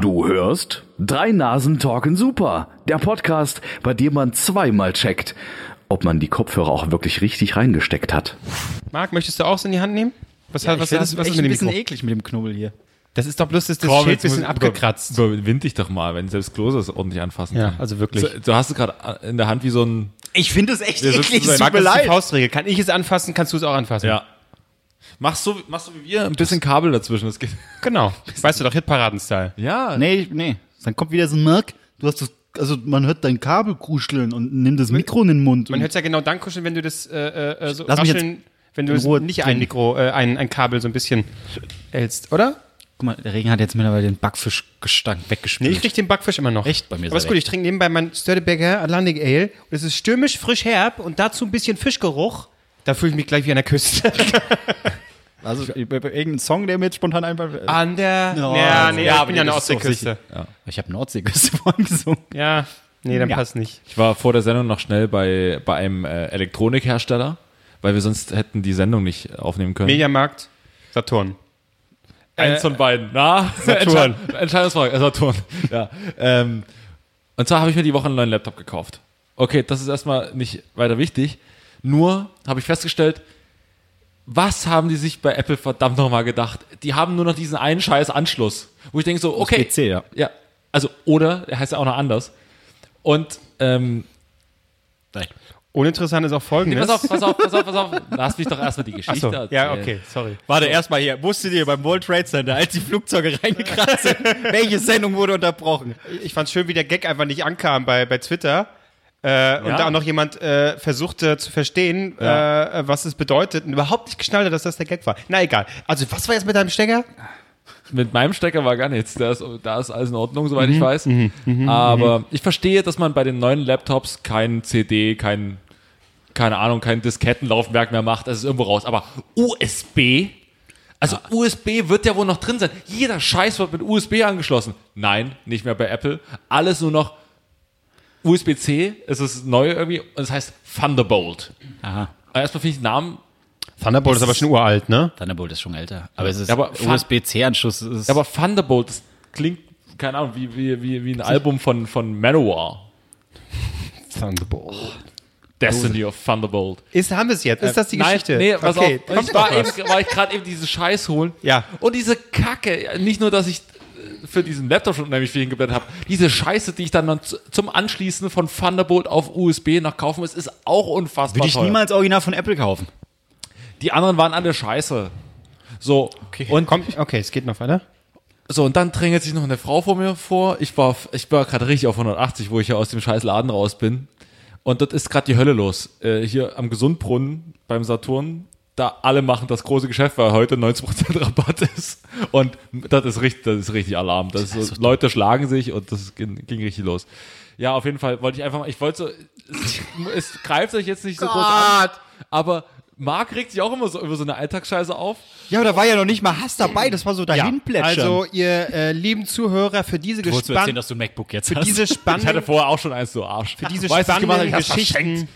Du hörst Drei Nasen Talken Super, der Podcast, bei dem man zweimal checkt, ob man die Kopfhörer auch wirklich richtig reingesteckt hat. Marc, möchtest du auch in die Hand nehmen? Was, hat- Ich was, find was, das was echt ist ein mit dem bisschen Mikro? eklig mit dem Knubbel hier. Das ist doch bloß das, das Komm, Schild ein jetzt muss- bisschen abgekratzt. Über, überwind dich doch mal, wenn selbst Klose es ordentlich anfassen Ja, kann. also wirklich. So, du hast es gerade in der Hand wie so ein. Ich finde das echt Wir sitzen eklig. so Es in tut Marc, mir das ist die leid. Faustregel. Kann ich es anfassen, kannst du es auch anfassen. Ja. Machst so, machst so wie wir ein bisschen Kabel dazwischen. Das geht. Genau. Weißt du doch, Hitparaden-Style. Ja. Nee, ich- nee. Dann kommt wieder so ein Merk. Du hast das, also man hört dein Kabel kuscheln und nimm das Mikro in den Mund. Man und hört ja genau dann kuscheln, wenn du das äh, äh, so Lass mich rascheln, wenn du in es Ruhe nicht ein Mikro, äh, ein, ein Kabel so ein bisschen hältst, oder? guck mal, der Regen hat jetzt mittlerweile den Backfischgestank Nee, weggespült. ich riech den Backfisch immer noch. Echt? Bei mir ist Aber ist er gut, weg. ich trinke nebenbei mein Störteberger Atlantic Ale und es ist stürmisch, frisch herb und dazu ein bisschen Fischgeruch. Da fühle ich mich gleich wie an der Küste. also ich- bei- bei irgendein Song, der mir jetzt spontan einfach. An der. Oh, ja, nee, ja, ich aber bin ja an die ist der doch Ostseeküste. ich habe Nordseeküste vorhin gesungen. Ja, nee, dann Ja. passt nicht. Ich war vor der Sendung noch schnell bei, bei einem äh, Elektronikhersteller, weil wir sonst hätten die Sendung nicht aufnehmen können. Mediamarkt, Saturn. Eins von beiden. Na, Saturn. Entscheid- Äh, Entscheidungsfrage. Äh, Saturn. Ja. ähm, und zwar habe ich mir die Woche einen neuen Laptop gekauft. Okay, das ist erstmal nicht weiter wichtig. Nur habe ich festgestellt, was haben die sich bei Apple verdammt nochmal gedacht? Die haben nur noch diesen einen scheiß Anschluss. Wo ich denke so, okay. PC, ja. Ja. Also, oder, der heißt ja auch noch anders. Und, ähm, Uninteressant ist auch folgendes. pass auf, pass auf, pass auf, pass auf. Lass mich doch erstmal die Geschichte Achso, ja, erzählen. okay, sorry. Warte, erstmal hier. Wusstet ihr beim World Trade Center, als die Flugzeuge reingekratzt sind, welche Sendung wurde unterbrochen? Ich fand's schön, wie der Gag einfach nicht ankam bei, bei Twitter. Äh, Und Ja. da auch noch jemand äh, versuchte zu verstehen, äh, was es bedeutet und überhaupt nicht geschnallt hat, dass das der Gag war. Na egal. Also, was war jetzt mit deinem Stecker? Mit meinem Stecker war gar nichts. Da ist, da ist alles in Ordnung, soweit ich weiß. Aber ich verstehe, dass man bei den neuen Laptops kein CD, kein, keine Ahnung, kein Diskettenlaufwerk mehr macht. Das ist irgendwo raus. Aber USB? Also USB wird ja wohl noch drin sein. Jeder Scheiß wird mit USB angeschlossen. Nein, nicht mehr bei Apple. Alles nur noch USB-C. Es ist neu irgendwie. Und es heißt Thunderbolt. Aha. Aber Erstmal finde ich den Namen Thunderbolt ist aber schon uralt, ne? Thunderbolt ist schon älter. Aber es ist Ja, aber fa- USB-C-Anschluss. ist- Ja, aber Thunderbolt, das klingt, keine Ahnung, wie, wie, wie, wie ein Album von, von Manowar. Thunderbolt. Destiny of Thunderbolt. Ist, haben wir es jetzt? Ist das die Geschichte? Nein, nee, pass okay, auf. kommt Ich doch war, was. eben, war ich gerade eben diesen Scheiß holen. Ja. Und diese Kacke, nicht nur, dass ich äh, für diesen Laptop schon unheimlich viel hingeblättert habe, diese Scheiße, die ich dann noch z- zum Anschließen von Thunderbolt auf USB noch kaufen muss, ist auch unfassbar Würde ich teuer. niemals Original von Apple kaufen. Die anderen waren alle Scheiße. So, Und kommt, okay, es geht noch weiter. So, und dann drängelt sich noch eine Frau vor mir vor. Ich war, ich war gerade richtig auf 180, wo ich ja aus dem scheiß Laden raus bin. Und dort ist gerade die Hölle los. Äh, hier am Gesundbrunnen beim Saturn. Da alle machen das große Geschäft, weil heute 90% Rabatt ist. Und das ist richtig, das ist richtig Alarm. Das ist, Also, so, Leute schlagen sich und das ging, ging richtig los. Ja, auf jeden Fall wollte ich einfach mal, ich wollte so, es, es greift euch jetzt nicht so groß an. Aber Marc regt sich auch immer so über so eine Alltagsscheiße auf. Ja, aber da war ja noch nicht mal Hass dabei. Das war so also ihr äh, lieben Zuhörer, für diese wolltest du erzählen, gespannt, dass du ein MacBook jetzt für hast? diese Ich hatte spannende, vorher auch schon eins so Arsch. für diese Weißt du, was ich gemacht habe? spannenden genau, Ich hab's verschenkt. Geschichten.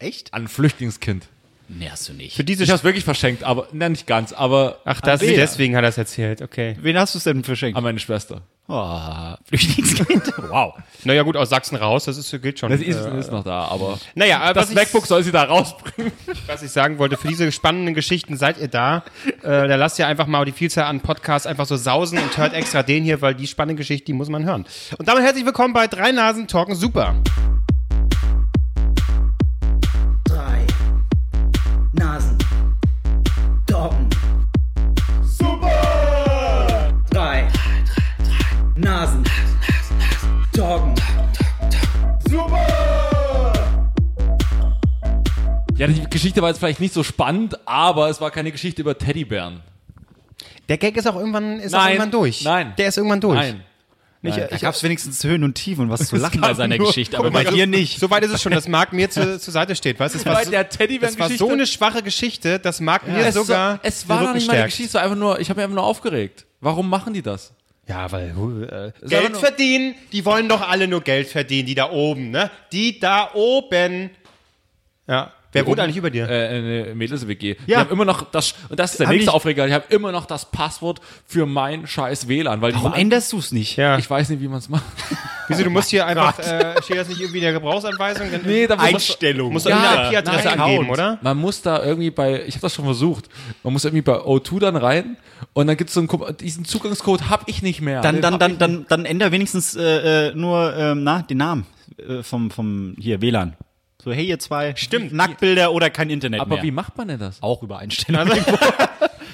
Echt? an ein Flüchtlingskind. Nee, hast du nicht. Für diese Ich habe es wirklich verschenkt, aber na, nicht ganz, aber Ach, das, Wen? deswegen hat er es erzählt, okay. Wen hast du es denn verschenkt? an meine Schwester. Oh, Flüchtlingskind. Wow. Naja, gut, aus Sachsen raus, das ist, gilt schon. Das ist, äh, ist noch da, aber naja, aber das was MacBook ich, soll sie da rausbringen. was ich sagen wollte, für diese spannenden Geschichten seid ihr da. Äh, da lasst ihr einfach mal die Vielzahl an Podcasts einfach so sausen und hört extra den hier, weil die spannende Geschichte, die muss man hören. Und damit herzlich willkommen bei Drei Nasen Talken Super. drei Nasen. Doggen. Super! Drei, Nasen. Doggen. Ja, die Geschichte war jetzt vielleicht nicht so spannend, aber es war keine Geschichte über Teddybären. Der Gag ist auch irgendwann, ist auch Nein, irgendwann durch. nein. Der ist irgendwann durch. Nein. Nicht, Da ich, gab es wenigstens Höhen und Tiefen und was zu lachen gab bei seiner nur- Geschichte. Aber bei dir nicht. so weit ist es schon, dass Marc mir zu, zur Seite steht, weißt du? Es war, Bei so, der es war Teddybären-Geschichte. so eine schwache Geschichte, dass Marc mir es, sogar es den war Rücken noch nicht meine stärkt. Geschichte, es war einfach nur, ich habe mich einfach nur aufgeregt. Warum machen die das? Ja, weil äh, aber Geld nur- verdienen, die wollen doch alle nur Geld verdienen, die da oben, ne? Die da oben. Ja, Wer wohnt oben, eigentlich über dir? Äh, eine Mädels-WG. Die Ja. haben immer noch das, und das ist der Haben nächste die- Aufreger, die haben immer noch das Passwort für mein scheiß WLAN, weil Warum die änderst du es nicht? Ja. Ich weiß nicht, wie man es macht. Wieso, du musst hier einfach, äh, steht das nicht irgendwie in der Gebrauchsanweisung? Dann Nee, da muss- Einstellung. Musst du Ja, eine IP-Adresse nein. angeben, oder? Man muss da irgendwie bei, ich habe das schon versucht, man muss irgendwie bei O2 dann rein und dann gibt's so einen, Ko- diesen Zugangscode hab ich nicht mehr. Dann, Den dann, hab dann, ich dann, dann änder wenigstens äh, äh, nur ähm, na, den Namen äh, vom, vom hier WLAN. So, hey ihr zwei, Stimmt. Nacktbilder oder kein Internet Aber mehr. wie macht man denn das? Auch über Einstellung.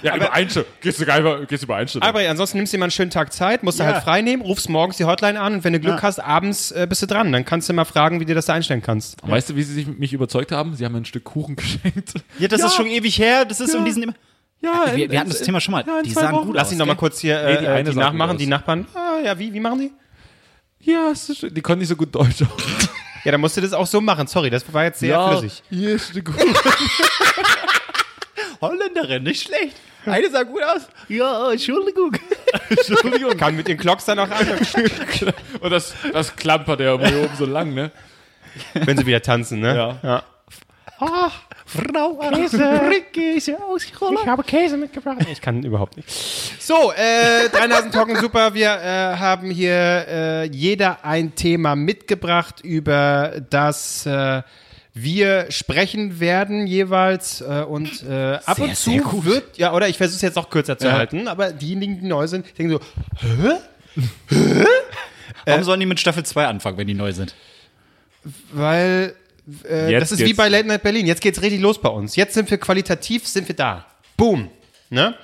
Ja, übereinstimmung. Gehst du gar über, gehst übereinstimmung. Aber ansonsten nimmst du dir mal einen schönen Tag Zeit, musst du halt frei nehmen, rufst morgens die Hotline an und wenn du Glück hast, abends äh, bist du dran. Dann kannst du mal fragen, wie du das da einstellen kannst. Weißt du, wie sie sich mich überzeugt haben? Sie haben mir ein Stück Kuchen geschenkt. Ja, das ist schon ewig her. Das ist um diesen. Ja, Wir, in- wir hatten in- das Thema schon mal. ja, in die zwei sahen Wochen. gut Lass aus. ihn doch mal kurz hier äh, Nee, die die, eine die sagt nachmachen, mir die das. Nachbarn. Ah, ja, wie, wie machen die? Ja, es ist, die konnten nicht so gut Deutsch. Ja, dann musst du das auch so machen. Sorry, das war jetzt sehr flüssig. Hier ist ein Stück Kuchen. Holländerin, nicht schlecht. Eine sah gut aus. Ja, Entschuldigung. Äh. Entschuldigung. Kann mit den Glocks dann auch an, Und das, das klampert ja immer hier oben so lang, ne? wenn sie wieder tanzen, ne? Ja. Ah, Frau Käse, Käse aus Ich habe Käse mitgebracht. Ich kann überhaupt nicht. So, äh, drei Nasen talken super. Wir äh, haben hier äh, jeder ein Thema mitgebracht, über das äh, wir sprechen werden jeweils äh, und äh, ab und zu wird ja oder ich versuche es jetzt noch kürzer zu halten, aber diejenigen, die neu sind, denken so, Warum sollen die mit Staffel 2 anfangen, wenn die neu sind? weil äh, Jetzt das ist geht's. wie bei Late Night Berlin. Jetzt geht's richtig los bei uns. Jetzt sind wir qualitativ, sind wir da. Boom. Ne?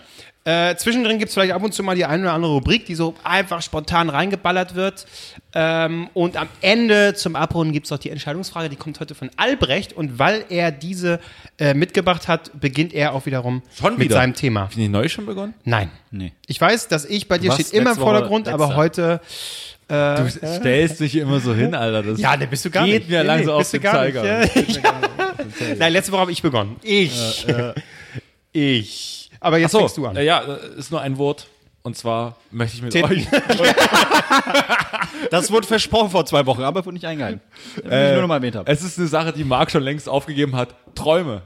Äh, zwischendrin gibt's vielleicht ab und zu mal die eine oder andere Rubrik, die so einfach spontan reingeballert wird. Ähm, und am Ende zum Abrunden gibt's noch die Entscheidungsfrage, die kommt heute von Albrecht. Und weil er diese äh, mitgebracht hat, beginnt er auch wiederum Schon mit wieder? seinem Thema. Bin ich neu schon begonnen? Nein. Nee. Ich weiß, dass ich bei dir warst steht immer im letzte Woche Vordergrund, aber letzter. heute. Äh, Stellst dich immer so hin, Alter. Das ja, ne, bist du gar geht nicht. mir Nee, langsam nee, auf bist du den gar nicht, Zeiger. ja. Nein, letzte Woche habe ich begonnen. Ich. Ich. Aber jetzt fängst du an. Äh, ja, äh, ist nur ein Wort. Und zwar möchte ich mit Den- euch. Das wurde versprochen vor zwei Wochen, aber wurde nicht eingehalten. Äh, Wenn ich nur noch mal erwähnt habe. Es ist eine Sache, die Marc schon längst aufgegeben hat. Träume.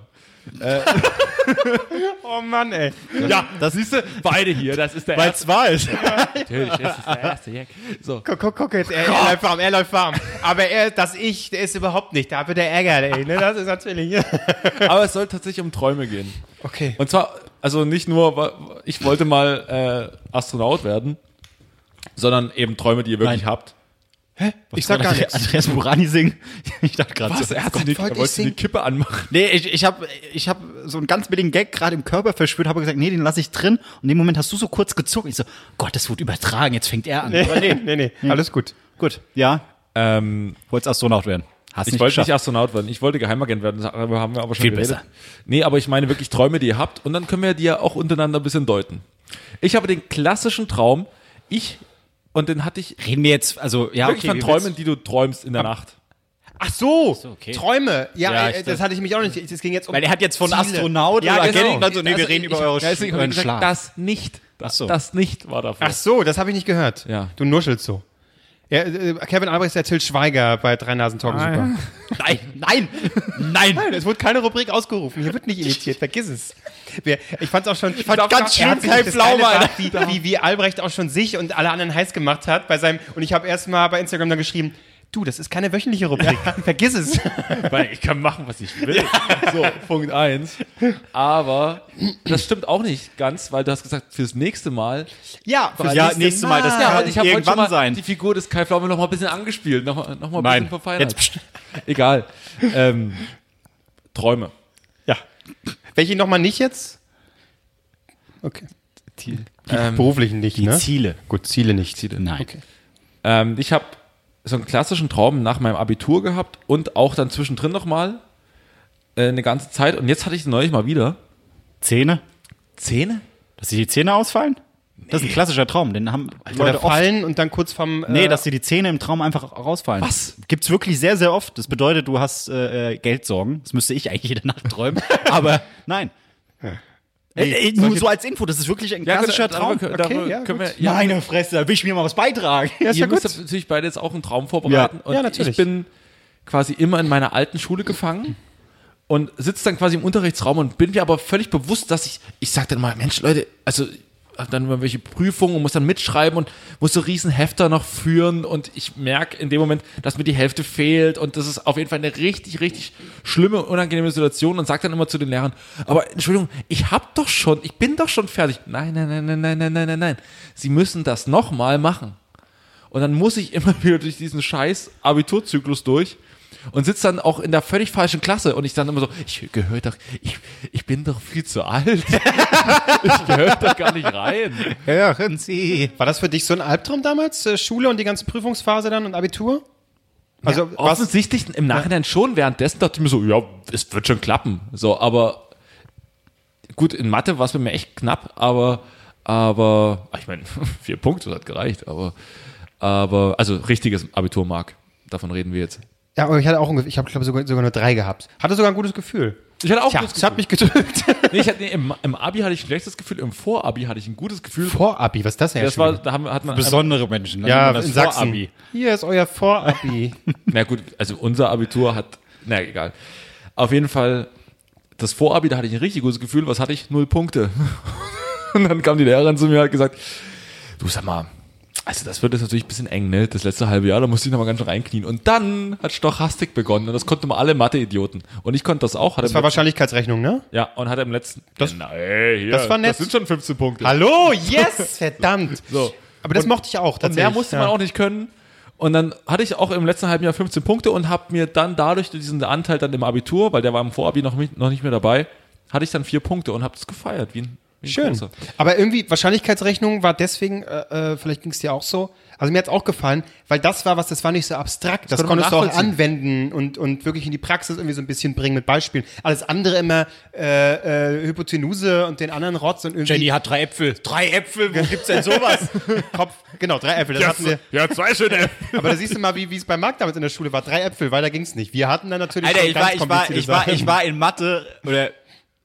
Oh Mann, ey. Ja, das siehst du, beide hier. Das ist der Weil es wahr ist. Natürlich, das ist der erste Jack. So. Guck, guck, guck jetzt. Er, er läuft warm, er läuft warm. Aber er, das Ich, der ist überhaupt nicht. Da wird er ärgert, ey. Ne? Das ist natürlich. Aber es soll tatsächlich um Träume gehen. Okay. Und zwar, also nicht nur, wa- ich wollte mal äh, Astronaut werden, sondern eben Träume, die ihr wirklich Nein. habt. ich sag gar Andre- nichts. Andreas Burani singen. Ich dachte gerade so. Also, oh Er hat sich die, wollte er ich wollte die singen? Kippe anmachen. Nee, ich, ich habe ich hab so einen ganz billigen Gag gerade im Körper verspürt, habe gesagt, nee, den lasse ich drin. Und in dem Moment hast du so kurz gezuckt. Ich so, Gott, das wird übertragen, jetzt fängt er an. Nee, nee, nee, nee. Alles Hm. gut. Gut, ja, Ähm, wolltest Astronaut werden. Hast Ich wollte nicht Astronaut werden, ich wollte Geheimagent werden, darüber haben wir aber schon Viel geredet. besser. Nee, aber ich meine wirklich Träume, die ihr habt und dann können wir die ja auch untereinander ein bisschen deuten. Ich habe den klassischen Traum, ich, und den hatte ich Reden wir jetzt, also, ja, wirklich okay. von wie Träumen, die du träumst in der Nacht. Ach so. okay. Träume. Ja, Ja, äh, ich- das hatte ich mich auch nicht. Es ging jetzt um. Weil er hat jetzt von Ziele. Astronaut Ja, oder genau. Agenten- Also, nee, wir reden über eure Ja, deswegen habe euren ich Schlaf. gesagt, das nicht. Das, so. das nicht war davor. Ach so, das habe ich nicht gehört. Ja. Du nuschelst so. Ja, äh, Kevin Albrecht ist der Till Schweiger bei Drei Nasen Talken Super. Nein, nein, nein. Nein, es wurde keine Rubrik ausgerufen. Hier wird nicht imitiert, vergiss es. Wer- Ich fand es auch schon ich fand darf gar- er hat sich Kai das Pflaume, Geile wie, wie, wie Albrecht auch schon sich und alle anderen heiß gemacht hat bei seinem. Und ich habe erst mal bei Instagram dann geschrieben, du, das ist keine wöchentliche Rubrik. Vergiss es. weil ich kann machen, was ich will. So, Punkt eins. Aber das stimmt auch nicht ganz, weil du hast gesagt, fürs nächste Mal Ja, fürs Ja, nächstes Mal, das Ja, kann und ich habe heute schon irgendwann mal sein. die Figur des Kai Pflaume noch mal ein bisschen angespielt, noch, mal- noch mal ein bisschen verfeinert. jetzt pst. Egal. Ähm, Träume. Welche nochmal nicht jetzt? Okay. Die beruflichen nicht, Ähm, Die ne? Ziele. Gut, Ziele nicht. Ziele. Nein. Ähm, ich habe so einen klassischen Traum nach meinem Abitur gehabt und auch dann zwischendrin noch mal äh, eine ganze Zeit. Und jetzt hatte ich ihn neulich mal wieder. Zähne? Zähne? Dass dir die Zähne ausfallen? Das ist ein klassischer Traum, den haben Oder Leute oft. fallen und dann kurz vom. äh, Nee, dass dir die Zähne im Traum einfach rausfallen. äh, Was? Gibt's wirklich sehr, sehr oft. Das bedeutet, du hast äh, äh, Geldsorgen. Das müsste ich eigentlich jede Nacht träumen. Aber nein. Äh, äh, nur so als Info, das ist wirklich ein klassischer Traum. Darüber, Okay, ja, können gut. wir, ja, Meine Fresse, da will ich mir mal was beitragen. ist ja ihr müsst gut. natürlich beide jetzt auch einen Traum vorbereiten. Ja. Und Ja, natürlich. ich bin quasi immer in meiner alten Schule gefangen und sitze dann quasi im Unterrichtsraum und bin mir aber völlig bewusst, dass ich, ich sag dann mal, Mensch, Leute, also hab dann immer welche Prüfungen und muss dann mitschreiben und muss so riesen Hefter noch führen und ich merke in dem Moment, dass mir die Hälfte fehlt und das ist auf jeden Fall eine richtig, richtig schlimme, unangenehme Situation und sag dann immer zu den Lehrern, aber Entschuldigung, ich hab doch schon, ich bin doch schon fertig. Nein, nein, nein, nein, nein, nein, nein, nein, nein. Sie müssen das nochmal machen. Und dann muss ich immer wieder durch diesen scheiß Abiturzyklus durch und sitze dann auch in der völlig falschen Klasse und ich dann immer so, ich gehöre doch, ich, ich bin doch viel zu alt. ich gehöre doch gar nicht rein. Hören Sie. War das für dich so ein Albtraum damals? äh, Schule und die ganze Prüfungsphase dann und Abitur? Also was? Offensichtlich im Nachhinein schon, währenddessen dachte ich mir so, ja, es wird schon klappen. So, aber gut, in Mathe war es bei mir echt knapp, aber, aber, ah, ich meine, vier Punkte das hat gereicht, aber, aber, also richtiges Abitur mag. Davon reden wir jetzt. Ja, aber ich hatte auch ungefähr, ich habe glaube sogar, sogar nur drei gehabt. Hatte sogar ein gutes Gefühl. Ich hatte auch Tja, gutes es hat mich gedrückt. Nee, ich hatte, nee, im, Im Abi hatte ich ein schlechtes Gefühl, im Vorabi hatte ich ein gutes Gefühl. Vorabi, was ist das denn? das war, da haben, hat man Besondere Menschen. dann ja, nennt man in das Sachsen. Vorabi. Hier ist euer Vorabi. Na gut, also unser Abitur hat, na egal. Auf jeden Fall, das Vorabi, da hatte ich ein richtig gutes Gefühl, was hatte ich? Null Punkte. Und dann kam die Lehrerin zu mir und hat gesagt, du sag mal, also das wird jetzt natürlich ein bisschen eng, ne? Das letzte halbe Jahr, da musste ich nochmal ganz schön reinknien. Und dann hat Stochastik begonnen und das konnten mal alle Mathe-Idioten. Und ich konnte das auch. Hatte Das war Wahrscheinlichkeitsrechnung, ne? ja, und hatte im letzten... Das- nein, hier, das war nett. Das sind schon 15 Punkte. Hallo, yes, verdammt. So. Aber das mochte ich auch. Und mehr musste man auch nicht können. Und dann hatte ich auch im letzten halben Jahr 15 Punkte und habe mir dann dadurch diesen Anteil dann im Abitur, weil der war im Vorabi noch, mit- noch nicht mehr dabei, hatte ich dann vier Punkte und habe das gefeiert. Wie ein, wie ein Schön. Großer. Aber irgendwie, Wahrscheinlichkeitsrechnung war deswegen, äh, äh, vielleicht ging es dir auch so. Also mir hat es auch gefallen, weil das war was, das war nicht so abstrakt. Das, konnte man konntest du auch nachvollziehen. anwenden und, und wirklich in die Praxis irgendwie so ein bisschen bringen mit Beispielen. Alles andere immer äh, äh, Hypotenuse und den anderen Rotz und irgendwie. Jenny hat drei Äpfel. Drei Äpfel, wo gibt's denn sowas? Kopf, genau, drei Äpfel, das hatten wir. Ja, zwei schöne Äpfel. Aber da siehst du mal, wie wie es bei Marc damals in der Schule war. Drei Äpfel, weiter ging es nicht. Wir hatten dann natürlich Alter, schon ich ganz war, ich war, komplizierte ich war, Sachen. ich war in Mathe oder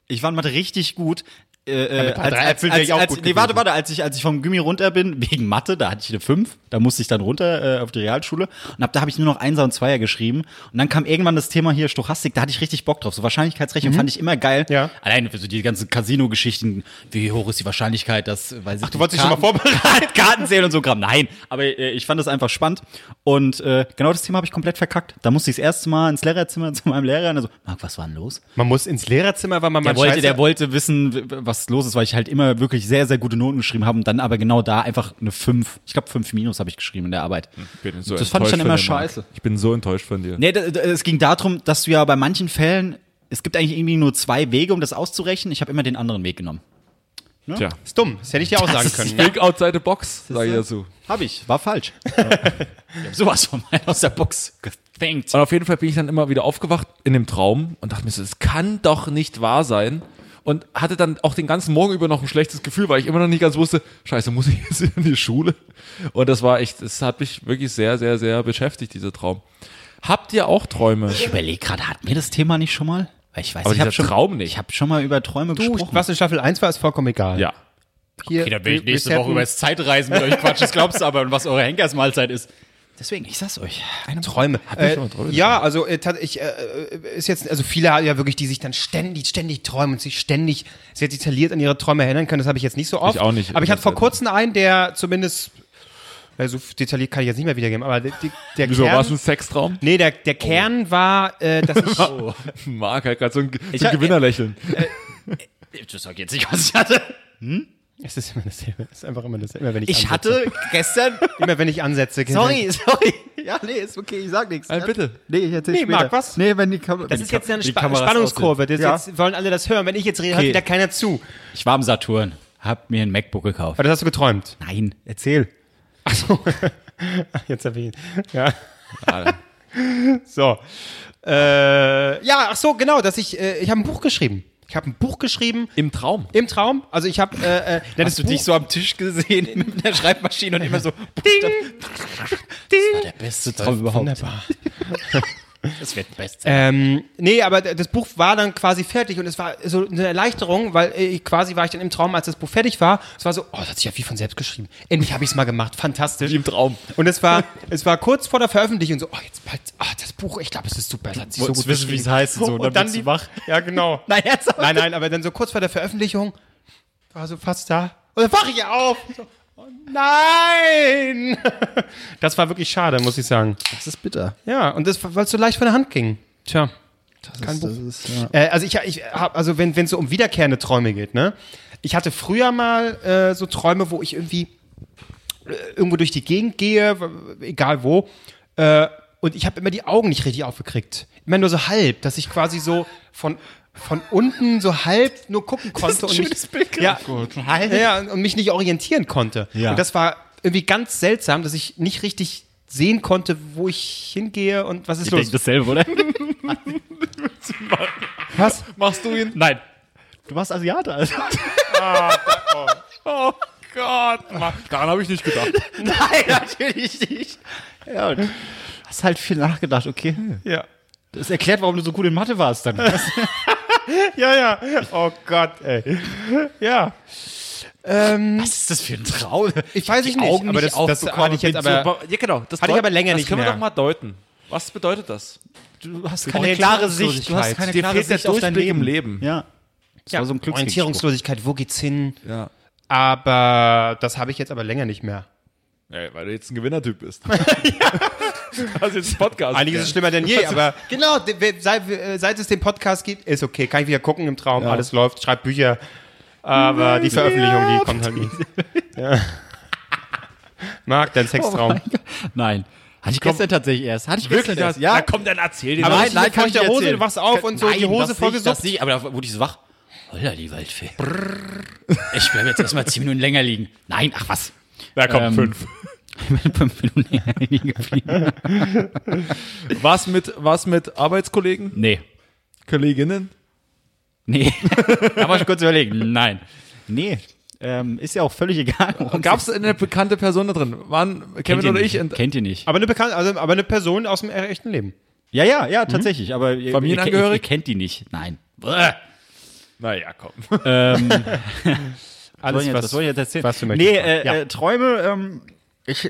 ich war in Mathe richtig gut. Äh, äh, drei Äpfeln wäre als, ich auch als, gut nee, warte, gewesen. warte, als ich, als ich vom Gimmi runter bin, wegen Mathe, da hatte ich eine 5, da musste ich dann runter äh, auf die Realschule und ab da habe ich nur noch Einser und Zweier geschrieben und dann kam irgendwann das Thema hier Stochastik, da hatte ich richtig Bock drauf, so Mhm. Wahrscheinlichkeitsrechnung fand ich immer geil. Ja. Allein für so die ganzen Casino-Geschichten, wie hoch ist die Wahrscheinlichkeit, dass, äh, weiß ich Ach, du wolltest dich schon mal vorbereiten? Karten zählen und so Kram, nein, aber äh, ich fand das einfach spannend und äh, genau das Thema habe ich komplett verkackt. Da musste ich das erste Mal ins Lehrerzimmer zu meinem Lehrer und er so, Marc, was war denn los? man muss ins Lehrerzimmer, weil man Der mal wollte, Scheiße- der wollte wissen, w- was los ist, weil ich halt immer wirklich sehr, sehr gute Noten geschrieben habe und dann aber genau da einfach eine 5, ich glaube 5 Minus habe ich geschrieben in der Arbeit. So das fand ich dann enttäuscht von immer dir, Marc. scheiße. Ich bin so enttäuscht von dir. Nee, da- da- es ging darum, dass du ja bei manchen Fällen, es gibt eigentlich irgendwie nur zwei Wege, um das auszurechnen. Ich habe immer den anderen Weg genommen. Tja. ist dumm. Das hätte ich dir auch sagen können. Think outside the box, sage ich dazu. Habe ich, war falsch. ich hab sowas von mal aus der Box gethinkt. Und auf jeden Fall bin ich dann immer wieder aufgewacht in dem Traum und dachte mir so, das kann doch nicht wahr sein. Und hatte dann auch den ganzen Morgen über noch ein schlechtes Gefühl, weil ich immer noch nicht ganz wusste, scheiße, muss ich jetzt in die Schule? Und das war echt, das hat mich wirklich sehr, sehr, sehr beschäftigt, dieser Traum. Habt ihr auch Träume? Ich überlege gerade, hatten wir das Thema nicht schon mal? Weil ich weiß, Aber ich habe dieser schon, Traum nicht. Ich habe schon mal über Träume Du, gesprochen. was in Staffel 1 war, ist vollkommen egal. Ja. Hier, Okay, dann will wir- ich nächste wir Woche über setten das Zeitreisen mit euch quatschen. Das glaubst du aber, und was eure Henkersmahlzeit ist. Deswegen, ich sag's euch. Eine Träume. ich Äh, schon mal Träume ja, also äh, tat- ich äh, äh, ist jetzt also viele haben ja wirklich, die sich dann ständig, ständig träumen und sich ständig sehr detailliert an ihre Träume erinnern können. Das habe ich jetzt nicht so oft. Ich auch nicht. Aber ich hatte vor Das- kurzem einen, der zumindest also detailliert kann ich jetzt nicht mehr wiedergeben, aber der, der Wieso war es Kern, ein Sextraum? nee, der, der Kern war, äh, dass ich Oh, Marc hat gerade so ein, so ein hab- Gewinnerlächeln. Ich sag jetzt nicht, was ich hatte. es ist immer dasselbe, es ist einfach immer dasselbe, immer wenn ich, Ich ansetze. hatte gestern. immer wenn ich ansetze. Sorry, sorry. Ja, nee, ist okay, ich sag nichts. Nein, bitte. Nee, ich erzähl Nee, später. Marc, was? Nee, wenn die Kamera. Das ist jetzt eine die Spa Kameras Spannungskurve. Das Ja. jetzt wollen alle das hören. Wenn ich jetzt rede, hört Okay. wieder keiner zu. Ich war am Saturn, hab mir ein MacBook gekauft. Aber das hast du geträumt. Nein, erzähl. Achso. Jetzt hab ich ihn. Ja. so. Äh, ja, ach so, genau, dass ich, äh, ich habe ein Buch geschrieben. Ich habe ein Buch geschrieben Im Traum. im Traum. Also ich habe, äh, äh, Hast du dich so am Tisch gesehen mit der Schreibmaschine und immer so. Ding. Das war der beste Traum überhaupt. Wunderbar. Das wird best. Ähm, nee, aber d- das Buch war dann quasi fertig und es war so eine Erleichterung, weil äh, ich quasi war ich dann im Traum, als das Buch fertig war. Es war so, oh, das hat sich ja wie von selbst geschrieben. Endlich habe ich es mal gemacht, fantastisch. Wie im Traum. Und es war, es war kurz vor der Veröffentlichung so, oh, jetzt bald, ah, das Buch, ich glaube, es ist super, es hat sich so gut wissen, wie es geschrieben. heißt und so, und dann bist du die- wach. Ja, genau. Nein, jetzt Nein, nein, aber dann so kurz vor der Veröffentlichung war so fast da. Und dann wache ich auf. So, oh nein! Das war wirklich schade, muss ich sagen. Das ist bitter. Ja, und das, weil es so leicht von der Hand ging. Tja. Kein das ist, ja. Äh, also ich, ich habe, also wenn es so um wiederkehrende Träume geht, ne? Ich hatte früher mal äh, so Träume, wo ich irgendwie äh, irgendwo durch die Gegend gehe, w- w- egal wo, äh, und ich habe immer die Augen nicht richtig aufgekriegt. Immer nur so halb, dass ich quasi so von von unten so halb nur gucken konnte und schönes mich, ja, Halb. ja, und mich nicht orientieren konnte. Ja. Und das war irgendwie ganz seltsam, dass ich nicht richtig sehen konnte, wo ich hingehe und was ist Ich denke los. dasselbe, oder? Was? Machst du ihn? Nein. Du warst Asiate, also. Oh Gott. Mann. Daran habe ich nicht gedacht. Nein, natürlich nicht. Ja, und Hm. hast halt viel nachgedacht, okay. Ja. Das erklärt, warum du so gut in Mathe warst dann. Ja, ja. Oh Gott, ey. Ja. Was ist das für ein Traum? Ähm, Ich weiß ich die nicht, Augen aber nicht das, das aufbekommen, hatte ich jetzt bin so aber. ja, genau. Das Hatte ich deut- aber länger das nicht können mehr. wir doch mal deuten. Was bedeutet das? Du hast keine klare Sicht. Du hast keine Dir klare fehlt der Sicht auf dein Durchblick im Leben. Leben. Ja. Das war so ein Glücksrichter. Orientierungslosigkeit, wo geht's hin? Ja. Aber das habe ich jetzt aber länger nicht mehr. Ey, weil du jetzt ein Gewinnertyp bist. Hast jetzt einen Podcast. Einiges ist schlimmer denn je, aber genau, de- we- seit, äh, seit es den Podcast gibt, ist okay, kann ich wieder gucken im Traum, alles läuft, schreibt Bücher, aber die Veröffentlichung, die kommt halt nie. Ja. Marc, dein Sextraum. Oh Nein. Hatte ich gestern tatsächlich erst. Hatte ich gestern erst. Ja, Ja. komm, dann erzähl dir Aber das. richtig mit feuchter Hose, du wachst auf und so, die Hose vollgesuppt. vollgesuppt. Aber da wurde ich so wach. Holla, die Waldfee. Ich bleibe jetzt erstmal zehn Minuten länger liegen. Nein, ach was. Na komm, Ähm, fünf. Ich bin fünf Minuten länger liegen geblieben. Was mit, was mit Arbeitskollegen, Nee. Kolleginnen? Nee. da muss ich kurz überlegen. Nein. Nee. Ähm, ist ja auch völlig egal. worum Gab's eine bekannte Person da drin? Waren Kennt Kevin ihr oder nicht. ich? Und Kennt ihr nicht. Aber eine bekannte, also aber eine Person aus dem echten Leben. Ja, ja, ja, tatsächlich. Aber ihr, Familienangehörig? Ihr, ihr kennt die nicht. Nein. naja, komm. Alles Wollen jetzt- was soll ich jetzt erzählen? was du möchtest. nee, äh, Ja. äh, Träume, ähm, ich,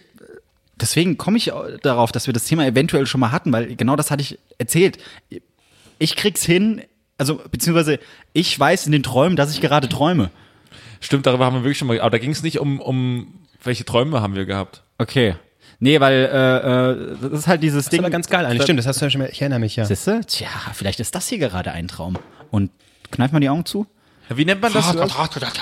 deswegen komme ich au- darauf, dass wir das Thema eventuell schon mal hatten, weil genau das hatte ich erzählt. Ich krieg's hin, also beziehungsweise ich weiß in den Träumen, dass ich gerade träume. Stimmt, darüber haben wir wirklich schon mal. Aber da ging es nicht um, um welche Träume haben wir gehabt. Okay. Nee, weil äh, äh, das ist halt Das dieses ist Ding. aber ganz geil eigentlich. Da- Stimmt, das hast du ja schon mal, ich erinnere mich ja. Siehste? Tja, vielleicht ist das hier gerade ein Traum. Und kneift man die Augen zu? Wie nennt man das?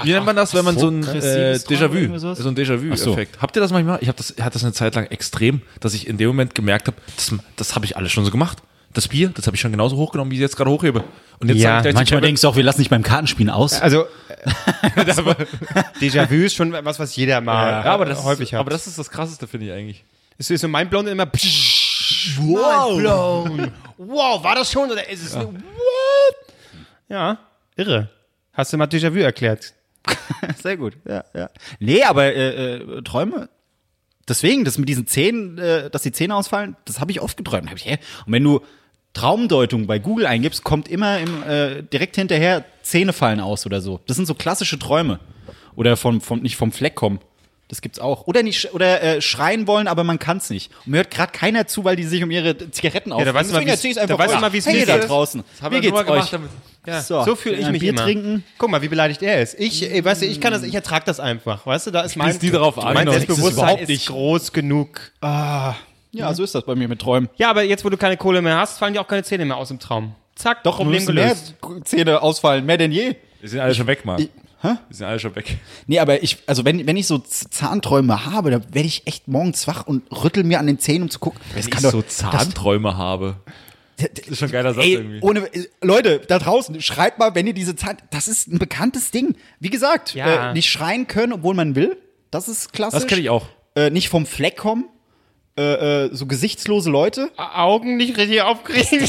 Wie nennt man das, wenn man so ein äh, Aggressives Traum oder Déjà-vu, irgendwie sowas? so ein Déjà-vu-Effekt? Habt ihr das manchmal? Ich habe das, ich hatte das eine Zeit lang extrem, dass ich in dem Moment gemerkt habe, das, das habe ich alles schon so gemacht. Das Bier, das habe ich schon genauso hochgenommen, wie ich es jetzt gerade hochhebe. Und jetzt Ja, sage ich gleich zu Manchmal Kevin, denkst du auch, wir lassen dich beim Kartenspielen aus. Also, Déjà-vu ist schon was, was jeder mal ja, aber das, häufig ist, hat. aber das ist das Krasseste, finde ich eigentlich. Es ist so mindblown immer. Wow. Mindblown. Wow, war das schon oder ist es nur. What? Ja, irre. Hast du mal Déjà-vu erklärt? Sehr gut, ja, ja. Nee, aber äh, äh, Träume. Deswegen, das mit diesen Zähnen, äh, dass die Zähne ausfallen, das habe ich oft geträumt. Hab ich, hä? Und wenn du Traumdeutung bei Google eingibst, kommt immer im, äh, direkt hinterher Zähne fallen aus oder so. Das sind so klassische Träume. Oder vom, vom, nicht vom Fleck kommen. Das gibt's auch. Oder nicht sch- oder äh, schreien wollen, aber man kann's nicht. Und mir hört gerade keiner zu, weil die sich um ihre Zigaretten aufregen. weißt du mal, Deswegen wie's- erzähl ich's da einfach weißt du euch. mal, wie's hey, mir da geht. draußen. Das haben wir nur mal gemacht, damit. Ja, so, So, fühle ich ein mich Bier immer. trinken. Guck mal, wie beleidigt er ist. Ich, äh, weißt du, ich kann das, ich ertrag das einfach. Weißt du, da ist mein, schließ nie drauf an. mein Genau, das ist Selbstbewusstsein überhaupt ist, nicht. groß genug. Ja, so ist das bei mir mit Träumen. Ja, aber jetzt, wo du keine Kohle mehr hast, fallen dir auch keine Zähne mehr aus im Traum. Zack, Doch, Problem müssen mehr gelöst. Zähne ausfallen, mehr denn je. Die sind alle schon weg, Mann. Hä? Die sind alle schon weg. Nee, aber ich, also wenn, wenn ich so Z- Zahnträume habe, dann werde ich echt morgens wach und rüttel mir an den Zähnen, um zu gucken. Wenn ich so Zahnträume habe. Das, das ist schon ein geiler Satz ey, irgendwie. Ohne, äh, Leute, da draußen, schreibt mal, wenn ihr diese Zahn. Das ist ein bekanntes Ding. Wie gesagt, Ja. äh, nicht schreien können, obwohl man will. Das ist klassisch. Das kenne ich auch. Äh, nicht vom Fleck kommen. äh, äh, so gesichtslose Leute. Augen nicht richtig aufkriegen.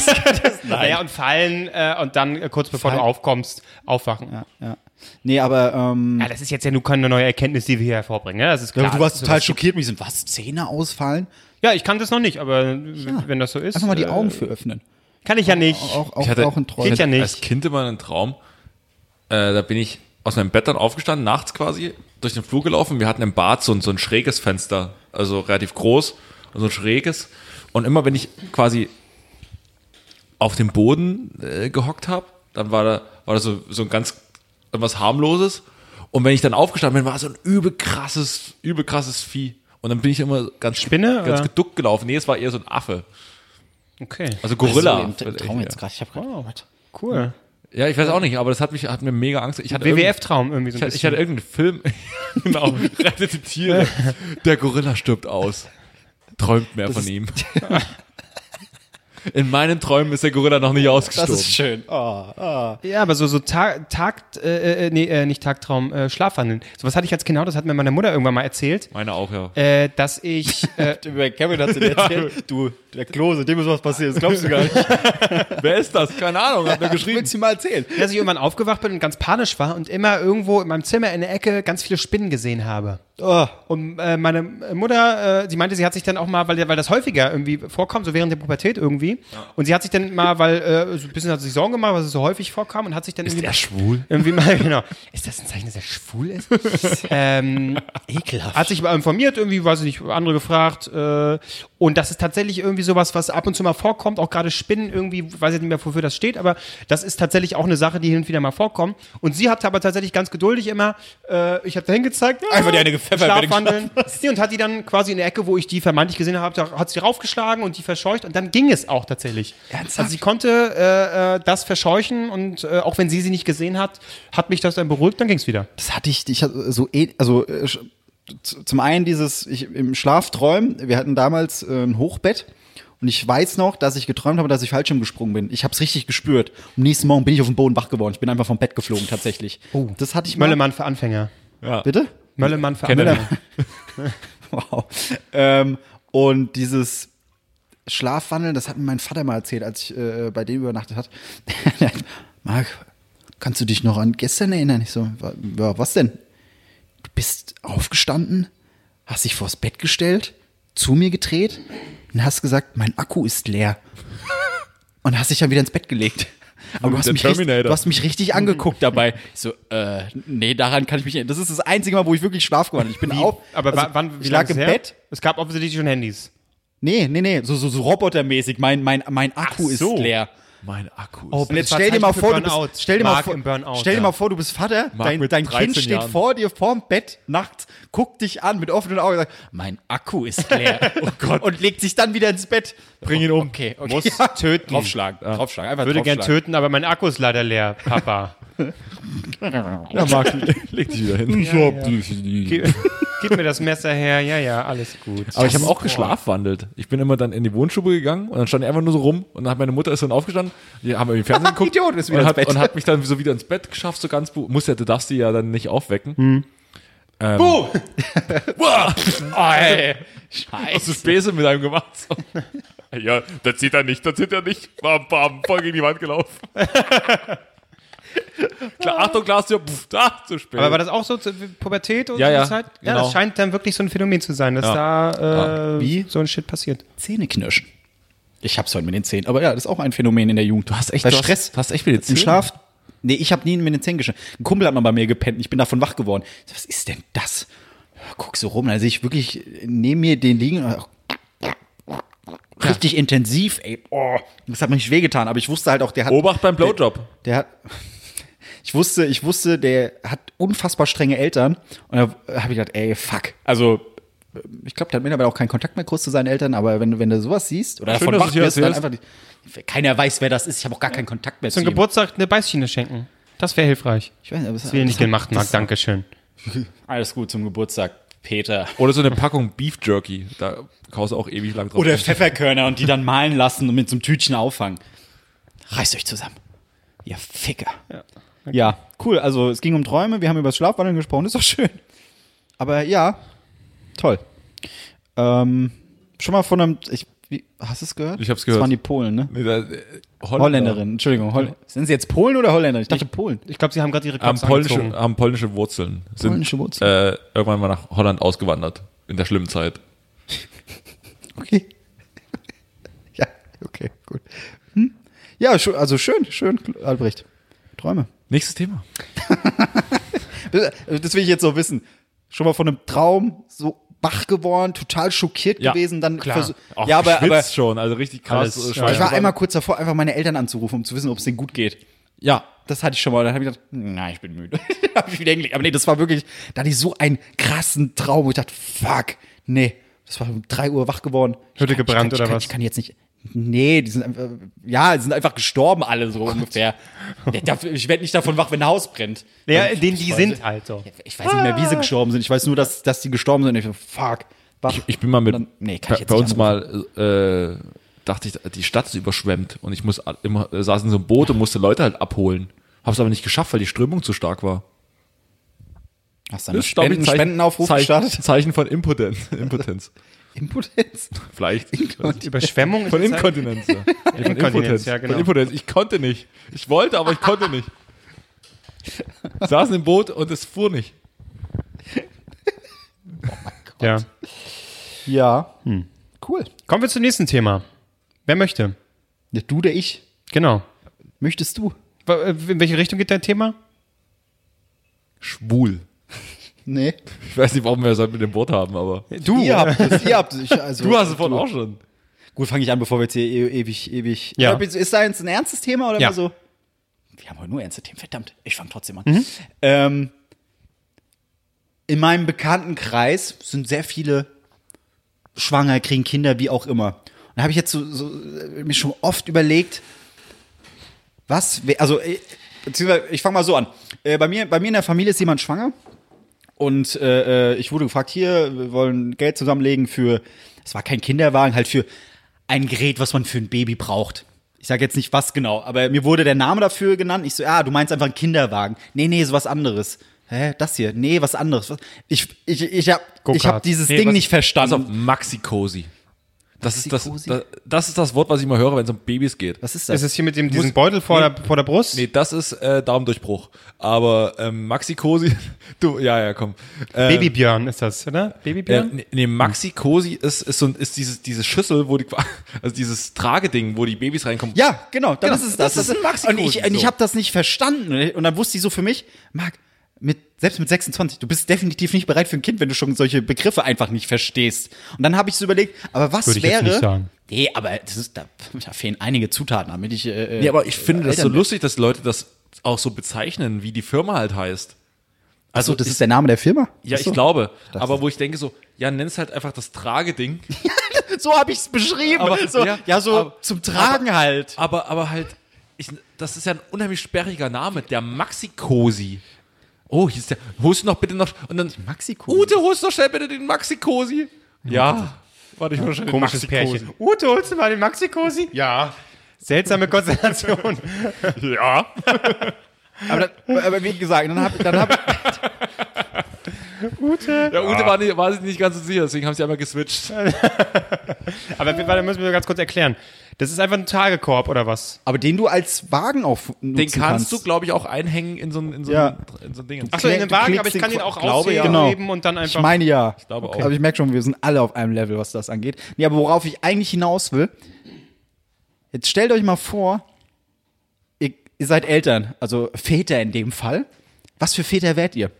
naja, und fallen äh, und dann äh, kurz bevor du aufkommst, aufwachen. Ja. Ja. Nee, aber ähm, das ist jetzt ja nur keine neue Erkenntnis, die wir hier hervorbringen. Ja, das ist klar. du Das warst ist total sowas- schockiert mit diesem, was, Zähne ausfallen? Ja, ich kann das noch nicht, aber w- wenn das so ist. Einfach mal die äh, Augen für öffnen. Kann ich ja nicht. Auch, auch, Ich hatte, auch ein Träumchen. Geht ich ja hatte nicht. als Kind immer einen Traum. Äh, da bin ich aus meinem Bett dann aufgestanden, nachts quasi, durch den Flur gelaufen. Wir hatten im Bad so ein, so ein schräges Fenster, also relativ groß und so ein schräges. Und immer wenn ich quasi auf dem Boden äh, gehockt habe, dann war da, war da so, so ein ganz was harmloses. Und wenn ich dann aufgestanden bin, war so ein übel krasses, übel krasses Vieh. Und dann bin ich immer ganz Spinne, ganz oder? geduckt gelaufen. Nee, es war eher so ein Affe. Okay, Also Gorilla. So, im, im Traum jetzt gerade. Ich hab grad, cool. Ja, ich weiß auch nicht, aber das hat mich hat mir mega Angst. Ich hatte irgendeinen- WWF-Traum irgendwie so Ich ein hatte, ich bisschen. hatte irgendeinen Film, genau, rettet die Tiere, der Gorilla stirbt aus, träumt mehr von ihm. In meinen Träumen ist der Gorilla noch nicht das ausgestorben. ist schön. Oh, oh. ja, aber so, so Tag, Tag äh, äh, nee, äh, nicht Tagtraum, äh, Schlafwandeln. Sowas hatte ich als Kind auch, das hat mir meine Mutter irgendwann mal erzählt, Meine auch, ja. äh, dass ich, äh, Über Kevin hat sie dir erzählt, du, der Klose, dem ist was passiert, das glaubst du gar nicht. Wer ist das? Keine Ahnung, hat mir geschrieben. Willst du mal erzählen? dass ich irgendwann aufgewacht bin und ganz panisch war und immer irgendwo in meinem Zimmer in der Ecke ganz viele Spinnen gesehen habe. Oh, Und äh, meine Mutter, äh, sie meinte, sie hat sich dann auch mal, weil, weil das häufiger irgendwie vorkam, so während der Pubertät irgendwie. Und sie hat sich dann mal, weil äh, so ein bisschen hat sie sich Sorgen gemacht, weil es so häufig vorkam und hat sich dann irgendwie, schwul? irgendwie mal, genau. Ist das ein Zeichen, dass er schwul ist? ähm, ekelhaft. hat sich mal informiert, irgendwie, weiß ich nicht, andere gefragt. Äh, und das ist tatsächlich irgendwie sowas, was ab und zu mal vorkommt, auch gerade Spinnen irgendwie, weiß ich nicht mehr, wofür das steht, aber das ist tatsächlich auch eine Sache, die hin und wieder mal vorkommt. Und sie hat aber tatsächlich ganz geduldig immer, äh, ich habe dahin gezeigt, Einfach die eine gepfeffert, wenn du Schlafwandeln. Nee, und hat die dann quasi in der Ecke, wo ich die vermeintlich gesehen habe, da hat sie raufgeschlagen und die verscheucht und dann ging es auch tatsächlich. Ernsthaft? Also sie konnte äh, äh, das verscheuchen und äh, auch wenn sie sie nicht gesehen hat, hat mich das dann beruhigt, dann ging es wieder. Das hatte ich, ich hatte so, eh- also äh, sch- z- zum einen dieses, ich im Schlaf träumen, wir hatten damals äh, ein Hochbett und ich weiß noch, dass ich geträumt habe, dass ich Fallschirm gesprungen bin. Ich habe es richtig gespürt. Am nächsten Morgen bin ich auf dem Boden wach geworden. Ich bin einfach vom Bett geflogen, tatsächlich. Oh, das hatte ich mal. Möllemann für Anfänger. Bitte? Möllemann für Kennt er Anfänger. Wow. Ähm, und dieses Schlafwandeln, das hat mir mein Vater mal erzählt, als ich äh, bei dem übernachtet hat. Der hat, Marc, kannst du dich noch an gestern erinnern? Ich so, "Wa- ja, was denn? Du bist aufgestanden, hast dich vors Bett gestellt, zu mir gedreht und hast gesagt, mein Akku ist leer. Und hast dich dann wieder ins Bett gelegt. Aber du hast, Der mich richtig, Terminator. du hast mich richtig angeguckt dabei. Ich so, äh, nee, daran kann ich mich nicht. Das ist das einzige Mal, wo ich wirklich schlaf gewandelt Ich bin auf. Aber also, wa- wann, wie ich lange lag ist es im her? Bett Es gab offensichtlich schon Handys. Nee, nee, nee, so, so, so robotermäßig. Mein, mein, mein Akku Ach so. ist leer. Mein Akku ist... Und jetzt Das war stell dir mal Zeichen für vor, du Burnout. bist, stell dir mal Mark vor, im Burnout, stell dir ja. mal vor, du bist Vater, Mark dein, mit dein 13 Kind steht Jahren. vor dir vorm Bett nachts, guckt dich an mit offenen Augen und sagt, mein Akku ist leer. oh Gott. Und legt sich dann wieder ins Bett. Oh, Bring ihn um. Okay, okay. Muss töten. Draufschlagen, draufschlagen, einfach Würde gern draufschlagen. töten, aber mein Akku ist leider leer, Papa. Ja, Marc, Leg dich wieder hin. Ich hab dich nie. Gib, gib mir das Messer her. Ja, ja, alles gut. Aber ich habe auch geschlafwandelt. Ich bin immer dann in die Wohnstube gegangen und dann stand ich einfach nur so rum und dann hat meine Mutter ist dann aufgestanden, die haben irgendwie Fernsehen geguckt Idiot, ist wieder und, ins hat, Bett. und hat mich dann so wieder ins Bett geschafft, so ganz bu- muss ja, du darfst die ja dann nicht aufwecken. Hm. Ähm, Uah! oh, ey. Hast du Späße mit einem gemacht? So. Ja, das sieht er nicht, das sieht er nicht. Bam, bam, voll gegen die Wand gelaufen. Klar, Achtung, Glastür, pff, da, zu spät. Aber war das auch so zur Pubertät und Ja, so ja, die Zeit? Ja, genau. das scheint dann wirklich so ein Phänomen zu sein, dass da äh, Wie? so ein Shit passiert. Zähne knirschen. Ich hab's heute mit den Zähnen. Aber ja, das ist auch ein Phänomen in der Jugend. Du hast echt Bei du hast- Stress. du hast echt mit den Im Zähnen? Schlaf. Nee, ich habe nie mit den Zähnen geschnitten. Ein Kumpel hat mal bei mir gepennt. und Ich bin davon wach geworden. Ich so, Was ist denn das? Guck so rum. Dann sehe ich wirklich neben mir den liegen. und- Richtig intensiv, ey. Oh, das hat mir nicht wehgetan. Aber ich wusste halt auch, der hat. Obacht beim Blowjob. Der hat. Ich wusste, ich wusste, der hat unfassbar strenge Eltern. Und da habe ich gedacht, ey, fuck. Also, ich glaube, der hat mittlerweile auch keinen Kontakt mehr groß zu seinen Eltern, aber wenn, wenn du sowas siehst oder davon Schön, dass wach du es hier wirst, dann erzählst. einfach. die- Keiner weiß, wer das ist. Ich habe auch gar keinen Kontakt mehr zu Zum ihm. Geburtstag eine Beißschiene schenken. Das wäre hilfreich. Ich weiß, nicht, aber es- Das will ich nicht das- gemacht, Marc. Dankeschön. Alles gut zum Geburtstag, Peter. Oder so eine Packung Beef Jerky. Da kaust du auch ewig lang drauf. Oder Pfefferkörner und die dann malen lassen und mit so einem Tütchen auffangen. Reißt euch zusammen. Ihr Ficker. Ja, cool. Also es ging um Träume, wir haben über das Schlafwandeln gesprochen, ist doch schön. Aber ja, toll. Ähm, schon mal von einem. Ich, wie, hast du es gehört? Ich hab's gehört. Das waren die Polen, ne? Nee, da, äh, Holländer. Holländerinnen, Entschuldigung. Holl Sind sie jetzt Polen oder Holländer? Ich dachte Polen. Ich glaube, sie haben gerade ihre Haben Cops polnische, angezogen. haben polnische Wurzeln. Sind, Polnische Wurzeln. Äh, irgendwann mal nach Holland ausgewandert. In der schlimmen Zeit. Okay. ja, okay, gut. Hm? Ja, scho- also schön, schön, Albrecht. Träume. Nächstes Thema. Also Das will ich jetzt so wissen. Schon mal von einem Traum so wach geworden, total schockiert Ja, gewesen, dann klar. versuch- Auch ja, aber, aber geschwitzt schon, also richtig krass. Alles, äh, ja. Schweiß- ich war einmal kurz davor, einfach meine Eltern anzurufen, um zu wissen, ob es denen gut geht. ja, Das hatte ich schon mal. Dann habe ich gedacht, nein, ich bin müde. Dann hab ich wieder hingelegt. Aber nee, das war wirklich, da hatte ich so einen krassen Traum, wo ich dachte, fuck, nee, das war um 3 Uhr wach geworden. Ich Hütte kann- ich gebrannt kann, ich oder kann, was? Ich kann jetzt nicht. Nee, die sind einfach, ja, die sind einfach gestorben alle Oh so ungefähr. Ja, da- Ich werde nicht davon wach, wenn ein Haus brennt. Ja, den, die sind halt so. Ich weiß nicht mehr, wie sie gestorben sind. Ich weiß nur, dass, dass die gestorben sind. Ich so, Ah. fuck, wach. Ich bin mal mit, Dann- nee, kann bei, ich jetzt bei nicht uns mal, äh, dachte ich, die Stadt ist überschwemmt und ich muss a- immer, äh, saß in so einem Boot und musste Leute halt abholen. Hab's aber nicht geschafft, weil die Strömung zu stark war. Hast du einen glaub Spenden, Zeichen- Spendenaufruf Zeichen, gestartet? Zeichen von Impotenz. Impotenz. Impotenz. Vielleicht. Überschwemmung ist Von jetzt halt- Inkontinenz. Ja. Nee, Von Inkontinenz, Impotenz. ja, genau. Von Impotenz. Ich konnte nicht. Ich wollte, aber ich konnte nicht. Saßen im Boot und es fuhr nicht. Ja. Ja. Hm. Cool. Kommen wir zum nächsten Thema. Wer möchte? Ja, du oder ich? Genau. Möchtest du? W- äh, In welche Richtung geht dein Thema? Schwul. Nee. Ich weiß nicht, warum wir das heute mit dem Boot haben, aber. Du. Ihr habt es, ihr habt es. Ich, also, Du hast es vorhin auch schon. Gut, fange ich an, bevor wir jetzt hier e ewig, ewig. Ja. Oder Ist da jetzt ein ernstes Thema oder Ja. mal so? Wir haben heute nur ernste Themen, verdammt. Ich fange trotzdem an. Mhm. Ähm, in meinem Bekanntenkreis sind sehr viele schwanger, kriegen Kinder, wie auch immer. Und da habe ich jetzt so, so, äh, mir schon oft überlegt, was, wär- also, äh, beziehungsweise, ich fange mal so an. Äh, bei, mir, bei mir in der Familie ist jemand schwanger. Und äh, äh, ich wurde gefragt, hier, wir wollen Geld zusammenlegen für, es war kein Kinderwagen, halt für ein Gerät, was man für ein Baby braucht. Ich sage jetzt nicht was genau, aber mir wurde der Name dafür genannt. Ich so, ah, du meinst einfach einen Kinderwagen. Nee, nee, so was anderes. Hä, das hier? Nee, was anderes. Was- Ich, ich, ich hab, ich hab Go-Kart. dieses Nee, Ding was- nicht Also verstanden. Maxi-Cosi. Das ist das, Maxi-Cosi? das, das ist das Wort, was ich mal höre, wenn es um Babys geht. Was ist das? Ist es hier mit dem, diesem Beutel vor, der, vor der Brust? Nee, das ist äh, Darmdurchbruch. Aber ähm, Maxi-Cosi, du, ja, ja, komm. Äh, Babybjörn ist das, oder? äh, Babybjörn? nee, nee, Maxi-Cosi ist, ist, so, ein- ist dieses, diese Schüssel, wo die, qua- also dieses Trageding, wo die Babys reinkommen. Ja, genau. Dann Genau, ist es, das, das das ist ist ein Maxi-Cosi, Und ich, und ich so. habe das nicht verstanden. ne? Und dann wusste ich so für mich, Marc, mit, selbst mit 26, du bist definitiv nicht bereit für ein Kind, wenn du schon solche Begriffe einfach nicht verstehst. Und dann habe ich so überlegt, aber was Würde ich jetzt wäre. nicht sagen. Nee, aber das ist, da, da fehlen einige Zutaten, damit ich. Äh, Nee, aber ich finde das so Eltern- lustig, dass Leute das auch so bezeichnen, wie die Firma halt heißt. also, das ist der Name der Firma? Ja, ich glaube. Aber wo ich denke so, ja, nenn's halt einfach das Trageding. So habe ich es beschrieben. Aber- so, ja, ja, so aber- zum Tragen halt. Aber, aber halt, ich, das ist ja ein unheimlich sperriger Name, der Maxi-Cosi. Oh, hier ist der, holst du noch bitte noch, und dann, Maxi-Cosi. Ute, holst du noch schnell bitte den Maxi-Cosi. Ja, warte, ich hol schon den Komisches Maxi-Cosi. Pärchen. Ute, holst du mal den Maxi-Cosi? Ja. Seltsame Konstellation. ja. Aber, dann, aber wie gesagt, dann habe dann hab, Ja, Ute war, nicht, war sich nicht ganz so sicher, deswegen haben sie einmal geswitcht. Aber wir, warte, müssen wir ganz kurz erklären. Das ist einfach ein Tagekorb oder was? Aber den du als Wagen auch nutzen Den kannst kannst du, glaube ich, auch einhängen in so ein, in so Ja. ein, in so ein Ding. Achso, in den Du Wagen, klickst aber ich den kann Ko- ihn auch glaube, ja. ausheben und dann einfach. Ich meine ja. glaube auch. Aber ich merke schon, wir sind alle auf einem Level, was das angeht. Nee, aber worauf ich eigentlich hinaus will, jetzt stellt euch mal vor, ihr, ihr seid Eltern, also Väter in dem Fall. Was für Väter wärt ihr?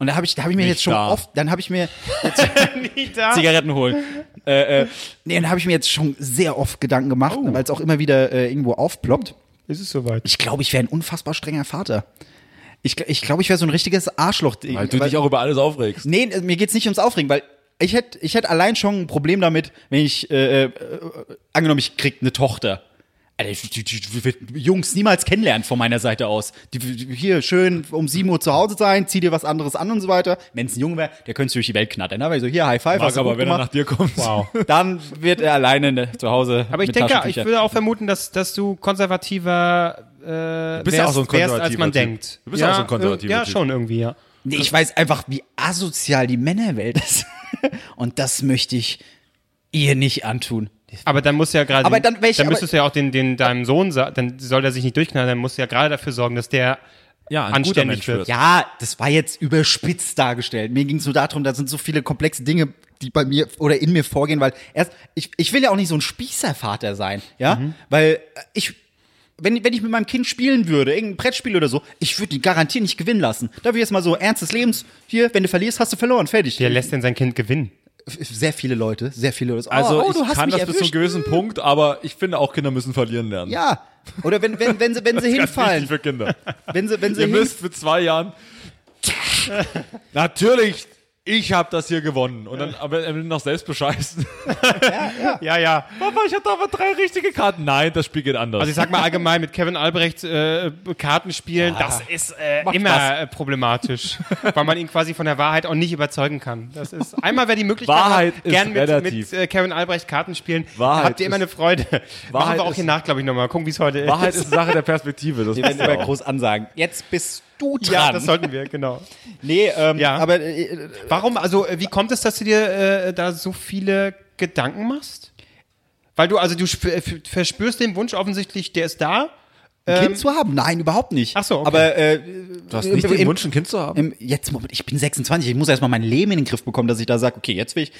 Und da habe ich, da hab ich mir Nicht jetzt schon da. oft, dann habe ich mir, da. Zigaretten holen. äh, äh, nee, dann habe ich mir jetzt schon sehr oft Gedanken gemacht, Oh. weil es auch immer wieder äh, irgendwo aufploppt. Ist es soweit? Ich glaube, ich wäre ein unfassbar strenger Vater. Ich, gl- ich glaube, ich wäre so ein richtiges Arschloch. Weil du dich auch über alles aufregst. Nee, äh, mir geht's nicht ums Aufregen, weil ich hätte ich hätt allein schon ein Problem damit, wenn ich, äh, äh, angenommen, ich krieg eine Tochter. Alter, ich- die, die, die wird Jungs niemals kennenlernen von meiner Seite aus. Die, die, hier schön um 7 Uhr zu Hause sein, zieh dir was anderes an und so weiter. Wenn es ein Junge wäre, der könnte durch die Welt knattern. Aber so, hier, High Five, Mag hast du aber, gut wenn er nach gemacht. dir kommt. Wow. Dann wird er alleine ne, zu Hause. Aber ich mit denke, ich Taschentüchern. würde auch vermuten, dass, dass du konservativer äh, bist ja auch so ein wärst, als konservativer man Typ. denkt. Du bist ja auch so ein konservativer Ja, Typ. schon irgendwie, ja. Nee, ich weiß einfach, wie asozial die Männerwelt ist. Und das möchte ich ihr nicht antun. Aber dann muss ja gerade, Aber dann welche- aber- müsstest du ja auch den, den deinem Sohn, sa- dann soll der sich nicht durchknallen, dann musst du ja gerade dafür sorgen, dass der Ja, ein guter anständig Mensch wird. wird. Ja, das war jetzt überspitzt dargestellt. Mir ging es nur darum, da sind so viele komplexe Dinge, die bei mir oder in mir vorgehen, weil erst, ich, ich will ja auch nicht so ein Spießervater sein, ja, Mhm. weil äh, ich, wenn, wenn ich mit meinem Kind spielen würde, irgendein Brettspiel oder so, ich würde ihn garantiert nicht gewinnen lassen. Da würde ich jetzt mal so, Ernst des Lebens, hier, wenn du verlierst, hast du verloren, fertig. Wer lässt denn sein Kind gewinnen? Sehr viele Leute, sehr viele Leute. so, Also oh, oh, du ich hast kann mich das bis zu einem erwischt. gewissen Punkt, aber ich finde auch Kinder müssen verlieren lernen. Ja, oder wenn, wenn, wenn sie, wenn sie hinfallen, Wichtig für Kinder. wenn sie, wenn sie Ihr Also hin, müsst mit zwei Jahren. Natürlich, ich habe das hier gewonnen. Und dann aber am Ende noch selbst bescheißen. Ja, ja. Papa, ich hatte aber drei richtige Karten. Nein, das Spiel geht anders. Also ich sag mal allgemein, mit Kevin Albrecht äh, Karten spielen, das ist äh, immer äh, problematisch, weil man ihn quasi von der Wahrheit auch nicht überzeugen kann. Das ist einmal wer die Möglichkeit Wahrheit hat, ist gern mit, relativ. mit äh, Kevin Albrecht Karten spielen, Wahrheit habt ihr immer ist- eine Freude. Machen Wahrheit wir auch ist- hier nach, glaube ich, nochmal. Gucken, wie es heute Wahrheit ist eine Sache der Perspektive. Das wenn wisst sie ihr mal auch. groß ansagen. Jetzt bist du ist. dran. Ja, das sollten wir, genau. Nee, ähm, Ja. aber äh, Warum, also äh, wie kommt es, dass du dir äh, da so viele Gedanken machst? Weil du, also du sp- äh, f- verspürst den Wunsch offensichtlich, der ist da. ein Kind zu haben? Nein, überhaupt nicht. Ach so, okay. Aber äh, Du hast ähm, nicht im- den im- Wunsch, ein Kind zu haben. im, jetzt, Moment, ich bin 26, ich muss erstmal mein Leben in den Griff bekommen, dass ich da sage, okay, jetzt will ich.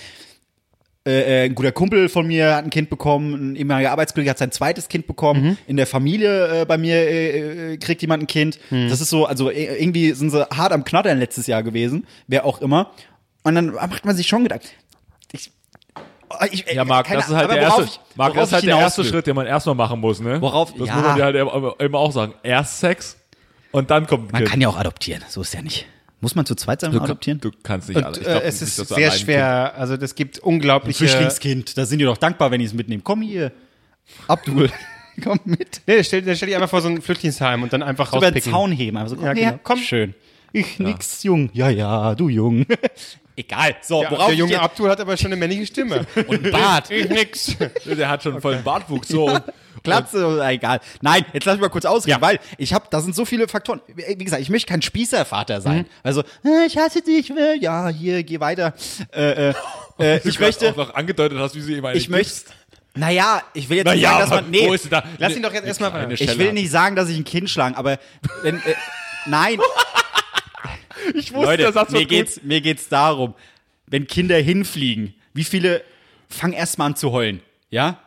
Äh, äh, ein guter Kumpel von mir hat ein Kind bekommen, ein ehemaliger Arbeitskollege hat sein zweites Kind bekommen. Mhm. In der Familie äh, bei mir äh, äh, kriegt jemand ein Kind. Mhm. Das ist so, also äh, irgendwie sind sie hart am Knattern letztes Jahr gewesen, wer auch immer. Und dann macht man sich schon Gedanken. Ich, äh, ich, Ja, Marc, keine das ist halt Ahnung, der aber worauf erste, ich- Marc, worauf das ist halt ich der hinaus erste will. Schritt, den man erstmal machen muss. Ne? Worauf- das ja. muss man dir halt eben- eben auch sagen. Erst Sex und dann kommt ein Man Kind. kann ja auch adoptieren, so ist ja nicht. Muss man zu zweit sein und du, kann- adoptieren? du kannst nicht Und alle. Ich glaub äh, es nicht, ist dass du sehr allein ein schwer, also das gibt unglaubliche... äh, Flüchtlingskind, da sind die doch dankbar, wenn die es mitnehmen. Komm hier, Abdul, komm mit. Nee, stell, dann stell dich einfach vor so ein Flüchtlingsheim und dann einfach Über den rauspicken. Zaun heben, also komm Ja, her, genau. Komm. Schön. Ich nix jung. Ja, ja, du jung. Egal. So, Ja, worauf der junge ich jetzt- Abdul hat aber schon eine männliche Stimme. und Bart. ich nix. Kind. Der hat schon vollen Bartwuchs. So. Glatze, oder egal. Nein, jetzt lass mich mal kurz ausreden, weil ich habe, da sind so viele Faktoren. Wie gesagt, ich möchte kein Spießervater sein. Also, äh, ich hasse dich, äh, ja, hier, geh weiter. Äh, äh, äh, ich möchte, auch noch angedeutet hast, wie sie immer ich möchte, naja, ich will jetzt nicht sagen, dass man, nee, wo ist sie da? Lass ihn doch jetzt erstmal rein. Ich will nicht sagen, dass ich ein Kind schlagen, aber wenn, äh, nein, Ich wusste, Leute, der Satz mir wird gut. geht's, mir geht's darum, wenn Kinder hinfliegen, wie viele fangen erstmal an zu heulen, ja?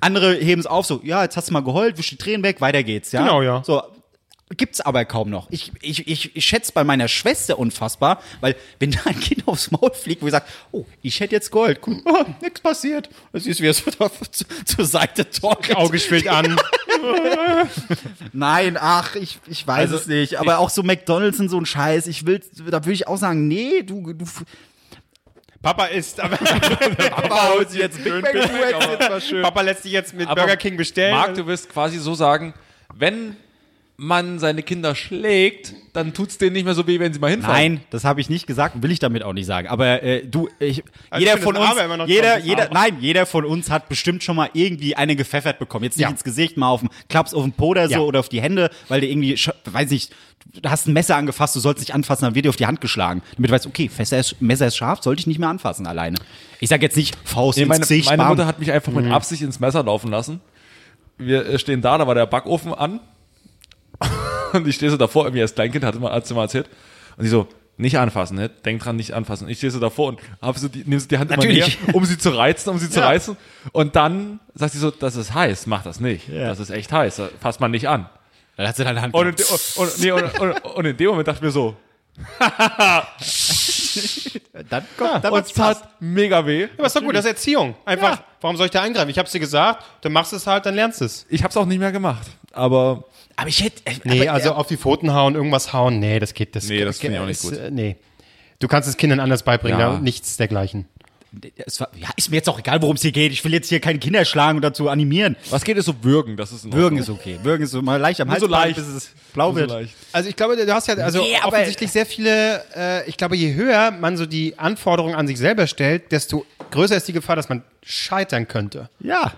Andere heben es auf, so, ja, jetzt hast du mal geheult, wisch die Tränen weg, weiter geht's, ja? Genau, ja. So, gibt's aber kaum noch. Ich, ich, ich, ich schätze bei meiner Schwester unfassbar, weil wenn da ein Kind aufs Maul fliegt, wo ich sage, oh, ich hätte jetzt geheult, gut, ah, nix passiert. Das ist wie es da zu- zur Seite torkelt. Auge schwillt an. Nein, ach, ich, ich weiß Also, es nicht. Aber auch so McDonalds und so ein Scheiß. Ich will, da würde ich auch sagen, nee, du, du Papa isst, aber Papa holt sich jetzt Big Mac und Rex, jetzt mal schön. Papa lässt sich jetzt mit Aber Burger King bestellen. Marc, du wirst quasi so sagen, wenn man seine Kinder schlägt, dann tut's denen nicht mehr so weh, wenn sie mal hinfallen. Nein, das habe ich nicht gesagt und will ich damit auch nicht sagen. Aber äh, du, ich, Also ich jeder finde von das uns, Aber immer noch jeder, traurig, jeder, aber- nein, jeder von uns hat bestimmt schon mal irgendwie eine gepfeffert bekommen. Jetzt nicht Ja. ins Gesicht, mal auf den Klaps, auf den Poder so Ja. oder auf die Hände, weil du irgendwie, sch- weiß nicht, du hast ein Messer angefasst, du sollst nicht anfassen, dann wird dir auf die Hand geschlagen. Damit du weißt, okay, Messer ist, Messer ist scharf, sollte ich nicht mehr anfassen alleine. Ich sage jetzt nicht Faust Nee, meine, ins Gesicht, meine bam. Mhm. Mutter hat mich einfach mit Absicht ins Messer laufen lassen. Wir äh, stehen da, da war der Backofen an. Und ich stehe so davor, irgendwie als Kleinkind hatte mal, hat sie mal erzählt. Und sie so, nicht anfassen, ne? denk dran, nicht anfassen. Und ich stehe so davor und hab so die, nimm so die Hand Natürlich. immer näher, um sie zu reizen, um sie zu reizen. Und dann sagt sie so, das ist heiß, mach das nicht. Das ist echt heiß, da fasst man nicht an. Dann hat sie deine Hand Und in, de- und, nee, und, und, und in dem Moment dachte ich mir so, Dann kommt, dann und es tat mega weh. aber ist doch gut, das ist Erziehung. Einfach, Ja. warum soll ich da eingreifen? Ich hab's dir gesagt, dann machst du es halt, dann lernst du es. Ich hab's auch nicht mehr gemacht. Aber Aber ich hätte. äh, Nee, aber, also auf die Pfoten hauen, irgendwas hauen, nee, das geht. Das Nee, das finde ich auch nicht ist, gut. äh, Nee. Du kannst es Kindern anders beibringen, Ja. da- nichts dergleichen. es war, ja, ist mir jetzt auch egal, worum es hier geht. Ich will jetzt hier keine Kinder schlagen und dazu animieren. was geht es so würgen? Das ist ein Würgen ist okay. Würgen ist so mal leicht am Hals, so bleiben, leicht. bis es blau wird. Also ich glaube, du hast ja also Nee, aber- offensichtlich sehr viele, äh, ich glaube, je höher man so die Anforderungen an sich selber stellt, desto größer ist die Gefahr, dass man scheitern könnte. Ja.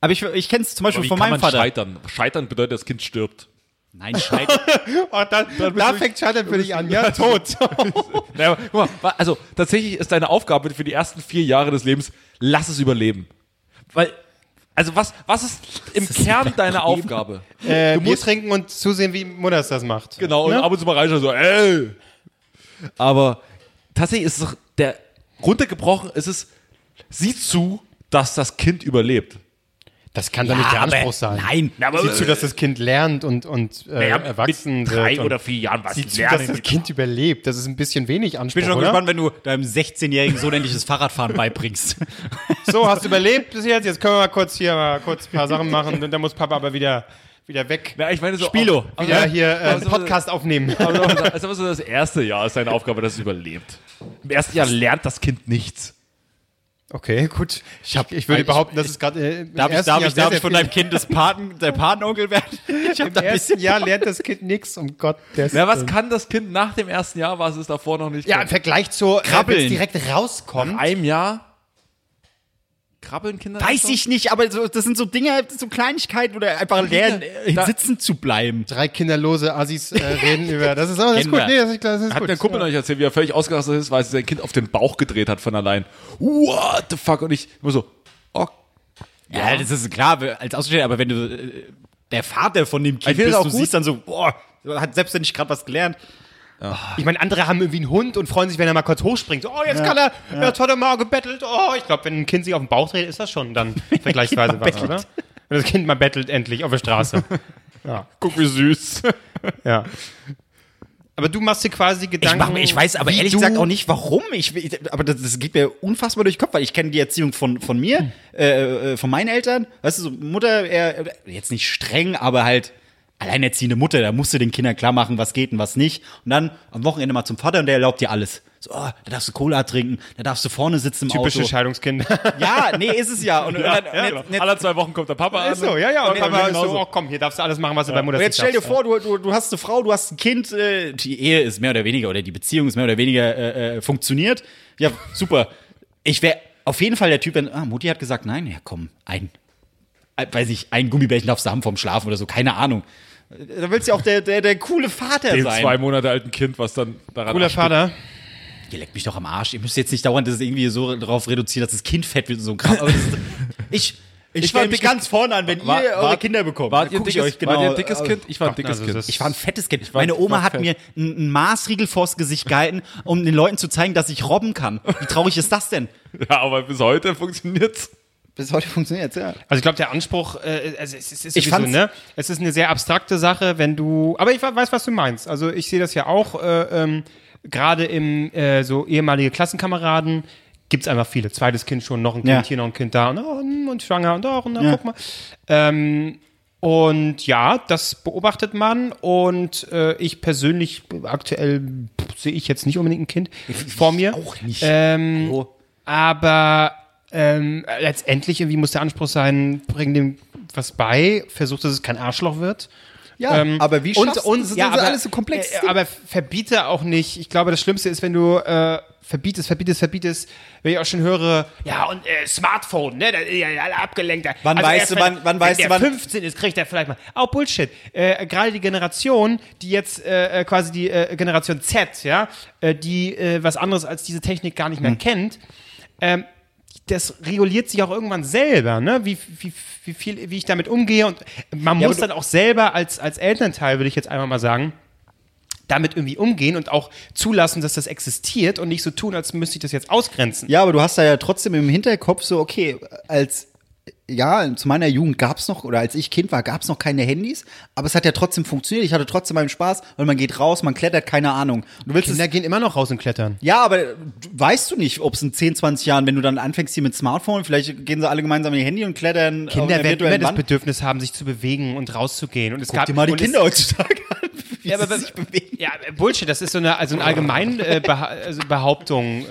Aber ich, ich kenne es zum Beispiel Wie von kann meinem man Vater. scheitern? Scheitern bedeutet, das Kind stirbt. Nein, Scheitern. Oh, da da fängt Scheitern für dich an. Ja, tot. Naja, aber guck mal, also tatsächlich ist deine Aufgabe für die ersten vier Jahre des Lebens, lass es überleben. Weil, also was, was ist im Kern deine Aufgabe? äh, Bier trinken und zusehen, wie Mutters das macht. Ne? Genau, und ab und zu mal reinschauen, so, ey. Aber tatsächlich ist es doch der, runtergebrochen ist es, sieh zu, dass das Kind überlebt. Das kann doch nicht der Anspruch sein. Nein. Sieh zu, dass das Kind lernt und, und äh, erwachsen äh, mit wird. drei und oder vier Jahren was sieh zu, lernen. dass das Kind überlebt. Das ist ein bisschen wenig Anspruch, Ich bin schon oder? gespannt, wenn du deinem 16-jährigen Sohn endlich das Fahrradfahren beibringst. So, hast du überlebt bis jetzt? Jetzt können wir mal kurz hier mal kurz ein paar Sachen machen. Und dann muss Papa aber wieder, wieder weg. Na, ich meine so, Spilo, auch- wieder hier äh, einen aber- Podcast aufnehmen. Aber das ist aber so das erste Jahr ist deine Aufgabe, dass es überlebt. Im ersten Jahr lernt das Kind nichts. Okay, gut. Ich, hab, ich würde behaupten, dass es gerade äh, im Darf ich, ersten darf Jahr ich, sehr, darf sehr ich von viel- deinem Kind des Paten, der Patenonkel werden? Ich hab im ersten Jahr lernt das Kind nichts, um Gott. Na, was kann das Kind nach dem ersten Jahr, was es davor noch nicht Ja, im kann? Vergleich zu Krabbeln. Krabbeln direkt rauskommt. einem Jahr krabbeln Kinder? Weiß ich nicht, aber so, das sind so Dinge, das sind so Kleinigkeiten oder einfach lernen, äh, Da- sitzen zu bleiben. Drei kinderlose Assis äh, reden über. Das ist, aber das ist Kennen gut. Nee, wir. das ist, das ist Hat gut. mir Kumpel noch nicht erzählt, wie er völlig ausgerastet ist, weil sich sein Kind auf den Bauch gedreht hat von allein. What the fuck? Und ich immer so, okay. Ja, das ist klar, we- als Außenstehender, aber wenn du äh, der Vater von dem Kind finde bist, das auch du gut. siehst dann so, boah, hat selbstständig gerade was gelernt. Ich meine, andere haben irgendwie einen Hund und freuen sich, wenn er mal kurz hochspringt. So, oh, jetzt kann er, jetzt hat er mal gebettelt. Oh, ich glaube, wenn ein Kind sich auf den Bauch dreht, ist das schon dann vergleichsweise was, oder? Wenn das Kind mal bettelt, endlich auf der Straße. Guck, wie süß. ja. Aber du machst dir quasi Ich, Gedanken. mach, mir- ich weiß aber wie ehrlich du- gesagt auch nicht, warum. Ich, ich- aber das, das geht mir unfassbar durch den Kopf, weil ich kenne die Erziehung von, von mir, äh, äh, von meinen Eltern. Weißt du, so Mutter, eher, äh, jetzt nicht streng, aber halt alleinerziehende Mutter, da musst du den Kindern klar machen, was geht und was nicht. Und dann am Wochenende mal zum Vater und der erlaubt dir alles. So, oh, da darfst du Cola trinken, da darfst du vorne sitzen im Typische Auto. Scheidungskinder. Ja, nee, ist es ja. genau. Und, und dann, und jetzt- genau. Alle zwei Wochen kommt der Papa an. also, Ist so, ja, ja. Und Und dann Papa ist genauso. so, oh komm, hier darfst du alles machen, was du bei Mutter Und jetzt stell dir darfst. vor, du, du, du hast eine Frau, du hast ein Kind, äh, die Ehe ist mehr oder weniger oder die Beziehung ist mehr oder weniger äh, äh, funktioniert. Ja, super. Ich wäre auf jeden Fall der Typ, wenn, ah, Mutti hat gesagt, nein, ja komm, ein, ein weiß ich, ein Gummibärchen darfst du haben vom Schlafen oder so, keine Ahnung. Äh, Da willst du ja auch der, der, der coole Vater Dem sein. zwei Monate alten Kind, was dann daran Cooler Vater. Ihr leckt mich doch am Arsch. Ihr müsst jetzt nicht dauernd das irgendwie so drauf reduzieren, dass das Kind fett wird und so ein Kram. Aber das ist, ich, ich, Ich fand mich mich ganz vorne an, wenn War- ihr eure war- Kinder bekommt. Wart ihr, Guck ich dickes, euch genau, wart ihr ein dickes äh, Kind? Ich war ein dickes also Kind. das- Ich war ein fettes Kind. war- Meine ich war Oma hat fett. mir einen einen Maßriegel vors Gesicht gehalten, um den Leuten zu zeigen, dass ich robben kann. Wie traurig ist das denn? Ja, aber bis heute funktioniert's. Bis heute funktioniert ja. Also ich glaube, der Anspruch, äh, also es, es ist Ich sowieso, fand's- ne? Es ist eine sehr abstrakte Sache, wenn du. Aber ich weiß, was du meinst. Also ich sehe das ja auch, äh, ähm, gerade im äh, so ehemalige Klassenkameraden gibt's einfach viele. Zweites Kind schon, noch ein Kind Ja. hier, noch ein Kind da und, oh, hm, und schwanger und da und da, guck mal. Ähm, und ja, das beobachtet man und äh, ich persönlich aktuell pff, sehe ich jetzt nicht unbedingt ein Kind vor mir. Auch nicht. Ähm, Hallo. aber ähm, letztendlich irgendwie muss der Anspruch sein, bring dem was bei, versuch, dass es kein Arschloch wird. Ja, Ähm, das ist ja, aber, aber- alles so komplex. Äh, aber verbiete auch nicht. Ich glaube, das Schlimmste ist, wenn du äh, verbietest, verbietest, verbietest, wenn ich auch schon höre, ja, und äh, Smartphone, ne, da, ja, ja, alle abgelenkt. Also Wann weißt erst du, wenn- wann- wann weißt wenn du, wann- der 15 ist, kriegt er vielleicht mal. Auch Bullshit. Äh, gerade die Generation, die jetzt äh, äh, quasi die äh, Generation Z, ja, äh, die äh, was anderes als diese Technik gar nicht Hm. mehr kennt, ähm, das reguliert sich auch irgendwann selber, ne? Wie, wie, wie viel, wie ich damit umgehe. Und man muss dann auch selber als, als Elternteil, würde ich jetzt einfach mal sagen, damit irgendwie umgehen und auch zulassen, dass das existiert und nicht so tun, als müsste ich das jetzt ausgrenzen. Ja, aber du hast da ja trotzdem im Hinterkopf so, okay, als ja, zu meiner Jugend gab's noch, oder als ich Kind war, gab's noch keine Handys, aber es hat ja trotzdem funktioniert. Ich hatte trotzdem meinen Spaß, weil man geht raus, man klettert, keine Ahnung. Und du willst es Kinder gehen immer noch raus und klettern. Ja, aber du- weißt du nicht, ob es in 10, 20 Jahren, wenn du dann anfängst hier mit Smartphone, vielleicht gehen sie alle gemeinsam in ihr Handy und klettern. auf Kinder einer werden immer virtuellen das Wand. Bedürfnis haben, sich zu bewegen und rauszugehen. Und es Guck gab dir mal die und Kinder es, heutzutage an, wie Ja, sie aber was- sich bewegen. Ja, Bullshit, das ist so eine, also eine allgemeine äh, Beha also Behauptung. Äh,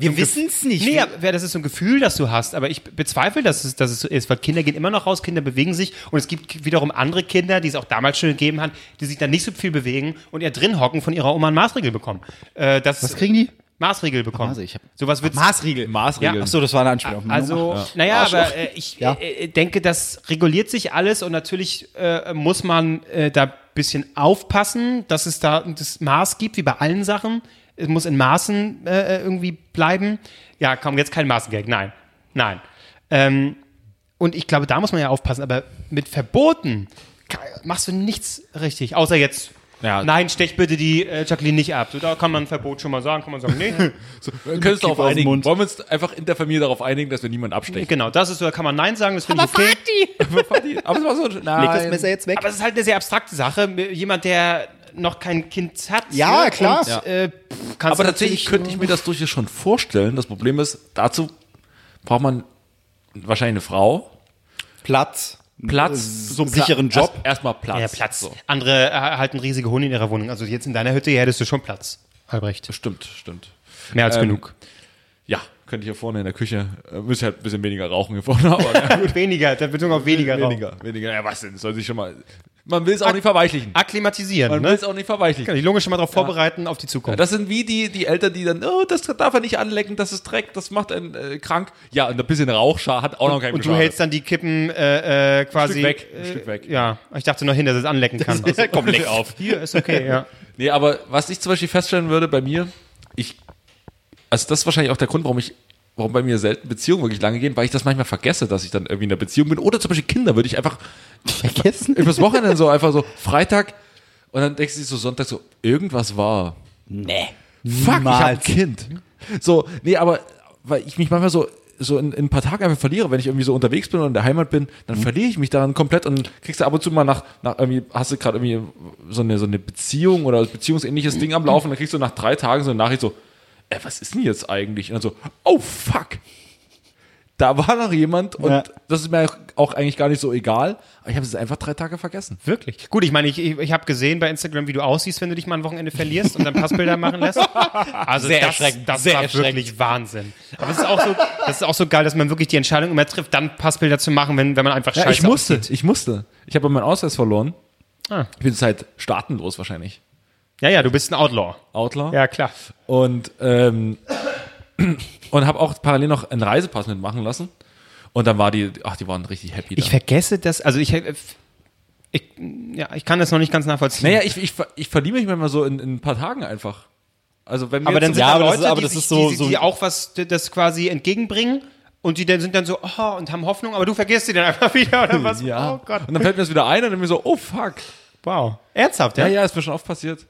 Wir wissen's nicht. Nee, Wir- aber das ist so ein Gefühl, das du hast, aber ich bezweifle, dass es, dass es so ist, weil Kinder gehen immer noch raus, Kinder bewegen sich und es gibt wiederum andere Kinder, die es auch damals schon gegeben hat, die sich dann nicht so viel bewegen und eher drin hocken von ihrer Oma einen Maßregel bekommen. Äh, das Was Kriegen die? Maßregel bekommen. Maße, ich hab- Sowas wird Maßriegel. Maßregeln. Ach so, das war eine Anspielung. auf meine also, Nummer. naja, Arschloch. aber äh, ich Ja. äh, äh, denke, das reguliert sich alles und natürlich äh, muss man äh, da bisschen aufpassen, dass es da das Maß gibt, wie bei allen Sachen. Es muss in Maßen äh, irgendwie bleiben. Ja, komm, jetzt kein Maßengag. Nein, nein. Ähm, und ich glaube, da muss man ja aufpassen. Aber mit Verboten ka- machst du nichts richtig, außer jetzt. Ja. Nein, stech bitte die äh, Jacqueline nicht ab. So, da kann man ein Verbot schon mal sagen, kann man sagen, nee, Wir können uns darauf aus dem einigen. Mund. Wollen wir uns einfach in der Familie darauf einigen, dass wir niemanden abstechen? Genau, das ist so, da kann man Nein sagen, das finde ich okay. Aber es war so, nein. jetzt weg. Aber es ist halt eine sehr abstrakte Sache. Jemand, der noch kein Kind hat. Ja, klar. Und, äh, pff, kannst Aber du tatsächlich könnte ich mir das durchaus schon vorstellen. Das Problem ist, dazu braucht man wahrscheinlich eine Frau, Platz. Platz, So einen sicheren Job. Erst- Erstmal Platz. Ja, Platz. Andere äh, halten riesige Hunde in ihrer Wohnung. Also jetzt in deiner Hütte hier hättest du schon Platz. Albrecht. Stimmt, stimmt. Mehr als Ähm, genug. Ja, könnte ich hier vorne in der Küche. Äh, müsste halt ein bisschen weniger rauchen hier vorne, aber ja, Weniger, der Betonung auf weniger. Raum. weniger, weniger. Ja, was denn? Soll sich schon mal. Man will es auch nicht verweichlichen. Akklimatisieren, Man will ne? es auch nicht verweichlichen. Kann die Lunge schon mal darauf vorbereiten, auf die Zukunft. Das sind wie die, die Eltern, die dann, oh, das darf er nicht anlecken, das ist Dreck, das macht einen äh, krank. Ja, und ein bisschen Rauchschar hat auch noch keinen und du hältst dann die Kippen äh, äh, quasi. Stück weg, Äh, ein Stück weg. Ja, ich dachte noch hin, dass es anlecken kann. Also, Komm, leck auf. hier ist okay, ja. Nee, aber was ich zum Beispiel feststellen würde bei mir, ich, also das ist wahrscheinlich auch der Grund, warum ich, warum bei mir selten Beziehungen wirklich lange gehen, weil ich das manchmal vergesse, dass ich dann irgendwie in einer Beziehung bin. Oder zum Beispiel Kinder würde ich einfach Vergessen. übers Wochenende so einfach so Freitag und dann denkst du dich so Sonntag so, irgendwas war. Nee. Fuck, ich hab ein Niemals. Kind. So, nee, aber weil ich mich manchmal so so in, in ein paar Tagen einfach verliere, wenn ich irgendwie so unterwegs bin und in der Heimat bin, dann Mhm. verliere ich mich daran komplett und kriegst du ab und zu mal nach, nach irgendwie, hast du gerade irgendwie so eine, so eine Beziehung oder beziehungsähnliches Ding am Laufen, dann kriegst du nach drei Tagen so eine Nachricht so, ey, was ist denn jetzt eigentlich? Und dann so, oh fuck, da war noch jemand und Ja. das ist mir auch eigentlich gar nicht so egal, aber ich habe es einfach drei Tage vergessen. Wirklich? Gut, ich meine, ich, ich, ich habe gesehen bei Instagram, wie du aussiehst, wenn du dich mal ein Wochenende verlierst und dann Passbilder machen lässt. Also Sehr das, erschreckend, das sehr war erschreckend. wirklich Wahnsinn. Aber es ist auch so, das ist auch so geil, dass man wirklich die Entscheidung immer trifft, dann Passbilder zu machen, wenn, wenn man einfach Ja, scheiße ich musste, ich musste. Ich habe meinen Ausweis verloren. Ah. Ich bin zurzeit staatenlos wahrscheinlich. aussieht. Ja, ja, du bist ein Outlaw. Outlaw. Ja, klar. Und, ähm, und habe auch parallel noch einen Reisepass mitmachen lassen. Und dann war die, ach, die waren richtig happy. Da. Ich vergesse das, also ich, ich ja, ich kann das noch nicht ganz nachvollziehen. naja, ich, ich, ver- ich verliebe mich manchmal so in, in ein paar Tagen einfach. Also wenn mir Aber jetzt dann- so- ja, aber das Leute, ist- aber die das sich- ist so- die, so- die auch was d- das quasi entgegenbringen und die dann sind dann so, oh, und haben Hoffnung, aber du vergisst sie dann einfach wieder oder was? ja. Oh Gott. Und dann fällt mir das wieder ein und dann bin ich so, oh fuck. Wow. Ernsthaft, Ja, ja, ist mir schon oft passiert.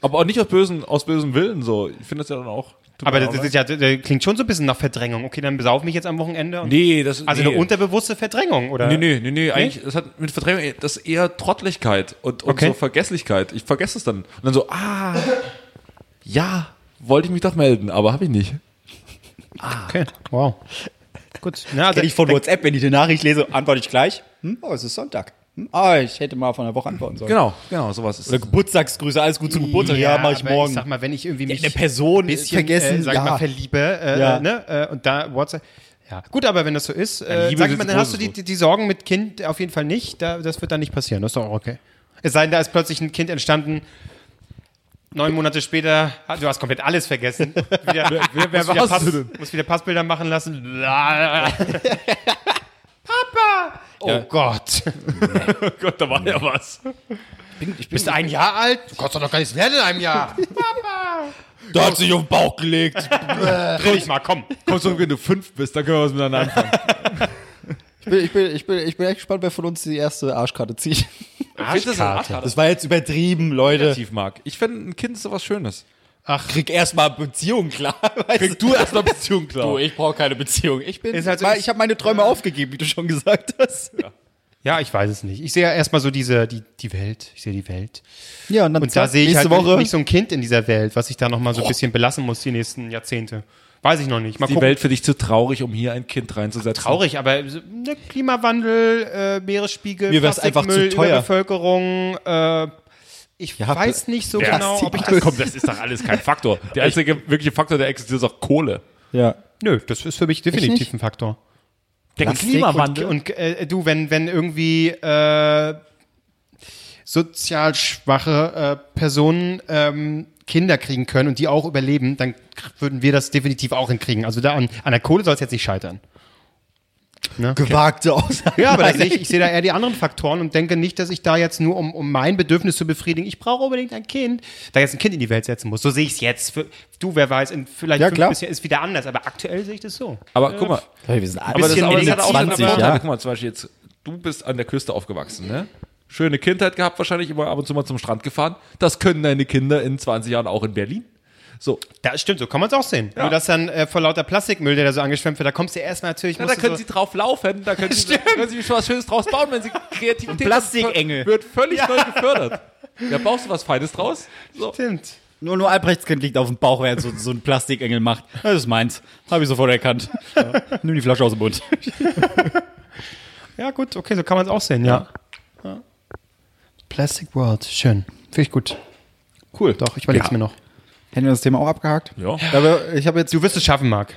Aber auch nicht aus bösen, aus bösem Willen so. Ich finde das ja dann auch. tut mir Aber auch das, leid. das, ist ja, das klingt schon so ein bisschen nach Verdrängung. Okay, dann besauf mich jetzt am Wochenende. Und Nee, das ist. also nee. eine unterbewusste Verdrängung, oder? Nee, nee, nee, nee, eigentlich, das hat mit Verdrängung, eh, das ist eher Trottlichkeit und, und Okay. so Vergesslichkeit. Ich vergesse es dann. Und dann so, ah, ja, wollte ich mich doch melden, aber habe ich nicht. Okay, wow. Gut. Na, also, Kenn ich von WhatsApp, wenn ich eine Nachricht lese, antworte ich gleich. Hm? Oh, es ist Sonntag. Hm? Ah, ich hätte mal von der Woche antworten sollen. Genau, genau, sowas ist Oder Geburtstagsgrüße, alles gut zum Geburtstag. Ja, mach ich aber morgen. Ich sag mal, wenn ich irgendwie mich eine Person ein bisschen, vergessen, äh, sag ich ja. mal, verliebe, äh, Ja. ne? äh, und da WhatsApp. Ja. Gut, aber wenn das so ist, äh, Liebe sag ich ist mal, ein dann hast du großes die, die, die Sorgen mit Kind auf jeden Fall nicht. Da, das wird dann nicht passieren. Das ist doch auch okay. Es sei denn, da ist plötzlich ein Kind entstanden. Neun Monate später, ah, du hast komplett alles vergessen. Wieder, wer, muss, wieder warst Pass, du denn? muss wieder Passbilder machen lassen. Papa! Oh Gott. Oh Gott, da war ja was. Bist du ein Jahr alt? Du kannst doch noch gar nichts lernen in einem Jahr. Da hat sich auf den Bauch gelegt. Dreh dich mal, komm. Komm zurück, wenn du fünf bist, dann können wir was miteinander anfangen. Ich bin, ich, bin, ich, bin, ich bin echt gespannt, wer von uns die erste Arschkarte zieht. Das war jetzt übertrieben, Leute. Tief mag. Ich finde, ein Kind ist sowas Schönes. Ach, krieg erstmal Beziehung klar. Krieg Du erstmal Beziehung klar. ich brauche keine Beziehung. Ich bin, Ist halt so- weil ich habe meine Träume aufgegeben, wie du schon gesagt hast. Ja, ich weiß es nicht. Ich sehe ja erstmal so diese, die, die Welt. Ich sehe die Welt. Ja, und dann Und da zack, sehe ich halt nächste Woche. nicht so ein Kind in dieser Welt, was ich da nochmal so ein bisschen belassen muss die nächsten Jahrzehnte. Weiß ich noch nicht. Mal Die gucken. Welt für dich zu traurig, um hier ein Kind reinzusetzen. Traurig, aber so, ne, Klimawandel, äh, Meeresspiegel, Mir wär's einfach zu teuer. Bevölkerung. Äh, ich Ja, weiß nicht so Ja, genau, ob ich das... Ach, Komm, das ist doch alles kein Faktor. Der einzige wirkliche Faktor, der existiert, ist auch Kohle. ja. Nö, das ist für mich definitiv ein Faktor. Der Plastik Klimawandel. Und äh, du, wenn, wenn irgendwie äh, sozial schwache äh, Personen ähm, Kinder kriegen können und die auch überleben, dann k- würden wir das definitiv auch hinkriegen. Also da an, an der Kohle soll es jetzt nicht scheitern. Ne? Gewagte Aussage. Ja, aber da sehe ich, ich sehe da eher die anderen Faktoren und denke nicht, dass ich da jetzt nur, um, um mein Bedürfnis zu befriedigen, ich brauche unbedingt ein Kind, da jetzt ein Kind in die Welt setzen muss. So sehe ich es jetzt. Für, du, wer weiß, in vielleicht Ja, fünf klar. bis Jahr ist wieder anders, aber aktuell sehe ich das so. Aber guck mal, Wir sind ein aber das, bisschen aber das Ende hat auch seine 20, Vorteile. ja. Guck mal, zum Beispiel jetzt, du bist an der Küste aufgewachsen, ne? Schöne Kindheit gehabt, wahrscheinlich immer ab und zu mal zum Strand gefahren. Das können deine Kinder in 20 Jahren auch in Berlin. So, Das stimmt, so kann man es auch sehen. Nur dass dann äh, vor lauter Plastikmüll, der da so angeschwemmt wird, da kommst du erstmal natürlich. Na, da musst du können so, sie drauf laufen, da können sie, können sie schon was Schönes draus bauen, wenn sie Kreativität Plastikengel. wird völlig neu gefördert. Da baust du was Feines draus. So. stimmt. Nur, nur Albrechtskind liegt auf dem Bauch, während so, so ein Plastikengel macht. Das ist meins. Habe ich sofort erkannt. Nimm die Flasche aus dem Mund. Ja, gut, okay, so kann man es auch sehen, ja. Ja. Plastic World, schön. Finde ich gut. Cool. Doch, ich überlege es mir noch. Hätten wir das Thema auch abgehakt? Ja. Aber ich habe jetzt. Du wirst es schaffen, Marc.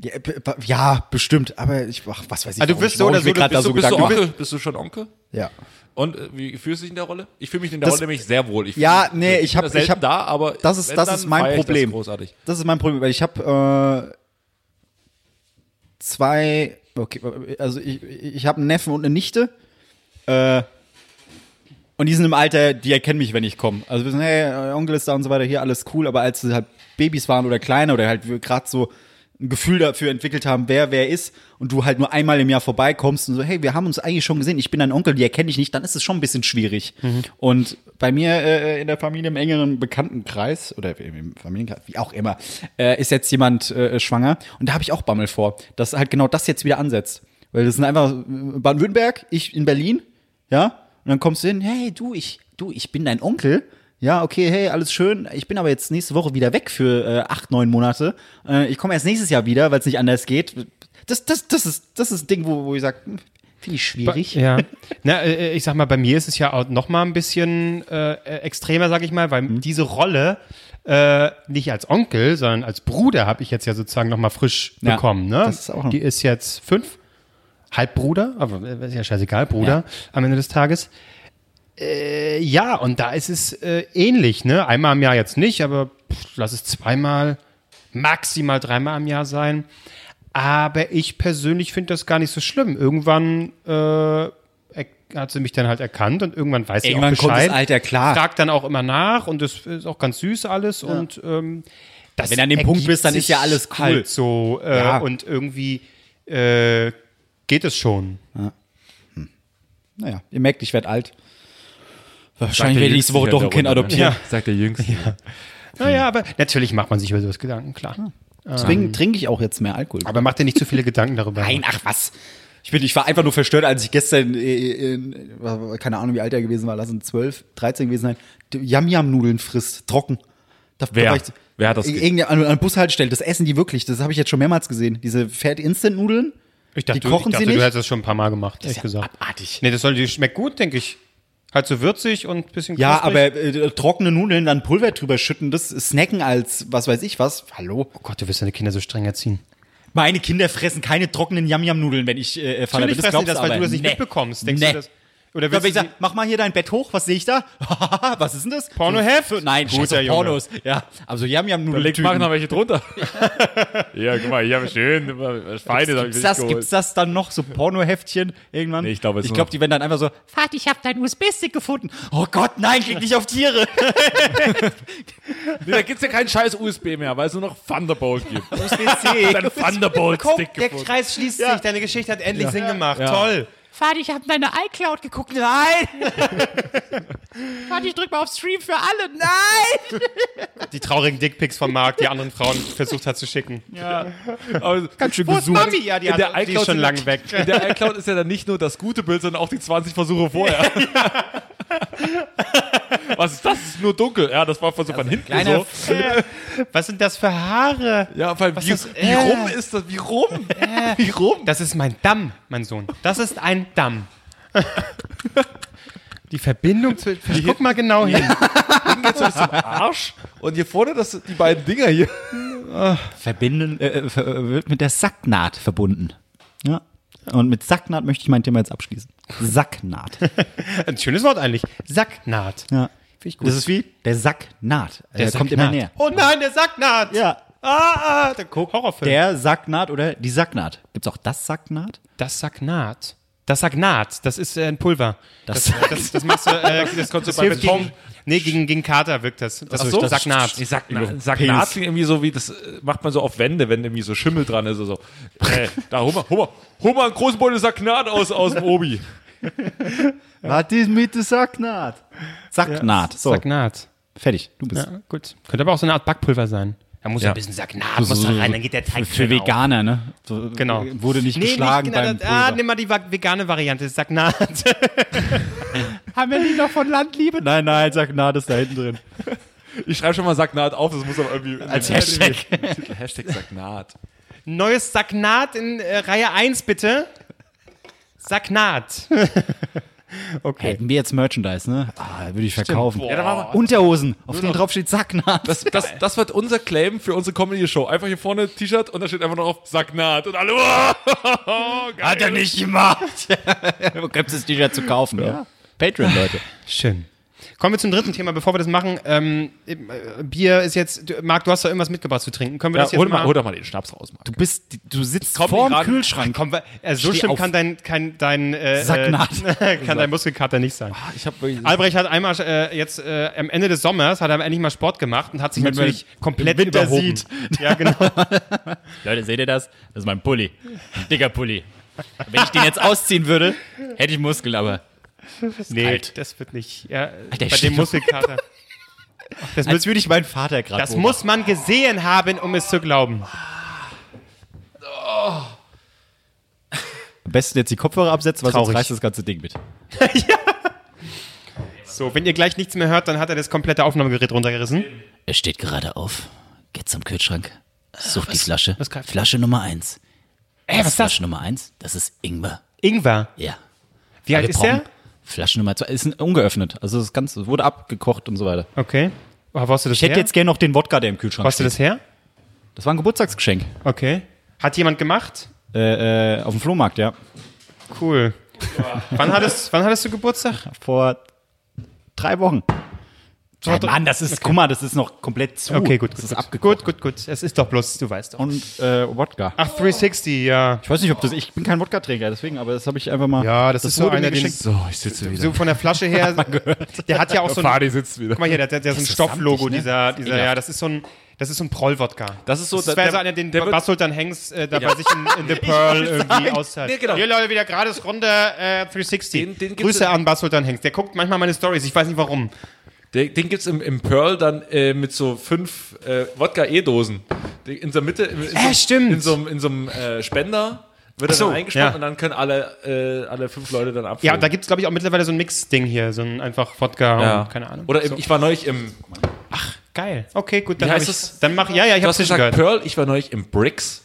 Ja, b- b- ja, bestimmt. Aber ich, ach, was weiß ich. Also du warum wirst ich- so warum oder ich so, mir du grad bist da so- Bist du Gedanken Onkel? Bist du schon Onkel? Ja. Und äh, wie fühlst du dich in der Rolle? Ich fühle mich in der Das- Rolle nämlich sehr wohl. Ich fühl Ja, mich- nee, ich hab- bin selten ich hab- da, aber das ist- wenn, das dann ist mein feier ich Problem. Das großartig. Das ist mein Problem, weil ich habe äh, zwei, okay, also ich, ich habe einen Neffen und eine Nichte. Äh, und die sind im Alter, die erkennen mich, wenn ich komme. Also wir sind, hey, äh, Onkel ist da und so weiter, hier alles cool. Aber als sie halt Babys waren oder kleine oder halt gerade so ein Gefühl dafür entwickelt haben, wer wer ist und du halt nur einmal im Jahr vorbeikommst und so, hey, wir haben uns eigentlich schon gesehen, ich bin dein Onkel, die erkenne ich nicht, dann ist es schon ein bisschen schwierig. Und bei mir äh, in der Familie im engeren Bekanntenkreis oder im im Familienkreis, wie auch immer, äh, ist jetzt jemand äh, schwanger und da habe ich auch Bammel vor, dass halt genau das jetzt wieder ansetzt. Weil das sind einfach äh, Baden-Württemberg, ich in Berlin, ja, und dann kommst du hin, hey, du, ich, du, ich bin dein Onkel. Ja, okay, hey, alles schön. Ich bin aber jetzt nächste Woche wieder weg für äh, acht, neun Monate. Äh, ich komme erst nächstes Jahr wieder, weil es nicht anders geht. Das, das, das ist, das ist ein Ding, wo, wo ich sage, finde ich schwierig. Ja. Na, äh, ich sag mal, bei mir ist es ja auch noch mal ein bisschen äh, äh, extremer, sag ich mal, weil Mhm. diese Rolle äh, nicht als Onkel, sondern als Bruder habe ich jetzt ja sozusagen noch mal frisch Ja, bekommen. Ne? das ist auch noch- Die ist jetzt fünf, Halbbruder, aber äh, ist ja scheißegal, Bruder am Ende des Tages. Äh, ja, und da ist es äh, ähnlich, ne? Einmal im Jahr jetzt nicht, aber pff, lass es zweimal, maximal dreimal im Jahr sein. Aber ich persönlich finde das gar nicht so schlimm. Irgendwann äh, er- hat sie mich dann halt erkannt und irgendwann weiß sie auch Irgendwann Bescheid. kommt das Alter klar. Fragt dann auch immer nach und das ist auch ganz süß alles. Und ähm, das Wenn du an dem Punkt bist, dann ergibt ist ja sich alles cool. Halt so äh, Ja. und irgendwie äh, geht es schon. Naja, ihr merkt, ich werde alt. Sagt Wahrscheinlich der werde ich nächste Jüngste Woche hier doch in ein der Kind Runde, ne? adoptieren. Sagt der Jüngste. Naja, Hm. aber natürlich macht man sich über sowas Gedanken, klar. Deswegen trinke ich auch jetzt mehr Alkohol. Aber mach dir nicht zu viele Gedanken darüber. Nein, ach was. Ich, bin, ich war einfach nur verstört, als ich gestern, äh, in, war- keine Ahnung, wie alt er gewesen war, lass uns 12, 13 gewesen sein, die Yam-Yam-Nudeln frisst, trocken. Da, da Wer? war ich- Wer hat das ge- Irgendeine an an Bushaltestelle, das essen die wirklich, das habe ich jetzt schon mehrmals gesehen. Diese Fett-Instant-Nudeln, Ich dachte, die kochen ich dachte, sie du nicht. hättest das schon ein paar Mal gemacht, ehrlich gesagt. abartig. Nee, das soll, die schmeckt gut, denke ich. Halt so würzig und ein bisschen Ja, knusprig. aber äh, trockene Nudeln, dann Pulver drüber schütten, das snacken als was weiß ich was. Hallo? Oh Gott, du wirst deine Kinder so streng erziehen. Meine Kinder fressen keine trockenen Yam-Yam-Nudeln, wenn ich äh, Vater Natürlich bin. fressen Das die glaubst das, weil aber. du das nicht Nee. mitbekommst. Denkst Nee. du das? Oder Da willst hab ich du sie- gesagt, mach mal hier dein Bett hoch, was sehe ich da? was ist denn das? Pornoheft? So, nein, Guter scheiße, Junge. Pornos. Ja, aber so Leg mal Yam-Yam-Nudeln. noch welche drunter. ja, guck mal, ich habe schön, was Feines habe Gibt's ich für dich das, geholt. gibt's das dann noch, so Pornoheftchen irgendwann? Nee, ich glaube, es ich ist glaub, nur- die werden dann einfach so, Vati, ich habe deinen USB-Stick gefunden. Oh Gott, nein, klick nicht auf Tiere. Nee, da gibt's ja keinen scheiß USB mehr, weil es nur noch Thunderbolt gibt. USB-C. Dein Thunderbolt-Stick gefunden. Kreis schließt sich, deine Geschichte hat endlich Sinn gemacht. Ja. Toll. Vati, ich habe deine iCloud geguckt. Nein. Vati, ich drück mal auf Stream für alle. Nein. Die traurigen Dickpics von Marc, die anderen Frauen versucht hat zu schicken. Aber ganz schön gesucht. Mami, ja, die Also, in hat- der die ist iCloud schon sind- lang weg. In der iCloud ist ja dann nicht nur das gute Bild, sondern auch die 20 Versuche vorher. Was ist das? Das ist nur dunkel. Ja, das war von so von hinten so. Was sind das für Haare? Ja, vor allem, wie, ist das? Äh. wie rum ist das? Wie rum? Wie rum? Das ist mein Damm, mein Sohn. Das ist ein Damm. Die Verbindung zu. Guck mal genau hin. Jetzt ist zum Arsch. Und hier vorne, das sind die beiden Dinger hier. Verbinden, äh, ver- äh, wird mit der Sacknaht verbunden. Ja. Und mit Sacknaht möchte ich mein Thema jetzt abschließen. Sacknaht. Ein schönes Wort eigentlich. Sacknaht. Ja. Finde ich gut. Das ist wie? Der Sack naht. Der, kommt immer näher. Oh nein, der Sack naht. Ja. Ah, ah, der Horrorfilm. Der Sacknaht oder die Sacknaht. Gibt's auch das Sacknaht? Das Sagnat. Das Sagnat, das ist äh, ein Pulver. Das, das, das, machst du, äh, das konntest du bei hilft Beton. gegen- Nee, gegen, gegen Kater wirkt das. Das ist Sagnat. Nee, Sacknaht. Sacknaht klingt irgendwie so wie, das äh, macht man so auf Wände, wenn irgendwie so Schimmel dran ist oder so. Äh, da hol mal, hol mal, hol mal einen großen Beutel Sacknaht aus, aus dem Obi. Was ist mit der Sacknaht? Sacknaht. So, Sagnat. fertig. Du bist. Ja, gut. Könnte aber auch so eine Art Backpulver sein. Da muss ja. ein bisschen Sagnat muss da rein, dann geht der Teig Für schön auf. Veganer, ne? So, Genau. Wurde nicht geschlagen nicht genau, beim das- Ah, Pulver. nimm mal die va- vegane Variante, das Sagnat. Haben wir die noch von Landliebe? Nein, nein, Sacknaht ist da hinten drin. Ich schreibe schon mal Sacknaht auf, das muss aber irgendwie. Als Hashtag. Titel, Hashtag Sacknaht. Neues Sagnat in äh, Reihe 1, bitte. Sagnat. okay. Hätten wir jetzt Merchandise, ne? Ah, würde ich verkaufen. Ja, da war- Unterhosen, auf denen drauf steht Sacknaht. Das, das, das wird unser Claim für unsere Comedy-Show. Einfach hier vorne T-Shirt und da steht einfach noch auf Sacknaht und alle. Oh, geil. Hat er nicht gemacht. Wo gibt's das T-Shirt zu kaufen? Ja. Patreon, Leute. Schön. Kommen wir zum dritten Thema, bevor wir das machen. Ähm, äh, Bier ist jetzt, du, Marc, du hast doch irgendwas mitgebracht zu trinken. Können wir Ja, das jetzt hol, mal? mal, hol doch mal den Schnaps raus, Marc. Du bist, du sitzt Komm, vorm gerade- Kühlschrank. Komm, weil- äh, so Steh schlimm auf. kann dein, kann dein, äh, Sacknaht. äh, kann dein Muskelkater nicht sein. Ich hab wirklich- Albrecht hat einmal äh, jetzt äh, am Ende des Sommers hat er endlich mal Sport gemacht und hat sich Damit man natürlich komplett im Winter überhoben. Ja, genau. Leute, seht ihr das? Das ist mein Pulli. Ein dicker Pulli. Wenn ich den jetzt ausziehen würde, hätte ich Muskeln, aber. Nee, kalt. das wird nicht. Ja, Alter, bei ich dem stehe- Muskelkater. Das, muss, würde ich meinen Vater gerade. das muss man gesehen haben, um es zu glauben. Am besten jetzt die Kopfhörer absetzen, weil Traurig. sonst reißt das ganze Ding mit. So, wenn ihr gleich nichts mehr hört, dann hat er das komplette Aufnahmegerät runtergerissen. Er steht gerade auf, geht zum Kühlschrank, sucht die Flasche. Flasche Nummer eins. Ey, was ist das? Flasche Nummer eins, das ist Ingwer. Ingwer. Ja. Wie alt ist der? Pommes. Flasche Nummer zwei ist ungeöffnet. Also das Ganze wurde abgekocht und so weiter. Okay. Wo hast du das Ich hätte her? jetzt gerne noch den Wodka, der im Kühlschrank Wo hast du das her? steht. Das war ein Geburtstagsgeschenk. Okay. Hat jemand gemacht? Äh, äh, auf dem Flohmarkt, ja. Cool. wann, hattest, wann hattest du Geburtstag? Vor drei Wochen. Ja, Mann, das ist, guck mal, das ist noch komplett zu. Okay, gut, Oh, Das gut, ist gut. abgekocht. gut, gut, gut. Es ist doch bloß, du weißt doch. Und äh, Wodka. Ach, 360, ja. Ich weiß nicht, ob das. Ich bin kein Wodka-Träger, deswegen, aber das habe ich einfach mal. Ja, das ist so wurde einer, mir den- geschenkt. So, ich sitze wieder. So von der Flasche her, der hat ja auch so ein, Fadi sitzt wieder. guck mal hier, der, der, der ist ein ist Stofflogo, samtig, ne? dieser, dieser, ja, das ist so ein, das ist so ein Proll-Wodka. Das ist so, das der- wäre so einer, den der wird- Bastel dann Hanks äh, da bei sich in, in The Pearl irgendwie austeilt. Nee, genau. Hier Leute, wieder gratis Runde äh, 360. Den- den gibt's- Grüße an Bastel dann Hanks. Der guckt manchmal meine Stories, ich weiß nicht warum. Den, den gibt's im, im Pearl dann äh, mit so fünf äh, Wodka-E-Dosen. Die- In so einer Mitte, in, in, Äh, so, stimmt. in so einem, in so einem äh, Spender wird er so, dann eingespannt ja. und dann können alle, äh, alle fünf Leute dann abfüllen. Ja, und da gibt es, glaube ich, auch mittlerweile so ein Mix-Ding hier, so ein einfach Wodka Ja. und keine Ahnung. Oder so. im, ich war neulich im, Geil. Okay, gut, dann Wie hab heißt ich, es? dann mach, ja, ja, ich du hab's hast schon gesagt gehört. Pearl, ich war neulich im Bricks.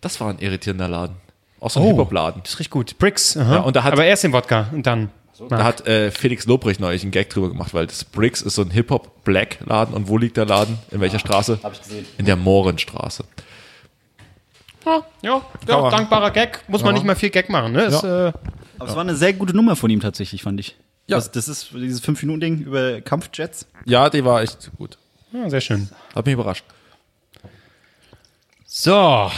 Das war ein irritierender Laden. Auch so ein Hip-Hop-Laden. Oh, Das riecht gut. Bricks, aha. Ja, und da hat- aber erst den Wodka und dann. Da hat äh, Felix Lobrecht neulich einen Gag drüber gemacht, weil das Bricks ist so ein Hip-Hop-Black-Laden. Und wo liegt der Laden? In welcher Straße? Hab ich gesehen. In der Mohrenstraße. Ja, ja dankbarer Gag. Muss man nicht mal viel Gag machen, ne? Ist, äh, Aber es war eine sehr gute Nummer von ihm tatsächlich, fand ich. Ja. Das, das ist dieses 5-Minuten-Ding über Kampfjets. Ja, die war echt gut. ja, sehr schön. Hat mich überrascht. So.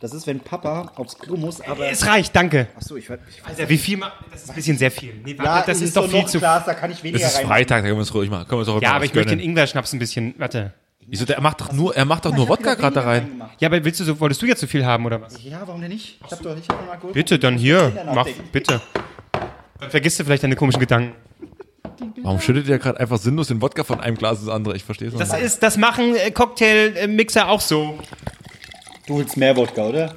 Das ist, wenn Papa aufs Klo muss, aber. Es reicht, danke. Achso, ich weiß, ich weiß Wie viel ma- Das ist ein bisschen sehr viel. Nee, warte, das ist, doch viel zu. da kann ich Es weniger ist Freitag, da können wir uns ruhig machen. Können wir uns auch Ja, aber ich möchte eh den Ingwer-Schnaps ein bisschen. Warte. Wieso, der macht doch nur, er macht doch nur Wodka gerade da rein. Ja, aber willst du so, wolltest du jetzt zu viel haben oder was? Ja, warum denn nicht? Ich hab doch nicht mal geholt. Bitte, dann hier. Kindern Mach, nachdenken. bitte. Dann vergisst du vielleicht deine komischen Gedanken. Warum schüttet ihr gerade einfach sinnlos den Wodka von einem Glas ins andere? Ich verstehe es noch Das nicht. ist, das machen äh, Cocktail-Mixer auch so. Du holst mehr Wodka, oder?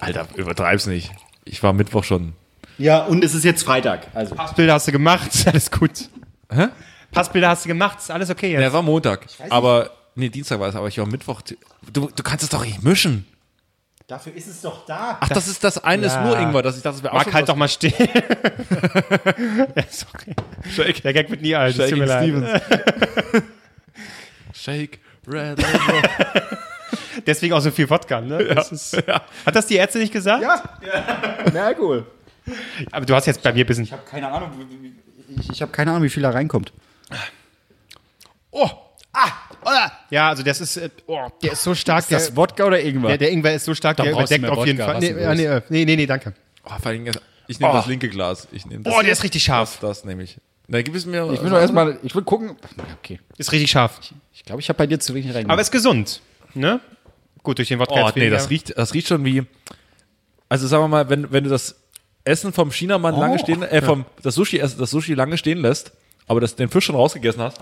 Alter, übertreib's nicht. Ich war Mittwoch schon. Ja, und es ist jetzt Freitag. Also. Passbilder hast du gemacht, alles gut. Hä? Passbilder hast du gemacht, ist alles okay Ja, jetzt. es war Montag. Aber, nee, Dienstag war es, aber ich war Mittwoch. Du, du kannst es doch nicht mischen. Dafür ist es doch da. Ach, das ist das eine ist nur Ingwer. Das, ich dachte, das wäre auch Mag schon halt was- doch mal still. ja, sorry. Der Gag wird nie alt, es tut mir Shaking leid. Stevens. Shake Red. Deswegen auch so viel Wodka, ne? Das ist, Hat das die Ärzte nicht gesagt? Mehr Alkohol. Aber du hast jetzt bei mir ein bisschen. Keine Ahnung, wie- wie- ich, ich habe keine Ahnung, wie viel da reinkommt. Oh, Ah! Ja, also das ist, äh, oh, der ist so stark. der, Das Wodka oder der, irgendwas? der Ingwer ist so stark, der brauchst du überdeckt mehr auf jeden Wodka, Fall. was Nee, ist äh, nee, äh, nee, nee, nee, danke. Oh, vor allem, ich nehme Oh. das linke Glas. Ich nehme das. Boah, der ist richtig scharf. Das, das nehme ich. Na, gib es mir. ich will nur Also erstmal, ich will gucken. Okay. Ist richtig scharf. Ich glaube, ich habe bei dir zu wenig reingemacht. Aber ist gesund, ne? Gut, durch den Wodka Oh, jetzt nee, weniger. das riecht, das riecht schon wie. Also sagen wir mal, wenn, wenn du das Essen vom Chinamann lange stehen, äh, vom das Sushi, das Sushi lange stehen lässt, aber das, den Fisch schon rausgegessen hast,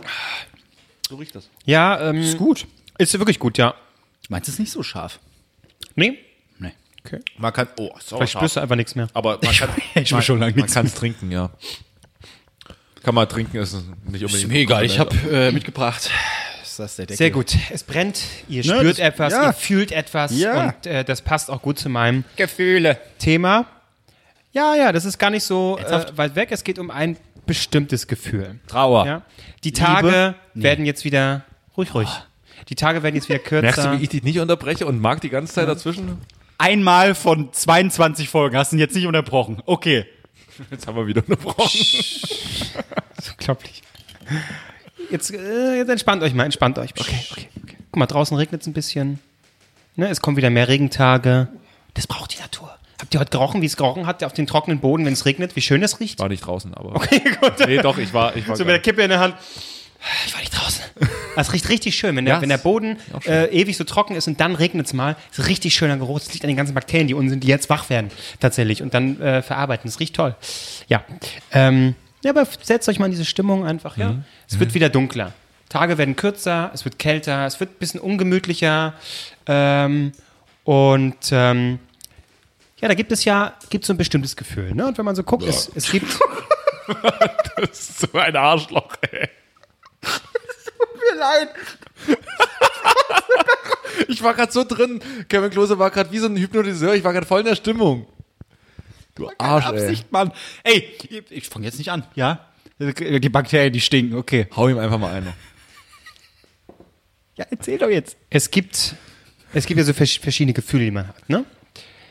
so riecht das. Ja, ähm, ist gut. Ist wirklich gut, ja. Meinst du es nicht so scharf? Nee, Man kann, oh, sorry, vielleicht spürst du einfach nichts mehr. aber man kann, Ich will schon lange man kann es trinken, ja. Kann man trinken, ist nicht unbedingt. Ist mir egal, ich habe äh, mitgebracht. Ist das der Deckel? Sehr gut. Es brennt, ihr spürt das- etwas, ja. ihr fühlt etwas Ja. und äh, das passt auch gut zu meinem Thema. Ja, ja, das ist gar nicht so äh, weit weg. Es geht um ein bestimmtes Gefühl. Trauer. Ja? Die Tage werden jetzt wieder ruhig, ruhig. Die Tage werden jetzt wieder Merkst kürzer. du, wie ich dich nicht unterbreche und mag die ganze Zeit dazwischen? Einmal von 22 Folgen hast du ihn jetzt nicht unterbrochen. Okay. Jetzt haben wir wieder unterbrochen. Unglaublich. Jetzt, äh, jetzt entspannt euch mal, entspannt euch. Okay, okay, okay. Guck mal, draußen regnet es ein bisschen. Ne, es kommen wieder mehr Regentage. Das braucht die Natur. Habt ihr heute gerochen, wie es gerochen hat auf dem trockenen Boden, wenn es regnet? Wie schön es riecht? War nicht draußen, aber. Okay, gut. Nee, doch, ich war, ich war. So mit der gar- Kippe in der Hand. Ich Ah, war nicht draußen. Das riecht richtig schön, wenn der, Ja, wenn der ist Boden auch schön. äh, ewig so trocken ist und dann regnet es mal. Ist ein richtig schöner Geruch. Das liegt an den ganzen Bakterien, die unten sind, die jetzt wach werden tatsächlich und dann äh, verarbeiten. Das riecht toll. Ja. Ähm, ja, aber setzt euch mal in diese Stimmung einfach, ja. Es wird wieder dunkler. Tage werden kürzer, es wird kälter, es wird ein bisschen ungemütlicher. Ähm, und ähm, ja, da gibt es ja gibt's so ein bestimmtes Gefühl. Ne? Und wenn man so guckt, es, es gibt. so ein Arschloch, ey. Tut mir leid. ich war gerade so drin. Kevin Klose war gerade wie so ein Hypnotiseur. Ich war gerade voll in der Stimmung. Du Arsch, ey. Absicht, Mann. Ey, ich- ich fange jetzt nicht an, ja? Die Bakterien, die stinken, okay. Hau ihm einfach mal eine. Ja, erzähl doch jetzt. es gibt, es gibt ja so vers- verschiedene Gefühle, die man hat, ne?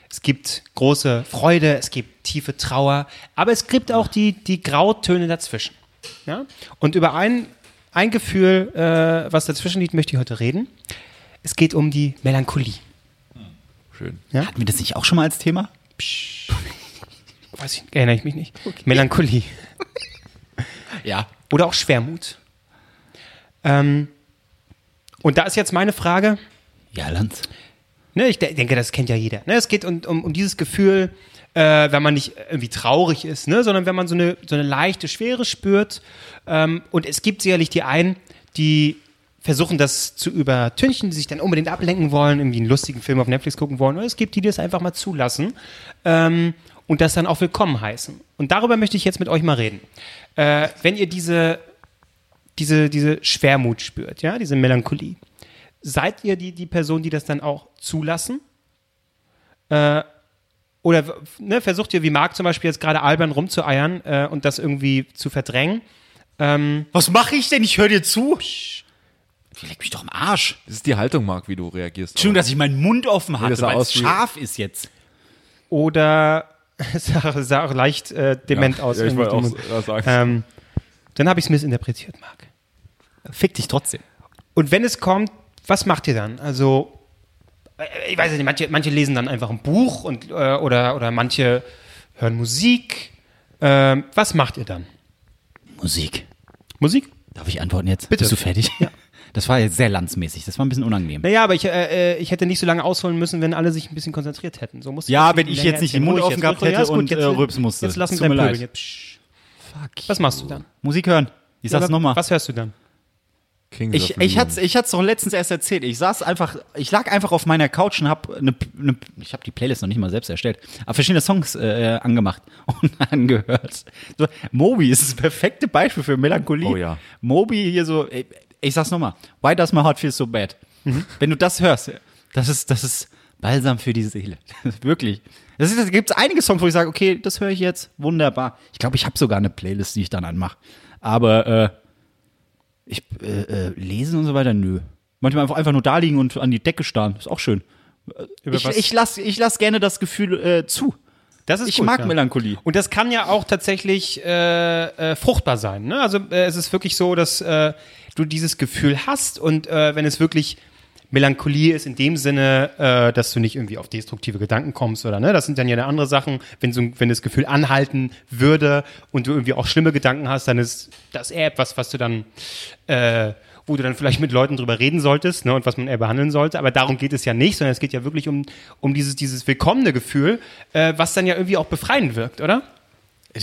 Es gibt große Freude, es gibt tiefe Trauer, aber es gibt auch die, die Grautöne dazwischen. Ja? Und über ein, ein Gefühl, äh, was dazwischen liegt, möchte ich heute reden. Es geht um die Melancholie. Schön. Hatten wir das nicht auch schon mal als Thema? Weiß ich, erinnere ich mich nicht. Melancholie. Ja. Oder auch Schwermut. Ähm, und da ist jetzt meine Frage, Ja, Lanz. Ne, ich de denke, das kennt ja jeder. Ne, es geht um, um, um dieses Gefühl, äh, wenn man nicht irgendwie traurig ist, ne, sondern wenn man so eine, so eine leichte Schwere spürt. Ähm, und es gibt sicherlich die einen, die versuchen, das zu übertünchen, die sich dann unbedingt ablenken wollen, irgendwie einen lustigen Film auf Netflix gucken wollen. Oder es gibt die, die das einfach mal zulassen ähm, und das dann auch willkommen heißen. Und darüber möchte ich jetzt mit euch mal reden. Äh, wenn ihr diese, diese, diese Schwermut spürt, ja, diese Melancholie, seid ihr die, die Person, die das dann auch zulassen? Äh, oder w- ne, versucht ihr, wie Marc zum Beispiel jetzt gerade albern rumzueiern äh, und das irgendwie zu verdrängen? Was mache ich denn? Ich höre dir zu. Leck mich doch im Arsch. Das ist die Haltung, Marc, wie du reagierst. Entschuldigung, dass ich meinen Mund offen hatte, das sah weil es aus wie- scharf ist jetzt. Oder sah, sah auch leicht äh, dement aus. Ja, ich wollte auch irgendwie. s- das sagen. ähm, dann habe ich es missinterpretiert, Marc. Fick dich trotzdem. Und wenn es kommt, was macht ihr dann? Also, äh, ich weiß nicht, manche, manche lesen dann einfach ein Buch und, äh, oder, oder manche hören Musik. Ähm, was macht ihr dann? Musik. Musik? Darf ich antworten jetzt? Bitte. Bist du fertig? Ja. Das war jetzt sehr landsmäßig. Das war ein bisschen unangenehm. Naja, aber ich, äh, äh, ich hätte nicht so lange ausholen müssen, wenn alle sich ein bisschen konzentriert hätten. So muss Ja, wenn ich jetzt nicht den Mund offen gehabt hätte und, jetzt, äh, rülpsen musste. Jetzt lass uns Tut mir dein Pöbel. leid. Jetzt, psch. Was machst du dann? Musik hören. Ich sag's nochmal. Was hörst du dann? Kings Ich, of ich Leon. hat's, ich hat's doch letztens erst erzählt. Ich saß einfach, ich lag einfach auf meiner Couch und hab eine, eine ich habe die Playlist noch nicht mal selbst erstellt, aber verschiedene Songs äh, angemacht und angehört. So, Moby ist das perfekte Beispiel für Melancholie. Oh ja. Moby hier so, ey, ich sag's nochmal, Why does my heart feel so bad? Mhm. Wenn du das hörst, das ist, das ist Balsam für die Seele. Wirklich. Das ist, da gibt's einige Songs, wo ich sage, okay, das höre ich jetzt, wunderbar. Ich glaube, ich habe sogar eine Playlist, die ich dann anmache. Aber äh, ich äh, äh, lesen und so weiter, nö. Manchmal einfach, einfach nur da liegen und an die Decke starren. Ist auch schön. Über Ich, was? ich lasse ich lass gerne das Gefühl äh, zu. Das ist Ich gut, mag ja. Melancholie. Und das kann ja auch tatsächlich äh, äh, fruchtbar sein. Ne? Also äh, es ist wirklich so, dass äh, du dieses Gefühl hast und äh, wenn es wirklich Melancholie ist in dem Sinne, äh, dass du nicht irgendwie auf destruktive Gedanken kommst oder ne, das sind dann ja andere Sachen. Wenn so, ein- wenn das Gefühl anhalten würde und du irgendwie auch schlimme Gedanken hast, dann ist das eher etwas, was du dann äh, wo du dann vielleicht mit Leuten drüber reden solltest ne, und was man eher behandeln sollte. Aber darum geht es ja nicht, sondern es geht ja wirklich um, um dieses, dieses willkommene Gefühl, äh, was dann ja irgendwie auch befreiend wirkt, oder? Äh,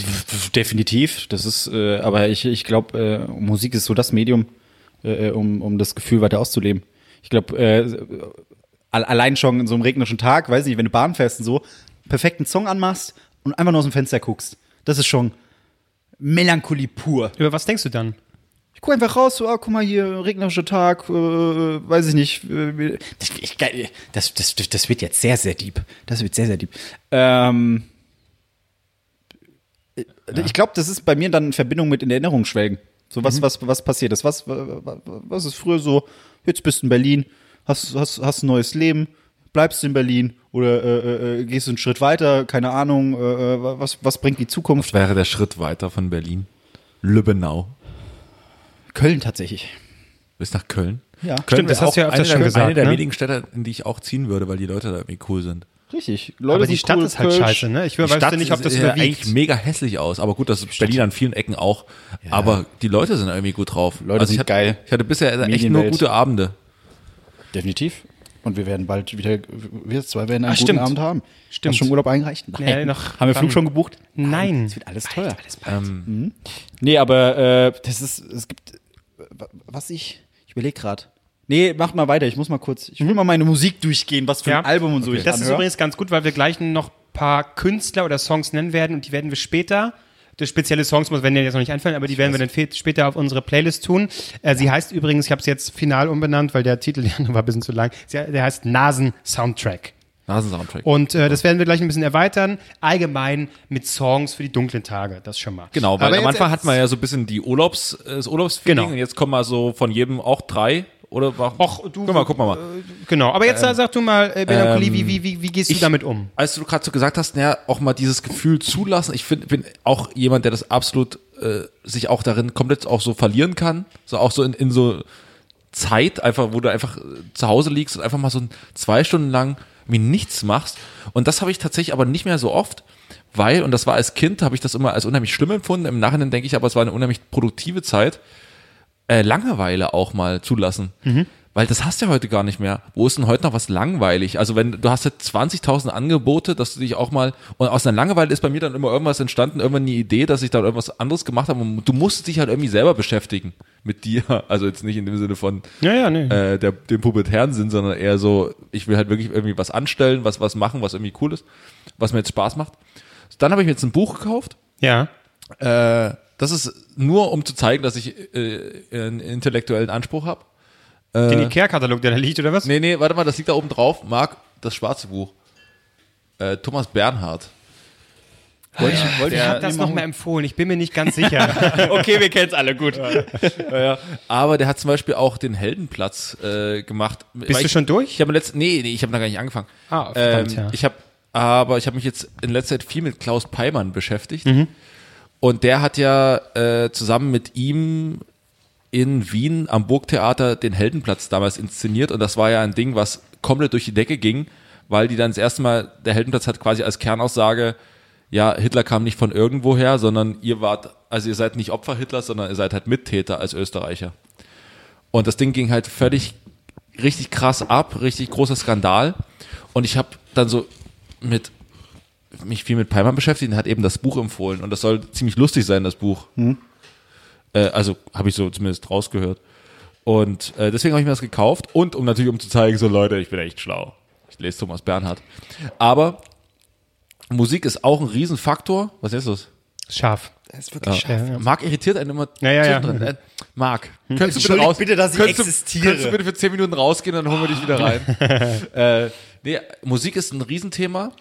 Definitiv. Das ist, äh, aber ich, ich glaube, äh, Musik ist so das Medium, äh, um, um das Gefühl weiter auszuleben. Ich glaube, äh, al- allein schon in so einem regnerischen Tag, weiß nicht, wenn du Bahn fährst und so, perfekten Song anmachst und einfach nur aus dem Fenster guckst. Das ist schon Melancholie pur. Über was denkst du dann? Ich guck einfach raus, so, ah, guck mal hier, regnerischer Tag, äh, weiß ich nicht. Äh, das, ich, geil, das, das, das wird jetzt sehr, sehr deep. Das wird sehr, sehr deep. Ähm, äh, Ich glaube, das ist bei mir dann in Verbindung mit in Erinnerung schwelgen. So was, was, was passiert ist. Was, wa- wa- was ist früher so, jetzt bist du in Berlin, hast, hast, hast ein neues Leben, bleibst in Berlin oder äh, äh, äh, gehst einen Schritt weiter, keine Ahnung, äh, äh, was, was bringt die Zukunft? Wäre der Schritt weiter von Berlin. Lübbenau. Köln tatsächlich. Bis nach Köln. Ja. Köln Stimmt, das wäre hast du ja auch öfter eine schon der, gesagt, Eine der ne? wenigen Städte, in die ich auch ziehen würde, weil die Leute da irgendwie cool sind. Richtig. Leute Aber die sind Stadt cool, ist halt Kölsch. scheiße, ne? Ich weiß ja nicht, ob das sieht ja eigentlich überwiegt. mega hässlich aus, aber gut, das ist Berlin an vielen Ecken auch. Aber die Leute sind irgendwie gut drauf. Also Leute ich sind hatte, geil. Ich hatte bisher echt nur Medienwelt. gute Abende. Definitiv. Und wir werden bald wieder, wir zwei werden einen Ah, guten stimmt. Abend haben. Stimmt. Hast du schon Urlaub eingereicht? Nein. Nee, noch- haben wir Flug schon gebucht? Nein. Das wird alles teuer. mhm. Ähm, Mhm. Nee, aber äh, das ist, es gibt, äh, wa- was ich, ich überlege gerade. Nee, mach mal weiter, ich muss mal kurz, ich will mal meine Musik durchgehen, was für Ja. ein Album und so ich Das ist anhöre. übrigens ganz gut, weil wir gleich noch ein paar Künstler oder Songs nennen werden und die werden wir später. Das spezielle Songs muss, wenn dir jetzt noch nicht einfallen, aber die werden wir dann fe- später auf unsere Playlist tun. Äh, sie heißt übrigens, ich habe es jetzt final umbenannt, weil der Titel der war ein bisschen zu lang. Sie, der heißt Nasen Soundtrack. Nasensoundtrack. Und äh, das werden wir gleich ein bisschen erweitern. Allgemein mit Songs für die dunklen Tage, das schon mal. Genau, weil Aber am jetzt- Anfang hat man ja so ein bisschen die Urlaubs, äh, das Urlaubsfeeling Genau. und jetzt kommen mal so von jedem auch drei oder war, Och, du- guck mal, guck mal. mal. Genau, aber jetzt Ähm, sag du mal, äh, Melancholie, wie, wie, wie, wie gehst du damit um? als du gerade so gesagt hast, naja, auch mal dieses Gefühl zulassen. Ich find, bin auch jemand, der das absolut äh, sich auch darin komplett auch so verlieren kann. So auch so in, in so Zeit, einfach, wo du einfach äh, zu Hause liegst und einfach mal so ein- zwei Stunden lang wie nichts machst. Und das habe ich tatsächlich aber nicht mehr so oft, weil, und das war als Kind, habe ich das immer als unheimlich schlimm empfunden. Im Nachhinein denke ich aber, es war eine unheimlich produktive Zeit. Äh, Langeweile auch mal zulassen. Mhm. Weil das hast du ja heute gar nicht mehr. Wo ist denn heute noch was langweilig? Also wenn du hast ja 20.000 Angebote, dass du dich auch mal und aus einer Langeweile ist bei mir dann immer irgendwas entstanden, irgendwann eine Idee, dass ich dann irgendwas anderes gemacht habe. Und du musst dich halt irgendwie selber beschäftigen mit dir. Also jetzt nicht in dem Sinne von Ja, ja, nee. äh, der, dem pubertären Sinn, sondern eher so, ich will halt wirklich irgendwie was anstellen, was was machen, was irgendwie cool ist, was mir jetzt Spaß macht. Dann habe ich mir jetzt ein Buch gekauft Ja. äh, das ist nur, um zu zeigen, dass ich äh, einen intellektuellen Anspruch habe. Äh, Den Ikea-Katalog, der da liegt, oder was? Nee, nee, warte mal, das liegt da oben drauf. Marc, das schwarze Buch. Äh, Thomas Bernhard. Wollte ich, wollte ich habe das nochmal empfohlen, ich bin mir nicht ganz sicher. Okay, wir kennen's alle gut. Aber der hat zum Beispiel auch den Heldenplatz äh, gemacht. Weil du ich, schon durch? Ich habe letzten, nee, nee, ich habe noch gar nicht angefangen. Ah, verdammt, ähm, ja. Ich habe, aber ich habe mich jetzt in letzter Zeit viel mit Klaus Peimann beschäftigt. Mhm. Und der hat ja äh, zusammen mit ihm in Wien am Burgtheater den Heldenplatz damals inszeniert und das war ja ein Ding, was komplett durch die Decke ging, weil die dann das erste Mal, der Heldenplatz hat quasi als Kernaussage, ja, Hitler kam nicht von irgendwoher, sondern ihr wart, also ihr seid nicht Opfer Hitlers, sondern ihr seid halt Mittäter als Österreicher. Und das Ding ging halt völlig richtig krass ab, richtig großer Skandal. Und ich habe dann so mit mich viel mit Palmer beschäftigt und hat eben das Buch empfohlen. Und das soll ziemlich lustig sein, das Buch. Äh, also habe ich so zumindest rausgehört. Und äh, deswegen habe ich mir das gekauft und um natürlich um zu zeigen, so Leute, ich bin echt schlau. Ich lese Thomas Bernhard. Aber Musik ist auch ein Riesenfaktor. Was ist los? Scharf. Das ist wirklich scharf. Marc irritiert einen immer Ja, ja, Hm. ja. zwischendrin. Äh, Marc, könntest du bitte Entschuldigt raus? bitte, dass ich könntest existiere. Du, könntest du bitte für 10 Minuten rausgehen, dann holen wir dich wieder rein. äh, nee, Musik ist ein Riesenthema.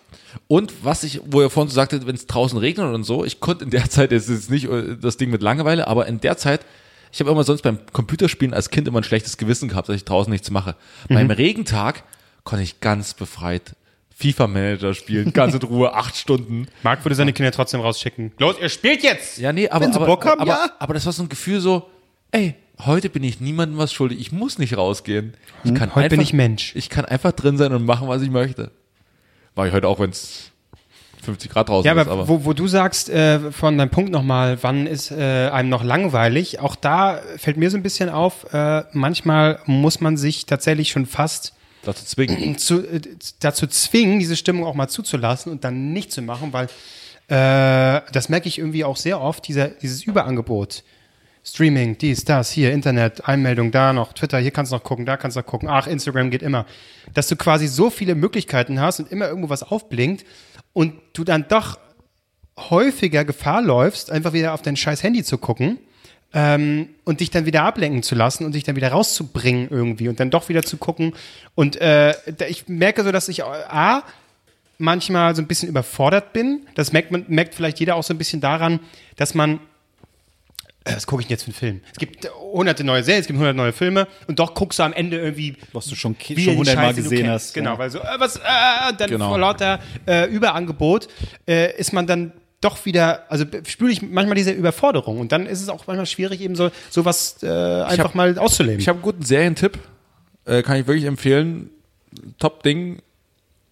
Und was ich, wo ihr vorhin so sagtet, wenn es draußen regnet und so, ich konnte in der Zeit, es ist jetzt nicht äh, das Ding mit Langeweile, aber in der Zeit, ich habe immer sonst beim Computerspielen als Kind immer Mhm. ein schlechtes Gewissen gehabt, dass ich draußen nichts mache. Beim Regentag konnte ich ganz befreit FIFA-Manager spielen, ganz in Ruhe, acht Stunden. Marc würde seine Kinder trotzdem rausschicken. Los, ihr spielt jetzt! Ja, nee, aber, Wenn sie aber, Bock haben, aber, ja. aber das war so ein Gefühl so, ey, heute bin ich niemandem was schuldig, ich muss nicht rausgehen. Ich kann Hm? Heute bin ich Mensch. Ich kann einfach drin sein und machen, was ich möchte. War ich heute auch, wenn es 50 Grad draußen Ja, ist, aber, Wo, wo du sagst, äh, von deinem Punkt nochmal, wann ist äh, einem noch langweilig, auch da fällt mir so ein bisschen auf, äh, manchmal muss man sich tatsächlich schon fast dazu zwingen. zu, äh, dazu zwingen, diese Stimmung auch mal zuzulassen und dann nicht zu machen, weil äh, das merke ich irgendwie auch sehr oft, dieser, dieses Überangebot. Streaming, dies, das, hier, Internet, Einmeldung, da noch, Twitter, hier kannst du noch gucken, da kannst du noch gucken, ach, Instagram geht immer. Dass du quasi so viele Möglichkeiten hast und immer irgendwo was aufblinkt und du dann doch häufiger Gefahr läufst, einfach wieder auf dein scheiß Handy zu gucken ähm, und dich dann wieder ablenken zu lassen und dich dann wieder rauszubringen irgendwie und dann doch wieder zu gucken. Und äh, da- ich merke so, dass ich äh, A, manchmal so ein bisschen überfordert bin. Das merkt, man, merkt vielleicht jeder auch so ein bisschen daran, dass man äh, was gucke ich denn jetzt für einen Film? Es gibt äh, hunderte neue Serien, es gibt hunderte neue Filme und doch guckst du am Ende irgendwie Was du schon, ki- wie schon die hundertmal Scheiße du gesehen kennst. hast. Genau, Ja. weil so, äh, was, äh, dann Genau. vor lauter äh, Überangebot äh, ist man dann doch wieder, also b- spüre ich manchmal diese Überforderung und dann ist es auch manchmal schwierig, eben so sowas äh, einfach hab- mal auszuleben. Ich habe einen guten Serientipp, äh, kann ich wirklich empfehlen. Top-Ding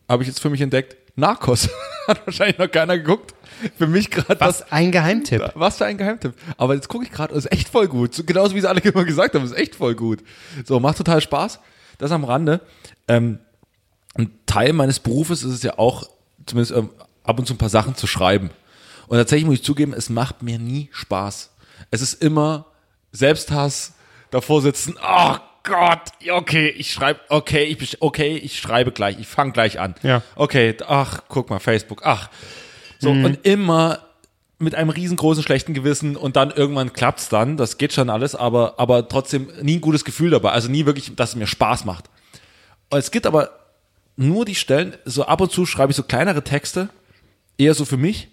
habe ich jetzt für mich entdeckt. Narcos. Hat wahrscheinlich noch keiner geguckt. Für mich gerade das was ein Geheimtipp. Was für ein Geheimtipp. Aber jetzt gucke ich gerade, ist echt voll gut. So, genauso wie es alle immer gesagt haben, ist echt voll gut. So, macht total Spaß. Das am Rande. Ähm, ein Teil meines Berufes ist es ja auch, zumindest ähm, ab und zu ein paar Sachen zu schreiben. Und tatsächlich muss ich zugeben, es macht mir nie Spaß. Es ist immer Selbsthass, davor sitzen, oh Gott, ja, okay, ich schreibe, okay, ich, besch- okay, ich schreibe gleich, ich fange gleich an. Ja. Okay, ach, guck mal, Facebook, ach. So, und immer mit einem riesengroßen schlechten Gewissen und dann irgendwann klappt's dann, das geht schon alles, aber, aber trotzdem nie ein gutes Gefühl dabei, also nie wirklich, dass es mir Spaß macht. Und es gibt aber nur die Stellen, so ab und zu schreibe ich so kleinere Texte, eher so für mich.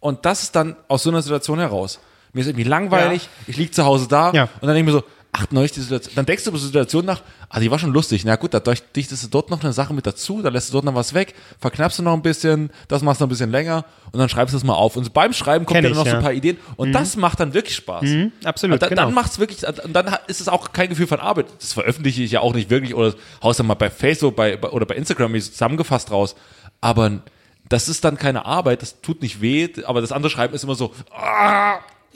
Und das ist dann aus so einer Situation heraus. Mir ist irgendwie langweilig, ich lieg zu Hause da Ja. und dann denke ich mir so, ach, neulich die Situation. Dann denkst du über die Situation nach, ah, die war schon lustig. Na gut, da durch- dichtest du dort noch eine Sache mit dazu, da lässt du dort noch was weg, verknappst du noch ein bisschen, das machst du noch ein bisschen länger und dann schreibst du das mal auf. Und beim Schreiben kommt Kenn dir ich, dann noch so ja. Mhm. ein paar Ideen und das macht dann wirklich Spaß. absolut, Und da, genau. Dann macht's wirklich, und dann ha- ist es auch kein Gefühl von Arbeit. Das veröffentliche ich ja auch nicht wirklich oder haust dann mal bei Facebook bei, bei, oder bei Instagram irgendwie so zusammengefasst raus. Aber das ist dann keine Arbeit, das tut nicht weh, aber das andere Schreiben ist immer so,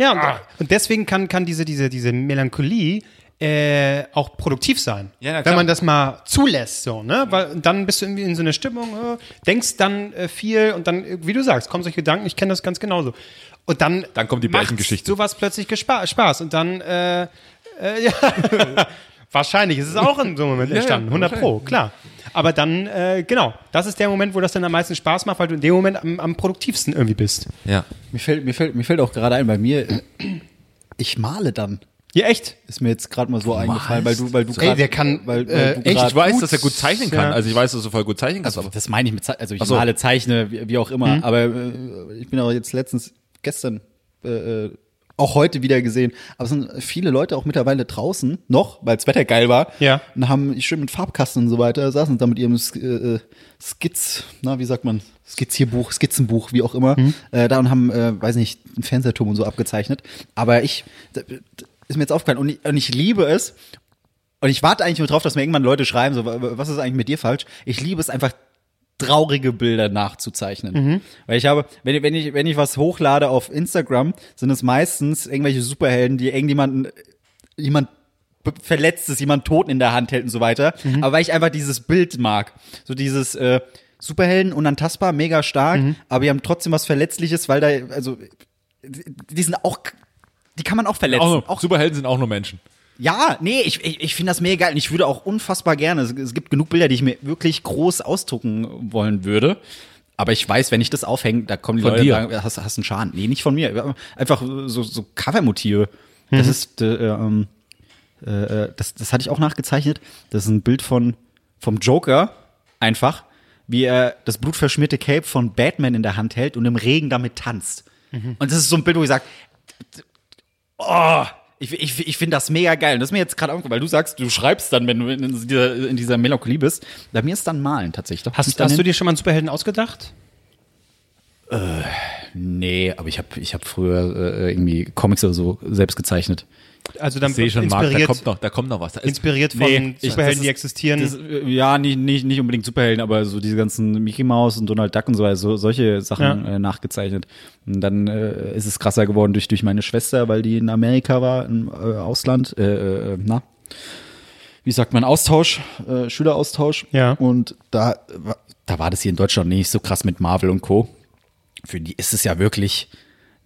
Ja, und, Ah. und deswegen kann, kann diese, diese, diese Melancholie äh, auch produktiv sein. Ja, na klar. wenn man das mal zulässt, so, ne? Weil dann bist du irgendwie in so einer Stimmung, äh, denkst dann äh, viel und dann, äh, wie du sagst, kommen solche Gedanken, ich kenne das ganz genauso. Und dann, Dann kommt die macht's Bärchengeschichte. Sowas plötzlich gespa Spaß und dann, äh, äh, ja. Wahrscheinlich ist es auch in so einem Moment entstanden, 100 Pro, klar. Aber dann, äh, genau, das ist der Moment, wo das dann am meisten Spaß macht, weil du in dem Moment am, am produktivsten irgendwie bist. ja. Mir fällt, mir, fällt, mir fällt auch gerade ein, bei mir, äh, ich male dann. Ja, echt. Ist mir jetzt gerade mal so eingefallen, weil du, weil du Ey, gerade- der kann, weil, weil äh, du echt, gerade- Ich weiß, dass er gut zeichnen kann. Ja. Also ich weiß, dass du voll gut zeichnen kannst, aber Das meine ich mit Ze- also ich so. Mhm. male, zeichne, wie, wie auch immer. Aber äh, ich bin auch jetzt letztens, gestern, äh, äh, auch heute wieder gesehen. Aber es sind viele Leute auch mittlerweile draußen, noch, weil das Wetter geil war. Ja. Und haben schön mit Farbkasten und so weiter, saßen da mit ihrem Sk- äh, äh, Skizz, na, wie sagt man, Skizzierbuch, Skizzenbuch, wie auch immer. Äh, da und haben, äh, weiß nicht, einen Fernsehturm und so abgezeichnet. Aber ich, d- d- ist mir jetzt aufgefallen und ich, und ich liebe es, und ich warte eigentlich nur drauf, dass mir irgendwann Leute schreiben, so, wa- wa- was ist eigentlich mit dir falsch? Ich liebe es einfach, traurige Bilder nachzuzeichnen. Weil ich habe, wenn, ich- wenn, ich, wenn ich was hochlade auf Instagram, sind es meistens irgendwelche Superhelden, die irgendjemanden, jemand be- verletzt ist, jemand Toten in der Hand hält und so weiter. Mhm. Aber weil ich einfach dieses Bild mag. So dieses, äh, Superhelden unantastbar, mega stark, Mhm. aber die haben trotzdem was Verletzliches, weil da, also, die die sind auch, die kann man auch verletzen. auch, auch Superhelden sind auch nur Menschen. ja, nee, ich, ich, ich finde das mega geil und ich würde auch unfassbar gerne. Es, es gibt genug Bilder, die ich mir wirklich groß ausdrucken wollen würde. Aber ich weiß, wenn ich das aufhänge, da kommen die Von Leute dir. und sagen, hast, hast einen Schaden. Nee, nicht von mir. Einfach so, so Covermotive. Das Mhm. ist, äh, ähm, äh, äh, das, das hatte ich auch nachgezeichnet. Das ist ein Bild von, vom Joker. Einfach. Wie er das blutverschmierte Cape von Batman in der Hand Mhm. hält und im Regen damit tanzt. Und das ist so ein Bild, wo ich sage, oh, Ich, ich, ich finde das mega geil. Und das ist mir jetzt gerade aufgefallen, weil du sagst, du schreibst dann, wenn du in dieser, in dieser Melancholie bist. Bei mir ist dann Malen tatsächlich. Da Hast, hast du dir schon mal einen Superhelden ausgedacht? Nee, aber ich habe ich hab früher äh, irgendwie Comics oder so selbst gezeichnet. Also dann Ich sehe schon, Marc, da inspiriert, kommt noch, da kommt noch was. Da ist, inspiriert von Nee, ich- das Superhelden, ist- die existieren. Das, äh, ja, nicht, nicht, nicht unbedingt Superhelden, aber so diese ganzen Mickey Mouse und Donald Duck und so, also solche Sachen äh, nachgezeichnet. Und dann äh, ist es krasser geworden durch, durch meine Schwester, weil die in Amerika war, im äh, Ausland. Äh, äh, na, wie sagt man, Austausch, äh, Schüleraustausch. Ja. Und da, wa- da war das hier in Deutschland nicht so krass mit Marvel und Co. Für die ist es ja wirklich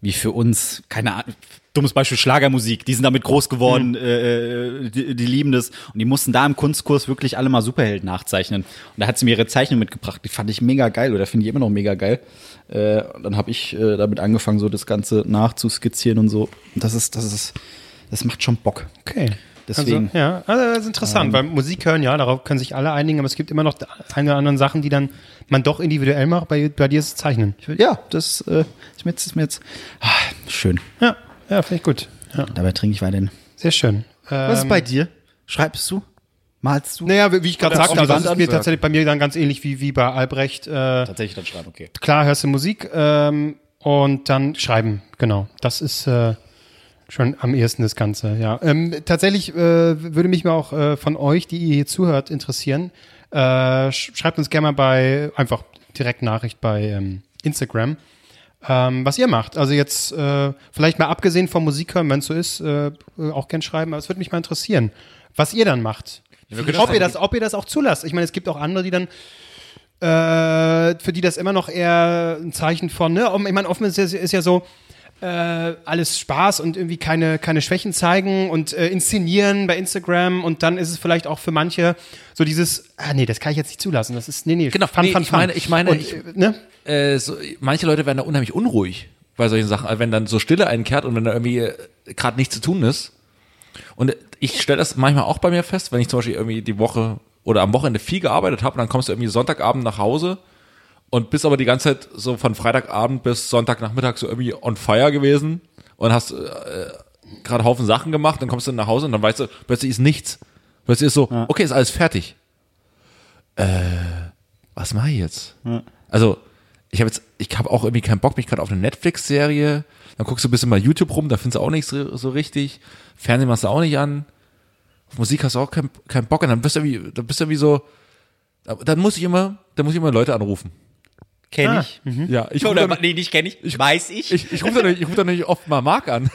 wie für uns, keine Ahnung, dummes Beispiel Schlagermusik, die sind damit groß geworden, äh, äh, die, die lieben das und die mussten da im Kunstkurs wirklich alle mal Superhelden nachzeichnen und da hat sie mir ihre Zeichnung mitgebracht, die fand ich mega geil oder finde ich immer noch mega geil äh, und dann habe ich äh, damit angefangen, so das Ganze nachzuskizzieren und so und das ist, das ist, das macht schon Bock. okay. Deswegen. Also, ja, also das ist interessant, Ähm. weil Musik hören, ja, darauf können sich alle einigen, aber es gibt immer noch ein oder anderen Sachen, die dann man doch individuell macht. Bei, bei dir ist es Zeichnen. Ja, das äh, ist mir jetzt, ist mir jetzt ah, schön. Ja, ja finde ich gut. Ja, Dabei trinke ich weiterhin. sehr schön. Äh, Was ist bei dir? Schreibst du? Malst du? Naja, wie wie ich gerade Oder sagte, auf also die das Wand ist mir ansagen. tatsächlich bei mir dann ganz ähnlich wie, wie bei Albrecht. Äh, Tatsächlich dann schreiben, okay. klar hörst du Musik ähm, und dann schreiben, genau. Das ist äh, schon am ehesten das Ganze, ja. Ähm, tatsächlich äh, würde mich mal auch äh, von euch, die ihr hier zuhört, interessieren. Äh, sch- schreibt uns gerne mal bei, einfach direkt Nachricht bei ähm, Instagram. Ähm, was ihr macht. Also jetzt äh, vielleicht mal abgesehen vom Musik hören, wenn es so ist, äh, äh, auch gern schreiben, aber es würde mich mal interessieren, was ihr dann macht. ob, ihr das, ob ihr das auch zulasst. Ich meine, es gibt auch andere, die dann äh, für die das immer noch eher ein Zeichen von, ne? Ich meine, offen ist, ja- ist ja so, äh, alles Spaß und irgendwie keine, keine Schwächen zeigen und äh, inszenieren bei Instagram und dann ist es vielleicht auch für manche so dieses, ah nee, das kann ich jetzt nicht zulassen, das ist, nee, nee, Genau, nee, ich meine- ich meine, und, ich- äh, ne? äh, so, manche Leute werden da unheimlich unruhig bei solchen Sachen, Also wenn dann so Stille einkehrt und wenn da irgendwie äh, gerade nichts zu tun ist. Und ich stelle das manchmal auch bei mir fest, wenn ich zum Beispiel irgendwie die Woche oder am Wochenende viel gearbeitet habe und dann kommst du irgendwie Sonntagabend nach Hause und bist aber die ganze Zeit so von Freitagabend bis Sonntagnachmittag so irgendwie on fire gewesen und hast gerade Haufen Sachen gemacht, dann kommst du nach Hause und dann weißt du, plötzlich ist nichts. Plötzlich ist so, okay, ist alles fertig. Äh, was mache ich jetzt? Also, ich habe jetzt, ich habe auch irgendwie keinen Bock, mich gerade auf eine Netflix-Serie, dann guckst du ein bisschen mal YouTube rum, da findest du auch nichts so so richtig, Fernsehen machst du auch nicht an, auf Musik hast du auch keinen keinen Bock und dann bist du irgendwie, dann bist du irgendwie so, dann muss ich immer, dann muss ich immer Leute anrufen. Kenne ich. Ja, ich rufe Mhm. Oder, dann, nee, nicht kenne ich. Weiß ich. Ah, ich, ich ruf dann, ich ruf dann nicht oft mal Marc an.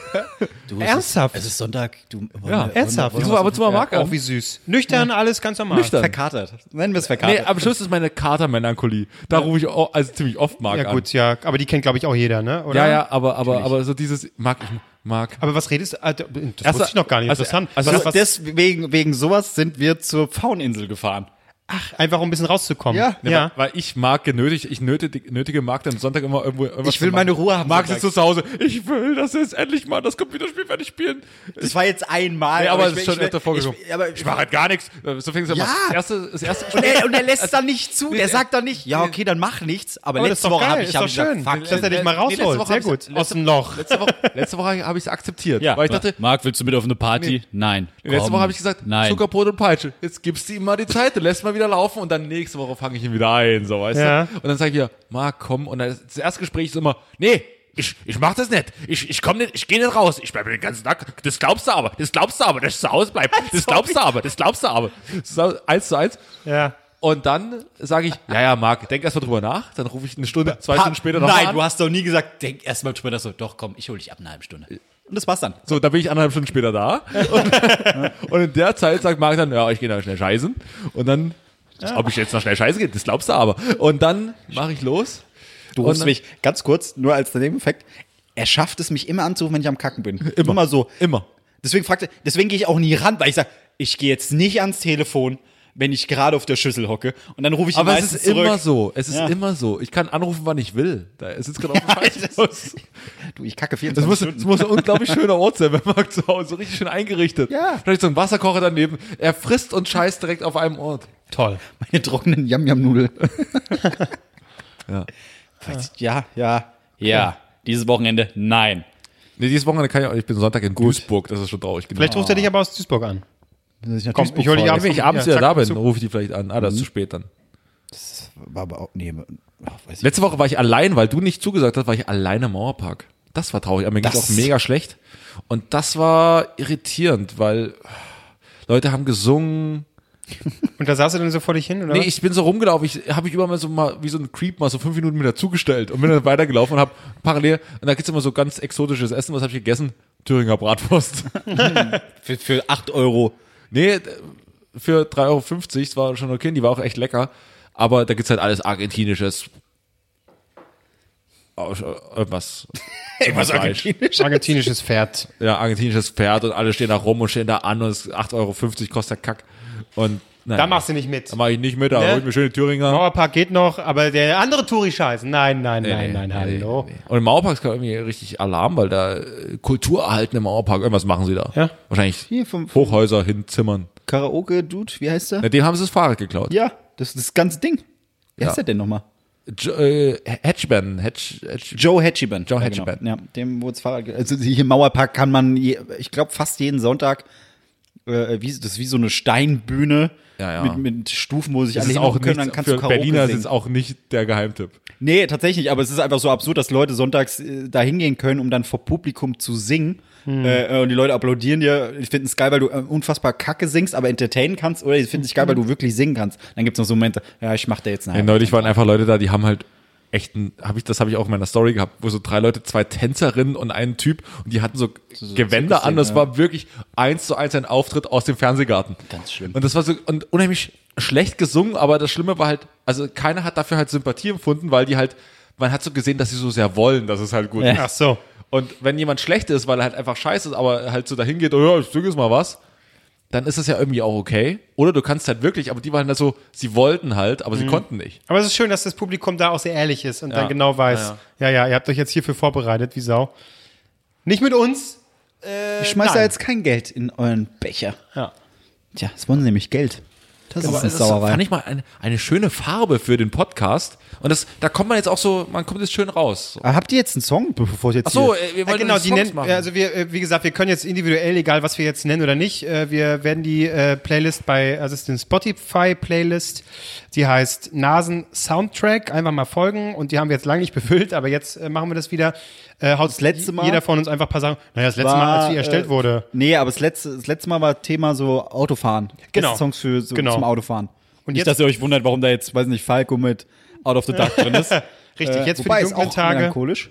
Ernsthaft? Es ist Sonntag. Du, Ja, Ernsthaft? Ich rufe ab und zu mal Marc an. Auch wie süß. Nüchtern, alles ganz normal. Nüchtern. verkatert. Nennen wir es Nee, verkatert. am Schluss ist meine Katermelancholie. Da rufe ich auch, also ziemlich oft Marc Ja gut, ja, aber die kennt glaube ich auch jeder, ne? an. Oder? Ja, ja, aber, aber, aber so dieses Marc, ich- Marc. Aber was redest du? Ah, Das Erst- wusste ich noch gar nicht. also- Interessant. also was, was, Deswegen, wegen sowas sind wir zur Fauninsel gefahren. einfach um ein bisschen rauszukommen. Ja. Ne, Weil, weil ich Marc genötigt, ich nötige, nötige Marc dann Sonntag immer irgendwo. irgendwas Ich will zu meine machen. Ruhe haben Marc sonntags. sitzt so zu Hause. Ich will, dass jetzt endlich mal das Computerspiel fertig spielen. Das war jetzt einmal. Nee, aber ich es will- ist schon ich will- öfter vorgekommen. ich- aber- Ich mache halt gar nichts. So fängt es Ja. an. Das erste, das erste Und Gespräch. er, und er lässt dann nicht zu. Der sagt dann nicht, ja, okay, dann mach nichts. äh, Aber, Aber das ist letzte doch Woche geil, habe ich, ist hab doch ich gesagt, schön. fuck. Dass er dich mal Nee, letzte rausholt. Woche Sehr hab ich's- gut. letzte- Aus dem Loch. Letzte Woche, letzte Woche habe ich es akzeptiert. Ja, weil ich dachte, Marc, willst du mit auf eine Party? Nein. Letzte Komm. Woche habe ich gesagt, nein. Zuckerbrot und Peitsche. Jetzt gibst du ihm mal die Zeit, du lässt mal wieder laufen und dann nächste Woche fange ich ihn wieder ein, so weißt Ja. du. Und dann sage ich wieder, Marc, komm. Und dann ist das erste Gespräch ist immer, nee, ich, ich mach das nicht. Ich, ich komm nicht, ich gehe nicht raus. Ich bleibe den ganzen Tag. Das glaubst du aber, das glaubst du aber, dass ich zu Hause bleib. Das glaubst du aber, das glaubst du aber. So, eins zu eins. Ja. Und dann sage ich, ja, ja, Marc, denk erst mal drüber nach. Dann rufe ich eine Stunde, zwei Stunden später noch mal Nein, an. du hast doch nie gesagt, denk erstmal drüber nach so, doch komm, ich hole dich ab in einer halben Stunde. Und das war's dann. So, da bin ich anderthalb Stunden später da. Und, und in der Zeit sagt Marc dann, ja, ich gehe noch schnell scheißen. Und dann, Ah. ob ich jetzt noch schnell scheißen gehe, das glaubst du aber. Und dann mache ich los. Du Und rufst dann- mich ganz kurz, nur als Nebeneffekt. Er schafft es, mich immer anzurufen, wenn ich am Kacken bin. Immer, immer so. Immer. Deswegen fragte, deswegen gehe ich auch nie ran, weil ich sage, ich gehe jetzt nicht ans Telefon, wenn ich gerade auf der Schüssel hocke. Und dann rufe ich ihn Aber es meistens ist zurück. immer so. Es ist Ja. immer so. Ich kann anrufen, wann ich will. Da er sitzt gerade auf dem Scheißhaus. Du, ich kacke Das 24 muss, Stunden. das muss ein unglaublich schöner Ort sein, wenn man zu Hause so richtig schön eingerichtet. Ja. Vielleicht so ein Wasserkocher daneben. Er frisst und scheißt direkt auf einem Ort. Toll. Meine trockenen Yam-Yam-Nudeln. ja. ja, ja, ja. Dieses Wochenende, nein. Nee, dieses Wochenende kann ich auch nicht. Ich bin Sonntag in Duisburg. Das ist schon traurig. Genau. Vielleicht ruft er dich aber aus Duisburg an. Komm, ich hol dich ab. wenn ich abends Ja, wieder da zack, bin, Zug. Mhm. rufe ich die vielleicht an. Ah, das ist zu spät dann. War aber auch, nee, ach, weiß ich. Letzte Woche war ich allein, weil du nicht zugesagt hast, war ich allein im Mauerpark. Das war traurig, aber mir ging Das- auch mega schlecht. Und das war irritierend, weil Leute haben gesungen. Und da saß er dann so vor dich hin, oder? Nee, ich bin so rumgelaufen. Ich habe mich immer mal so mal wie so ein Creep mal so fünf Minuten mit dazugestellt und bin dann weitergelaufen und habe parallel. Und da gibt's immer so ganz exotisches Essen. Was habe ich gegessen? Thüringer Bratwurst. Für, für 8 Euro. Nee, d- für 3,50 Euro, das war schon okay, die war auch echt lecker. Aber da gibt's halt alles Argentinisches. Aus- äh, Irgendwas. Irgendwas Argentinisch. Argentinisches Pferd. Ja, argentinisches Pferd und alle stehen da rum und stehen da an und es ist 8,50 Euro kostet der Kack. Und naja, Da machst du nicht mit. da mach ich nicht mit, da Ne? hol ich mir schöne Thüringer. Mauerpark geht noch, aber der andere Touri-Scheiß. Nein, nein, Nee, nein, nee, nein, nee, hallo. nee. Und im Mauerpark kam irgendwie richtig Alarm, weil da äh, Kultur erhalten im Mauerpark, irgendwas machen sie da. Ja. Wahrscheinlich Hier vom- Hochhäuser hinzimmern. Karaoke-Dude, wie heißt der? Na, dem haben sie das Fahrrad geklaut. Ja, das, das ganze Ding. Wer Ja. ist der denn nochmal? Jo, äh, Hedgeman, Hedge, Hedge, Joe Hatchiban. Joe ja, genau. Hatchiban. Ja, dem wurde das Fahrrad. ge- Also hier im Mauerpark kann man, je, ich glaube, fast jeden Sonntag. Äh, wie, das ist wie so eine Steinbühne Ja, ja. Mit, mit Stufen, wo sich Das alle ist auch hinhocken können, nicht, dann kannst für du Karaoke Berliner ist singen. es auch nicht der Geheimtipp. Nee, tatsächlich nicht, aber es ist einfach so absurd, dass Leute sonntags äh, da hingehen können, um dann vor Publikum zu singen. Hm. Äh, äh, und die Leute applaudieren dir. Ich finde es geil, weil du äh, unfassbar kacke singst, aber entertainen kannst. Oder ich finde es geil, weil du Mhm. wirklich singen kannst. Dann gibt es noch so Momente, ja, ich mach da jetzt Ja, einen. neulich waren einfach Leute da, die haben halt echten, hab ich, das habe ich auch in meiner Story gehabt, wo so drei Leute, zwei Tänzerinnen und einen Typ und die hatten so, Gewänder an. Das war wirklich eins zu eins ein Auftritt aus dem Fernsehgarten. Ganz schlimm. Und das war so und unheimlich schlecht gesungen, aber das Schlimme war halt, also keiner hat dafür halt Sympathie empfunden, weil die halt, man hat so gesehen, dass sie so sehr wollen, dass es halt gut ist. Ach so. Und wenn jemand schlecht ist, weil er halt einfach scheiße ist, aber halt so dahin geht, oh ja, ich singe jetzt mal was, dann ist das ja irgendwie auch okay. Oder du kannst halt wirklich, aber die waren da so, sie wollten halt, aber sie Mhm. konnten nicht. Aber es ist schön, dass das Publikum da auch sehr ehrlich ist und Ja. dann genau weiß, ja, ja, ihr habt euch jetzt hierfür vorbereitet, wie Sau. Nicht mit uns. Äh, Ich schmeiß da nein. jetzt kein Geld in euren Becher. Ja. Tja, es wollen sie nämlich Geld. Das ist eine das fand Sauerei. ich mal eine, eine schöne Farbe für den Podcast. Und das, da kommt man jetzt auch so, man kommt jetzt schön raus. So. Ah, Aber habt ihr jetzt einen Song, bevor ich jetzt Ach so, hier... äh, wir Ja, wollen genau, die die Songs nennen, machen. also wir, äh, wie gesagt, wir können jetzt individuell, egal was wir jetzt nennen oder nicht, äh, wir werden die äh, Playlist bei, also es ist eine Spotify-Playlist, die heißt Nasen Soundtrack, einfach mal folgen und die haben wir jetzt lange nicht befüllt, aber jetzt äh, machen wir das wieder. Äh, haut das letzte Mal Jeder von uns einfach ein paar Sachen. Naja, das letzte Mal, als die erstellt äh, wurde. Nee, aber das letzte, das letzte Mal war Thema so Autofahren. Genau. Beste Songs für so Genau. zum Autofahren. Und Nicht, jetzt- dass ihr euch wundert, warum da jetzt, weiß nicht, Falco mit Out of the Dark drin ist. Richtig, jetzt für Äh, wobei, die ist dunklen auch Tage. melancholisch.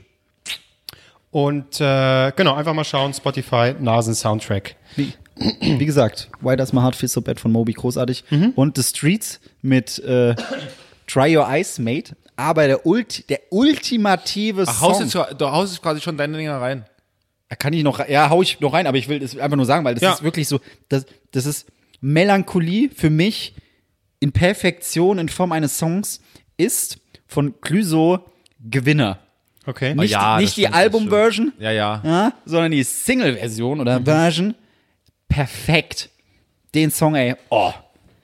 Und äh, genau, einfach mal schauen, Spotify, Nasen Soundtrack. Wie gesagt, Why Does My Heart Feel So Bad von Moby, großartig. Und The Streets mit äh, Try Your Eyes, Mate. Aber der, Ult, der ultimative Ach, haust Song. jetzt, du haust jetzt quasi schon deine Dinger rein. Da Ah, kann ich noch, ja, hau ich noch rein, aber ich will das einfach nur sagen, weil das Ja. ist wirklich so, das, das ist Melancholie für mich in Perfektion in Form eines Songs ist von Clüso Gewinner. Okay. Nicht, ja, das nicht die stimmt, das Album-Version, Ja, ja. ja, sondern die Single-Version oder Version. Perfekt. Den Song, ey, oh,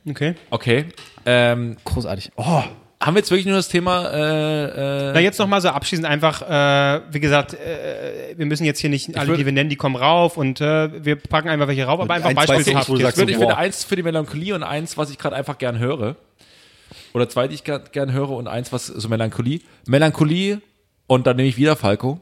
Okay. Okay. Ähm, großartig. Oh, haben wir jetzt wirklich nur das Thema, äh, äh, Na, jetzt nochmal so abschließend einfach, äh, wie gesagt, äh, wir müssen jetzt hier nicht alle, würd- die wir nennen, die kommen rauf und äh, wir packen einfach welche rauf, aber einfach ein, zwei beispielshaft. Songs, wo du ich, sagst, würde, ich so, finde boah. eins für die Melancholie und eins, was ich gerade einfach gern höre. Oder zwei, die ich gern, gern höre und eins, was so Melancholie. Melancholie und dann nehme ich wieder Falco.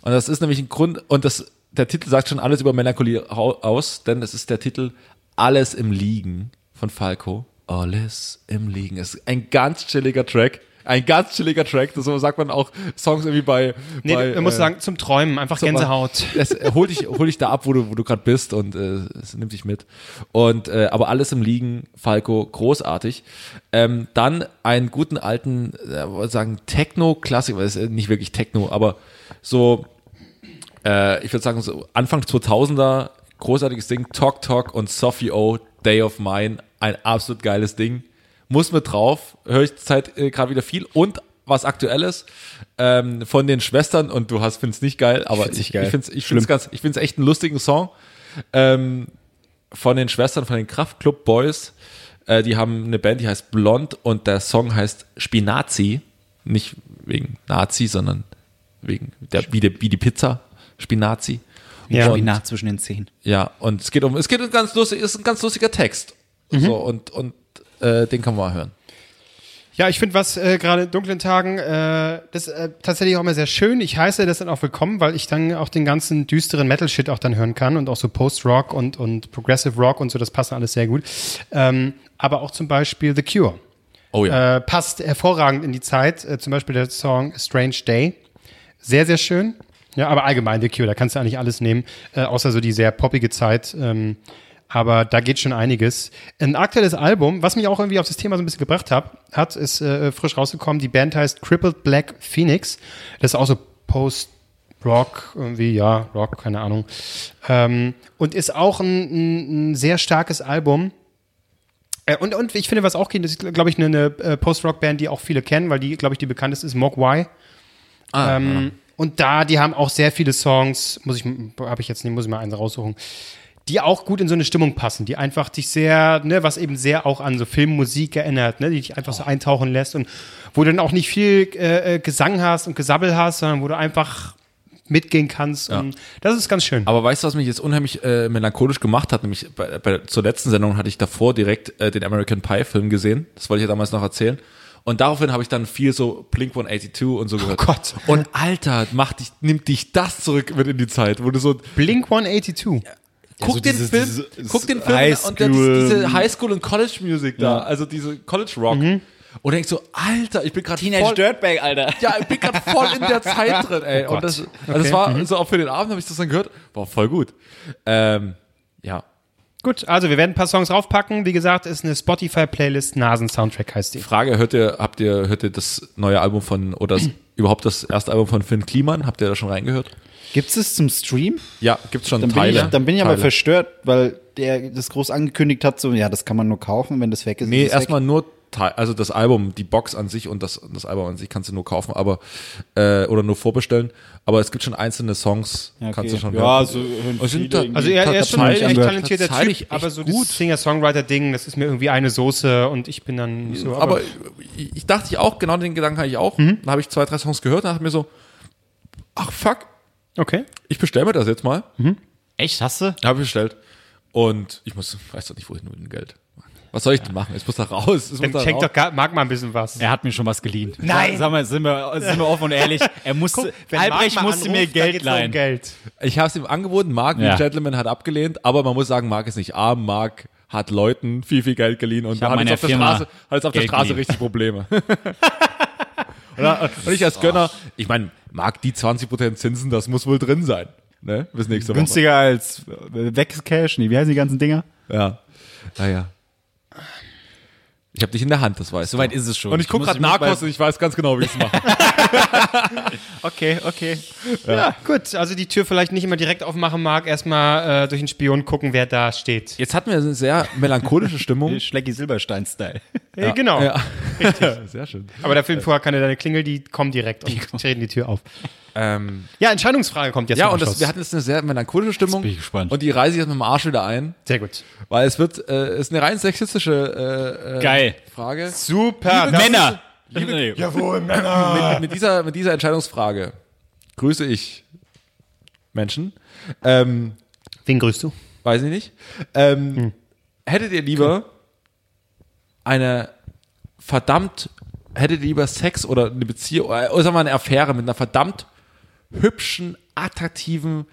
Und das ist nämlich ein Grund, und das, der Titel sagt schon alles über Melancholie rau- aus, denn es ist der Titel Alles im Liegen von Falco. Alles im Liegen. Es ist ein ganz chilliger Track. Ein ganz chilliger Track. Das so sagt man auch Songs irgendwie bei. Nee, bei, man muss äh, sagen, zum Träumen, einfach Gänsehaut. es äh, hol dich, hol dich da ab, wo du, wo du gerade bist und äh, es nimmt dich mit. Und äh, aber alles im Liegen, Falco, großartig. Ähm, dann einen guten alten, äh, wollte sagen Techno-Klassiker, das ist nicht wirklich Techno, aber so, äh, ich würde sagen so Anfang 2000er großartiges Ding, Talk Talk und Sophie O, Day of Mine, ein absolut geiles Ding. Muss mit drauf, höre ich Zeit äh, gerade wieder viel und was aktuelles ähm, von den Schwestern und du hast find's nicht geil, aber ich, ich find's ich find's ganz ich find's echt einen lustigen Song ähm, von den Schwestern von den Kraftclub Boys. Äh, die haben eine Band, die heißt Blond und der Song heißt Spinazi, nicht wegen Nazi, sondern wegen der wie, der, wie die Pizza Spinazi. Ja. Wie nach zwischen den Zehen. Ja, und es geht um, es geht um ganz lustig, ist ein ganz lustiger Text. So, und, und äh, den kann man mal hören. Ja, ich finde was äh, gerade in dunklen Tagen, äh, das äh, tatsächlich auch immer sehr schön. Ich heiße das dann auch willkommen, weil ich dann auch den ganzen düsteren Metal-Shit auch dann hören kann und auch so Post-Rock und, und Progressive Rock und so, das passt dann alles sehr gut. Ähm, aber auch zum Beispiel The Cure. Oh ja. Äh, passt hervorragend in die Zeit. Äh, zum Beispiel der Song Strange Day. Sehr, sehr schön. Ja, aber allgemein The Cure, da kannst du eigentlich alles nehmen, äh, außer so die sehr poppige Zeit. Ähm, aber da geht schon einiges. Ein aktuelles Album, was mich auch irgendwie auf das Thema so ein bisschen gebracht hab, hat, ist äh, frisch rausgekommen. Die Band heißt Crippled Black Phoenix. Das ist auch so Post-Rock, irgendwie, ja, Rock, keine Ahnung. Ähm, und ist auch ein, ein, ein sehr starkes Album. Äh, Und, und ich finde, was auch geht, das ist, glaube ich, eine, eine äh, Post-Rock-Band, die auch viele kennen, weil die, glaube ich, die bekannteste ist Mogwai. Ah. ähm, Und da, die haben auch sehr viele Songs, muss ich, habe ich jetzt nicht, muss ich mal eins raussuchen, die auch gut in so eine Stimmung passen, die einfach dich sehr, ne, was eben sehr auch an so Filmmusik erinnert, ne, die dich einfach so eintauchen lässt und wo du dann auch nicht viel äh, äh, Gesang hast und Gesabbel hast, sondern wo du einfach mitgehen kannst. Und das ist ganz schön. Aber weißt du, was mich jetzt unheimlich äh, melancholisch gemacht hat? Nämlich bei, bei, zur letzten Sendung hatte ich davor direkt äh, den American Pie Film gesehen. Das wollte ich ja damals noch erzählen. Und daraufhin habe ich dann viel so Blink 182 und so gehört. Gott. Und Alter, macht dich, nimmt dich das zurück mit in die Zeit, wo du so, Blink 182. guck so den dieses- Film, dieses guck den Film und dann diese, Highschool- diese Highschool und College Music da, also diese College Rock. Und denkst so, Alter, ich bin gerade voll, Dirtbag, Alter. ja, ich bin gerade voll in der Zeit drin, ey. und das, also das war so auch für den Abend habe ich das dann gehört, war voll gut. Ähm, ja. Gut, also wir werden ein paar Songs draufpacken. Wie gesagt, ist eine Spotify-Playlist, Nasen-Soundtrack heißt die. Frage, hört ihr, habt ihr, hört ihr das neue Album von, oder das, überhaupt das erste Album von Finn Kliman? Habt ihr da schon reingehört? Gibt's es zum Stream? Ja, gibt's schon Dann bin, Teile. ich, dann bin ich aber Teile. verstört, weil der das groß angekündigt hat, so, ja, das kann man nur kaufen, wenn das weg ist. Nee, ist es weg. erstmal nur Teil, also das Album, die Box an sich und das, das Album an sich kannst du nur kaufen, aber, äh, oder nur vorbestellen. Aber es gibt schon einzelne Songs, okay. kannst du schon Ja, hören. so hören Und sind viele da- irgendwie. Also er, er ist schon ein Tatsächlich echt angehört. talentierter Tatsächlich Typ, echt aber so gut. das Singer-Songwriter-Ding, das ist mir irgendwie eine Soße und ich bin dann nicht so. aber ich, ich dachte ich auch, genau den Gedanken hatte ich auch. Dann habe ich zwei, drei Songs gehört, dann dachte ich mir so, ach fuck, okay. ich bestelle mir das jetzt mal. Echt, hast du? Habe ich bestellt. Und ich muss, weiß doch nicht, wohin mit dem Geld. Was soll ich denn machen? Es muss da raus. Es muss Dann da schenkt raus. doch gar, mag mal ein bisschen was. Er hat mir schon was geliehen. Nein! Sag mal, sind wir, sind wir offen und ehrlich. Er musste, Marc Albrecht mal anruft, musste mir dann Geld geht's nur leihen. Um Geld. Ich habe es ihm angeboten. Mark, Ja. wie Gentleman, hat abgelehnt. Aber man muss sagen, Mark ist nicht arm. Mark hat Leuten viel, viel Geld geliehen und hab hat jetzt meiner auf der Firma Straße, hat jetzt auf der Geld Straße geliehen. richtig Probleme. Oder, und ich Oh, als Gönner, ich meine, Mark, die 20% Zinsen, das muss wohl drin sein. Ne? Bis nächste Woche. Günstiger als äh, Wegcash, nee, wie heißen die ganzen Dinger? Ja. Naja. Ich habe dich in der Hand, das weißt du. Soweit ist es schon. Und ich guck muss- gerade muss Narcos und ich weiß ganz genau, wie ich es mache. Okay, okay. Ja. gut. Also die Tür vielleicht nicht immer direkt aufmachen mag, erstmal äh, durch den Spion gucken, wer da steht. Jetzt hatten wir eine sehr melancholische Stimmung. bei Schlecki Silberstein-Style. Äh, genau. Ja. Sehr schön. Aber der Film vorher kann ja deine Klingel, die kommen direkt und treten die Tür auf. Ähm, Ja, Entscheidungsfrage kommt jetzt. ja, am und das, Schluss. wir hatten jetzt eine sehr melancholische Stimmung. bin ich gespannt. Und die reise ich jetzt mit dem Arsch wieder ein, sehr gut. weil es wird, äh, ist eine rein sexistische äh, äh, Geil. Frage. Super. Männer! Liebe, Jawohl, Männer. Mit, mit, dieser, mit dieser Entscheidungsfrage grüße ich Menschen. Ähm, Wen grüßt du? weiß ich nicht. Ähm, Hättet ihr lieber eine verdammt, hättet ihr lieber Sex oder eine Beziehung, äh, oder sagen wir mal eine Affäre mit einer verdammt hübschen, attraktiven,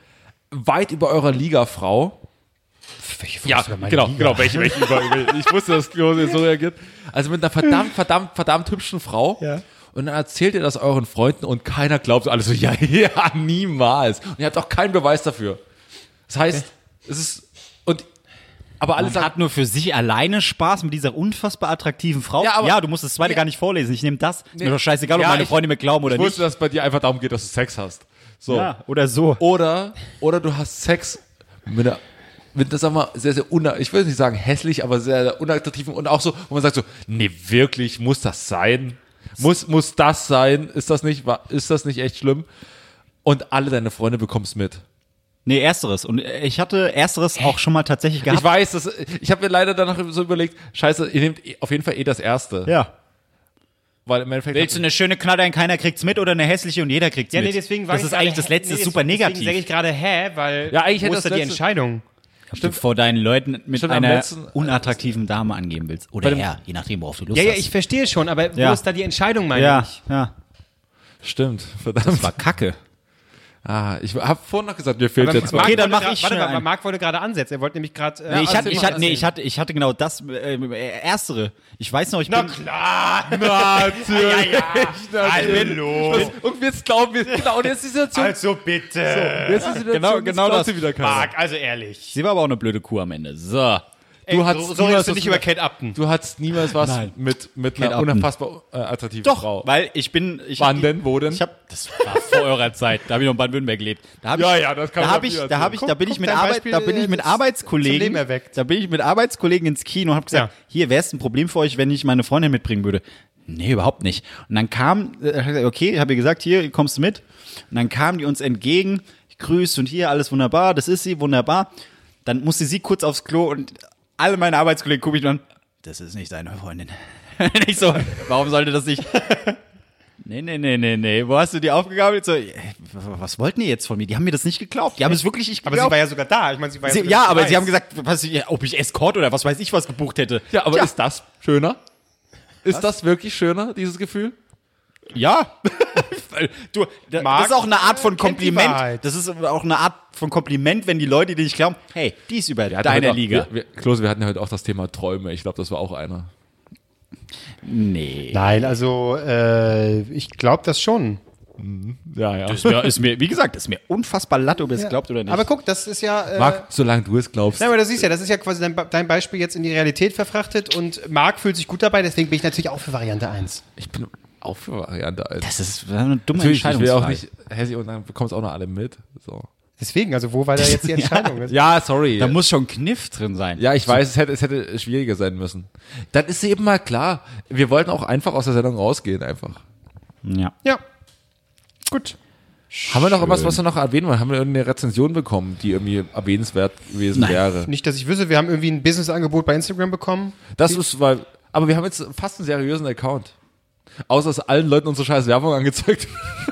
weit über eurer Liga-Frau? Ja, genau, genau, welche, welche über, über, ich wusste, dass Klose jetzt so reagiert. Also mit einer verdammt, verdammt, verdammt hübschen Frau. Ja. Und dann erzählt ihr das euren Freunden und keiner glaubt alles so, ja, ja, niemals. Und ihr habt auch keinen Beweis dafür. Das heißt, es ist, und, aber alle Man sagen, hat nur für sich alleine Spaß mit dieser unfassbar attraktiven Frau. Ja, aber- du musst das zweite Nee. gar nicht vorlesen. Ich nehme das. Ist mir doch scheißegal, Ja, ob meine ich- Freunde mir glauben oder ich wusste, nicht. dass es bei dir einfach darum geht, dass du Sex hast. So. Ja, oder so. Oder, oder du hast Sex mit einer, mit einer, sag mal, sehr, sehr, una, ich will nicht sagen hässlich, aber sehr, sehr unattraktiven und auch so, wo man sagt so, nee, wirklich, muss das sein? Muss, muss das sein? Ist das nicht, wa- ist das nicht echt schlimm? Und alle deine Freunde bekommst mit. Nee, ersteres. Und äh, ich hatte ersteres auch schon mal tatsächlich Ich gehabt. weiß, das, ich habe mir leider danach so überlegt, scheiße, ihr nehmt eh- auf jeden Fall eh das Erste. ja. Weil im Endeffekt. Willst du eine schöne Knalle und keiner kriegt's mit oder eine hässliche und jeder kriegt's Ja, mit? nee, deswegen war das ich ist gerade eigentlich das hä- Letzte, nee, ist super deswegen Sage ich negativ. gerade, hä, weil Ja, eigentlich hätte wo das ist da die letzte- Entscheidung? Ob Stimmt. du Vor deinen Leuten mit Stimmt, am einer letzten- unattraktiven Dame angeben willst. Oder dem- her, je nachdem, worauf du Lust Ja, ja, hast. ich verstehe schon, aber wo Ja. ist da die Entscheidung, meine ja, ich? ja. Stimmt, verdammt. War kacke. Ah, ich habe vorhin noch gesagt, mir fehlt Aber jetzt Marc was. Okay, dann wollte mach ich gra- Warte schnell mal, aber ein. Marc wollte gerade ansetzen. Er wollte nämlich gerade. Äh, Nee, ich, hatte, erzähl ich, mal, hatte, nee, erzähl. ich, hatte, ich hatte genau das äh, äh, Erstere. Ich weiß noch, ich Hm. bin. klar. Natürlich. Hallo. Ah, Und jetzt glauben wir, genau, und jetzt ist die Situation. Also bitte. Jetzt ist die Situation Genau- jetzt genau glaubt das. sie wieder keiner. Marc, also ehrlich. Sie war aber auch eine blöde Kuh am Ende. So. Du hattest so, so redest niemals du was nicht über Kate Upton. Du hattest niemals was Nein. mit, mit Kate einer Upton. unfassbar äh, attraktiven Doch, Frau. weil ich bin. Ich Wann hab- denn? Wo denn? Ich hab, das war vor eurer Zeit. Da habe ich noch in Baden-Württemberg gelebt. Da hab Ja, ich, ja, das kann da man hab doch ich, nie da hab ich, da bin Guck, ich mit dein Arbeit, Beispiel, da bin äh, ich mit ist zum Arbeitskollegen, Leben erweckt. da bin ich mit Arbeitskollegen ins Kino und habe gesagt, Ja. hier wäre es ein Problem für euch, wenn ich meine Freundin mitbringen würde. Nee, überhaupt nicht. Und dann kam, äh, hab ich gesagt, okay, habe ihr gesagt, hier kommst du mit. Und dann kamen die uns entgegen, grüßt und hier alles wunderbar, das ist sie, wunderbar. Dann musste sie kurz aufs Klo und alle meine Arbeitskollegen gucken mich nur an. Das ist nicht deine Freundin. nicht so. Warum sollte das nicht? Nee, nee, nee, nee, nee. Wo hast du die aufgegabelt? So, äh, was wollten die jetzt von mir? Die haben mir das nicht geglaubt. Die haben es wirklich nicht Aber geglaubt. sie war ja sogar da. Ich meine, sie war Sie, sogar ja, dabei. aber sie haben gesagt, was, ich- ob ich Escort oder was weiß ich was gebucht hätte. ja, aber Tja, ist das schöner? Ist das wirklich schöner, dieses Gefühl? ja. du, da, Marc, das ist auch eine Art von äh, kennt die Kompliment. Wahrheit. Das ist auch eine Art von Kompliment, wenn die Leute dir nicht glauben, hey, die ist über hatten heute deiner auch- Liga. Wir, wir, Klose, wir hatten ja heute auch das Thema Träume. Ich glaube, das war auch einer. Nee. Nein, also äh, ich glaube das schon. Ja, ja. Ja, ist mir, wie gesagt, ist mir unfassbar latte, ob ihr es glaubt oder nicht. Aber guck, das ist ja. Äh, Marc, solange du es glaubst. Nein, aber du siehst ja, das ist ja quasi dein, Be- dein Beispiel jetzt in die Realität verfrachtet und Marc fühlt sich gut dabei, deswegen bin ich natürlich auch für Variante 1. Ich bin auch für Variante alt. das ist eine dumme Natürlich, ich will auch Entscheidungsfrage. nicht hässlich und dann bekommen es auch noch alle mit. So. Deswegen, also wo war da jetzt die Entscheidung? Ja, sorry. Da muss schon Kniff drin sein. Ja, ich weiß, es hätte, es hätte schwieriger sein müssen. Dann ist eben mal klar. Wir wollten auch einfach aus der Sendung rausgehen, einfach. ja. ja. Gut. Haben wir noch irgendwas, was wir noch erwähnen wollen? Haben wir irgendeine Rezension bekommen, die irgendwie erwähnenswert gewesen wäre? Nicht, dass ich wüsste, wir haben irgendwie ein Business-Angebot bei Instagram bekommen. Das ist, weil, aber wir haben jetzt fast einen seriösen Account. Außer, dass allen Leuten unsere scheiß Werbung angezeigt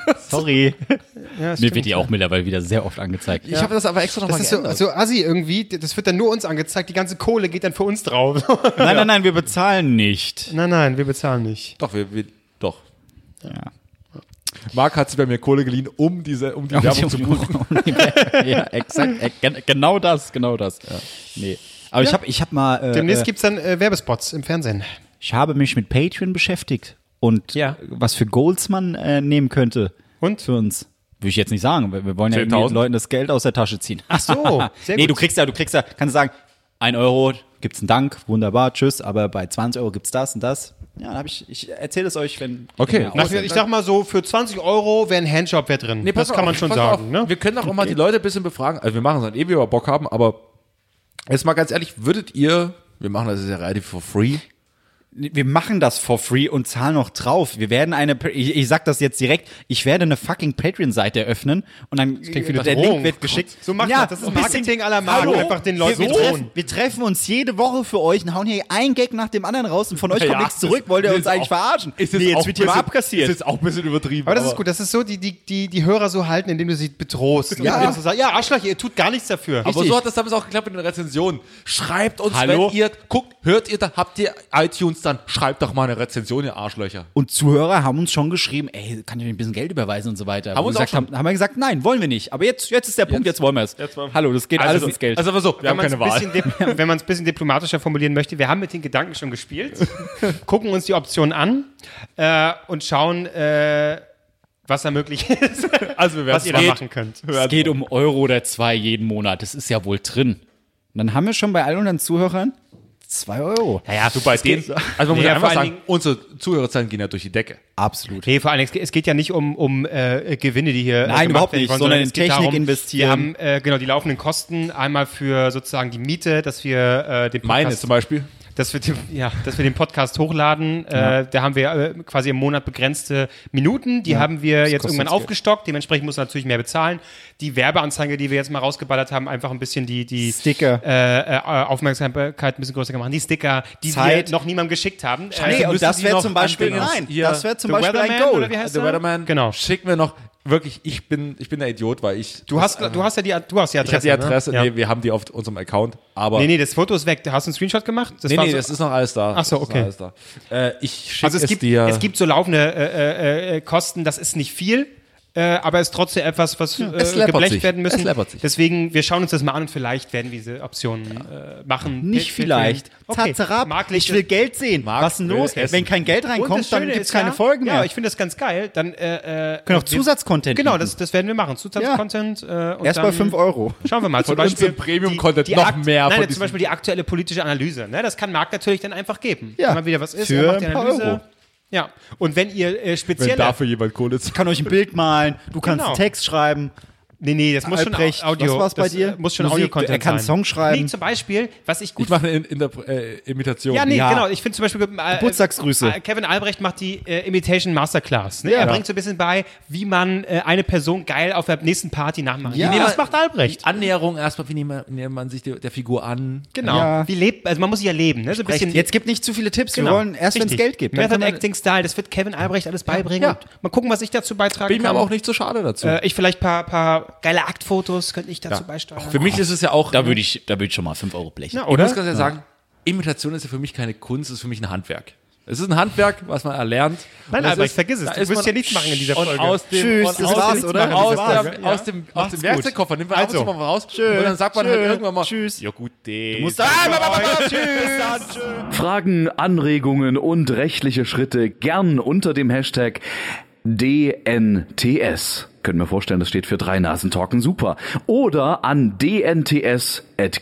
wird. Sorry. Ja, Mir wird die auch mittlerweile wieder sehr oft angezeigt. Ich habe das aber extra nochmal das ist so, geändert. so assi irgendwie, das wird dann nur uns angezeigt, die ganze Kohle geht dann für uns drauf. Nein, nein, nein, wir bezahlen nicht. nein, nein, wir bezahlen nicht. doch, wir, wir doch. Marc hat sich bei mir Kohle geliehen, um diese, um die Werbung zu buchen. ja, exakt. äh, gen- Genau das, genau das. Nee. Aber ich habe ich hab mal. Äh, Demnächst äh, gibt's dann äh, Werbespots im Fernsehen. ich habe mich mit Patreon beschäftigt und Ja. was für Goals man äh, nehmen könnte. Und? Für uns. Würde ich jetzt nicht sagen, weil wir wollen ja irgendwie 10.000? den Leuten das Geld aus der Tasche ziehen. Ach so, sehr nee, gut. du kriegst ja, du kriegst ja, kannst sagen, ein Euro gibt's einen Dank, wunderbar, tschüss, aber bei 20 Euro gibt's das und das. Ja, dann hab ich, ich erzähle es euch, wenn. Okay. wenn ihr Nach, ich sag mal so, für 20 Euro wäre ein Handjob wär drin. Nee, pass das kann auf, man schon pass sagen. auf. Ne? Wir können doch auch mal die Leute ein bisschen befragen. Also wir machen es dann eh, wie wir Bock haben, aber jetzt mal ganz ehrlich, würdet ihr, wir machen das jetzt ja relativ for free. Wir machen das for free und zahlen noch drauf. Wir werden eine, ich, ich sag das jetzt direkt, ich werde eine fucking Patreon-Seite eröffnen und dann klingt wie eine der Drohung. Link wird geschickt. Oh So macht das. Das ist ein bisschen- Marketing à la Marc. Hallo? Einfach den Leuten wir, wir, drohen. treffen, wir treffen uns jede Woche für euch und hauen hier einen Gag nach dem anderen raus und von euch kommt Ja, nichts zurück. Wollt ihr ist uns eigentlich auch- verarschen? ist jetzt nee, auch jetzt wird hier mal bisschen- abkassiert. Ist jetzt auch ein bisschen übertrieben. Aber das ist gut, das ist so, die, die, die, die Hörer so halten, indem du sie bedrohst. Ja. Indem du so sagst, ja, Arschloch, ihr tut gar nichts dafür. Aber so hat das damals auch geklappt mit den Rezensionen. Schreibt uns, Hallo? wenn ihr guckt, hört ihr da, habt ihr iTunes, dann schreibt doch mal eine Rezension, ihr Arschlöcher. Und Zuhörer haben uns schon geschrieben, ey, kann ich mir ein bisschen Geld überweisen und so weiter. Wo wir uns auch gesagt, schon- haben, haben wir gesagt, nein, wollen wir nicht. Aber jetzt, jetzt ist der Punkt, jetzt, wollen wir es. Hallo, das geht alles ins Geld. Also aber so, wir haben Wenn man's keine Wahl. bisschen dip- Wenn man es ein bisschen diplomatischer formulieren möchte, wir haben mit den Gedanken schon gespielt, gucken uns die Optionen an äh, und schauen, äh, was da möglich ist, Also wir was werden's ihr da machen. machen könnt. Es geht um Euro oder zwei jeden Monat. Das ist ja wohl drin. Und dann haben wir schon bei all unseren Zuhörern zwei Euro. Naja, du bei denen. Also man muss Nee, einfach vor allen sagen, unsere Zuhörerzahlen gehen ja durch die Decke. Absolut. Nee, vor allem, es ge- es geht ja nicht um, um äh, Gewinne, die hier. äh, Nein, gemacht überhaupt werden nicht, wollen, sondern es in geht Technik darum, investieren. Wir haben äh, genau die laufenden Kosten, einmal für sozusagen die Miete, dass wir äh, den Meine Podcast, zum Beispiel. dass wir den, dass wir den Podcast hochladen. Äh, da haben wir äh, quasi im Monat begrenzte Minuten. Die haben wir jetzt irgendwann aufgestockt. Dementsprechend muss man natürlich mehr bezahlen. Die Werbeanzeige, die wir jetzt mal rausgeballert haben, einfach ein bisschen die, die Sticker. Äh, äh, Aufmerksamkeit ein bisschen größer machen. Die Sticker, die Zeit. wir noch niemandem geschickt haben. Nee, Äh, und müssen das die wäre noch zum Beispiel, anfangen. nein, Ja. das wäre zum The Beispiel ein Weatherman, Goal. oder wie heißt The er? Weatherman, Genau. Also, schick mir noch, wirklich, ich bin, ich bin der Idiot, weil ich. du, hast, du hast ja die, du hast die ich hab Adresse. die Adresse, ne? Ja. nee, wir haben die auf unserem Account, aber. Nee, nee, das Foto ist weg. Hast du einen Screenshot gemacht? Das Nee, war nee, so- das ist noch alles da. Ach so, Das ist okay. noch Alles da. Äh, ich schicke Also es, gibt, dir. es gibt so laufende äh, äh, äh, Kosten, das ist nicht viel, äh, aber ist trotzdem etwas, was äh, es läppert geblecht sich. werden müssen. Es läppert sich. Deswegen, wir schauen uns das mal an und vielleicht werden wir diese Optionen äh, machen. Nicht Wir- wir- vielleicht. Okay. Zazerab, Marktliche- ich will Geld sehen. Marc Was denn will los? essen. Wenn kein Geld Und das reinkommt, dann Schöne gibt's ist keine ja, Folgen mehr. Ja, ich finde das ganz geil. Dann äh, äh, Können auch wir- Zusatzcontent Genau, bieten. das, das werden wir machen. Zusatzcontent. Äh, und Erst dann bei 5 Euro. Schauen wir mal. Zum uns im Premium-Content noch akt- mehr Nein, von jetzt zum diesem- Beispiel die aktuelle politische Analyse. Ne? Das kann Marc natürlich dann einfach geben. Ja. Wenn mal wieder was ist, Für er macht die ein paar Analyse. Euro. Ja. Und wenn ihr äh, wenn speziell dafür jemand Kohle Ich kann euch ein Bild malen, du kannst Genau. einen Text schreiben. Nee, nee, das muss Äh, Albrecht, schon Audio. was war's bei das, dir? äh, Muss schon Musik, Audio-Content sein. er kann einen Song schreiben. Nee, zum Beispiel, was ich gut Ich mache eine In- Interpre- äh, Imitation. ja, nee, Ja. genau. Ich finde zum Beispiel. Äh, Geburtstagsgrüße. äh, Kevin Albrecht macht die äh, Imitation Masterclass. Ne? Ja. Er bringt so ein bisschen bei, wie man äh, eine Person geil auf der nächsten Party nachmachen Ja. kann. Nee, Das macht Albrecht. Die Annäherung erstmal, wie nimmt man, nimmt man sich der, der Figur an? Genau. Ja. Wie lebt, also man muss sich ja leben, ne? So ein bisschen. Jetzt gibt nicht zu viele Tipps, wir Genau. wollen erst, wenn es Richtig. Geld gibt. Dann kann Method man- Acting Style, das wird Kevin Albrecht alles beibringen. Ja. Und Mal gucken, was ich dazu beitragen Bin ich mir kann. aber auch nicht so schade dazu. Genau. äh, ich vielleicht paar, paar geile Aktfotos könnte ich dazu beisteuern. Für mich ist es ja auch. Da würde ich, da würde ich schon mal 5 Euro blechen. Ja, Ich oder? muss ganz ehrlich sagen, Imitation ist ja für mich keine Kunst, es ist für mich ein Handwerk. Es ist ein Handwerk, was man erlernt. Nein, Und Albrecht, ist- vergiss es. da Du ist wirst man- hier nichts machen in dieser Und Folge. aus dem, Tschüss, und das aus war's, dem, oder? Das Aus, ja. war's, der, aus dem, aus dem gut. Werkzeugkoffer nimmt man ab und zu Also. mal mal raus. und dann sagt man halt tschö, irgendwann mal, tschüss. ja gut, den. Muss da- Fragen, Anregungen und rechtliche Schritte gern unter dem Hashtag DNTS. Können wir vorstellen, das steht für drei Nasen talken super. Oder an dnts.gmx.net.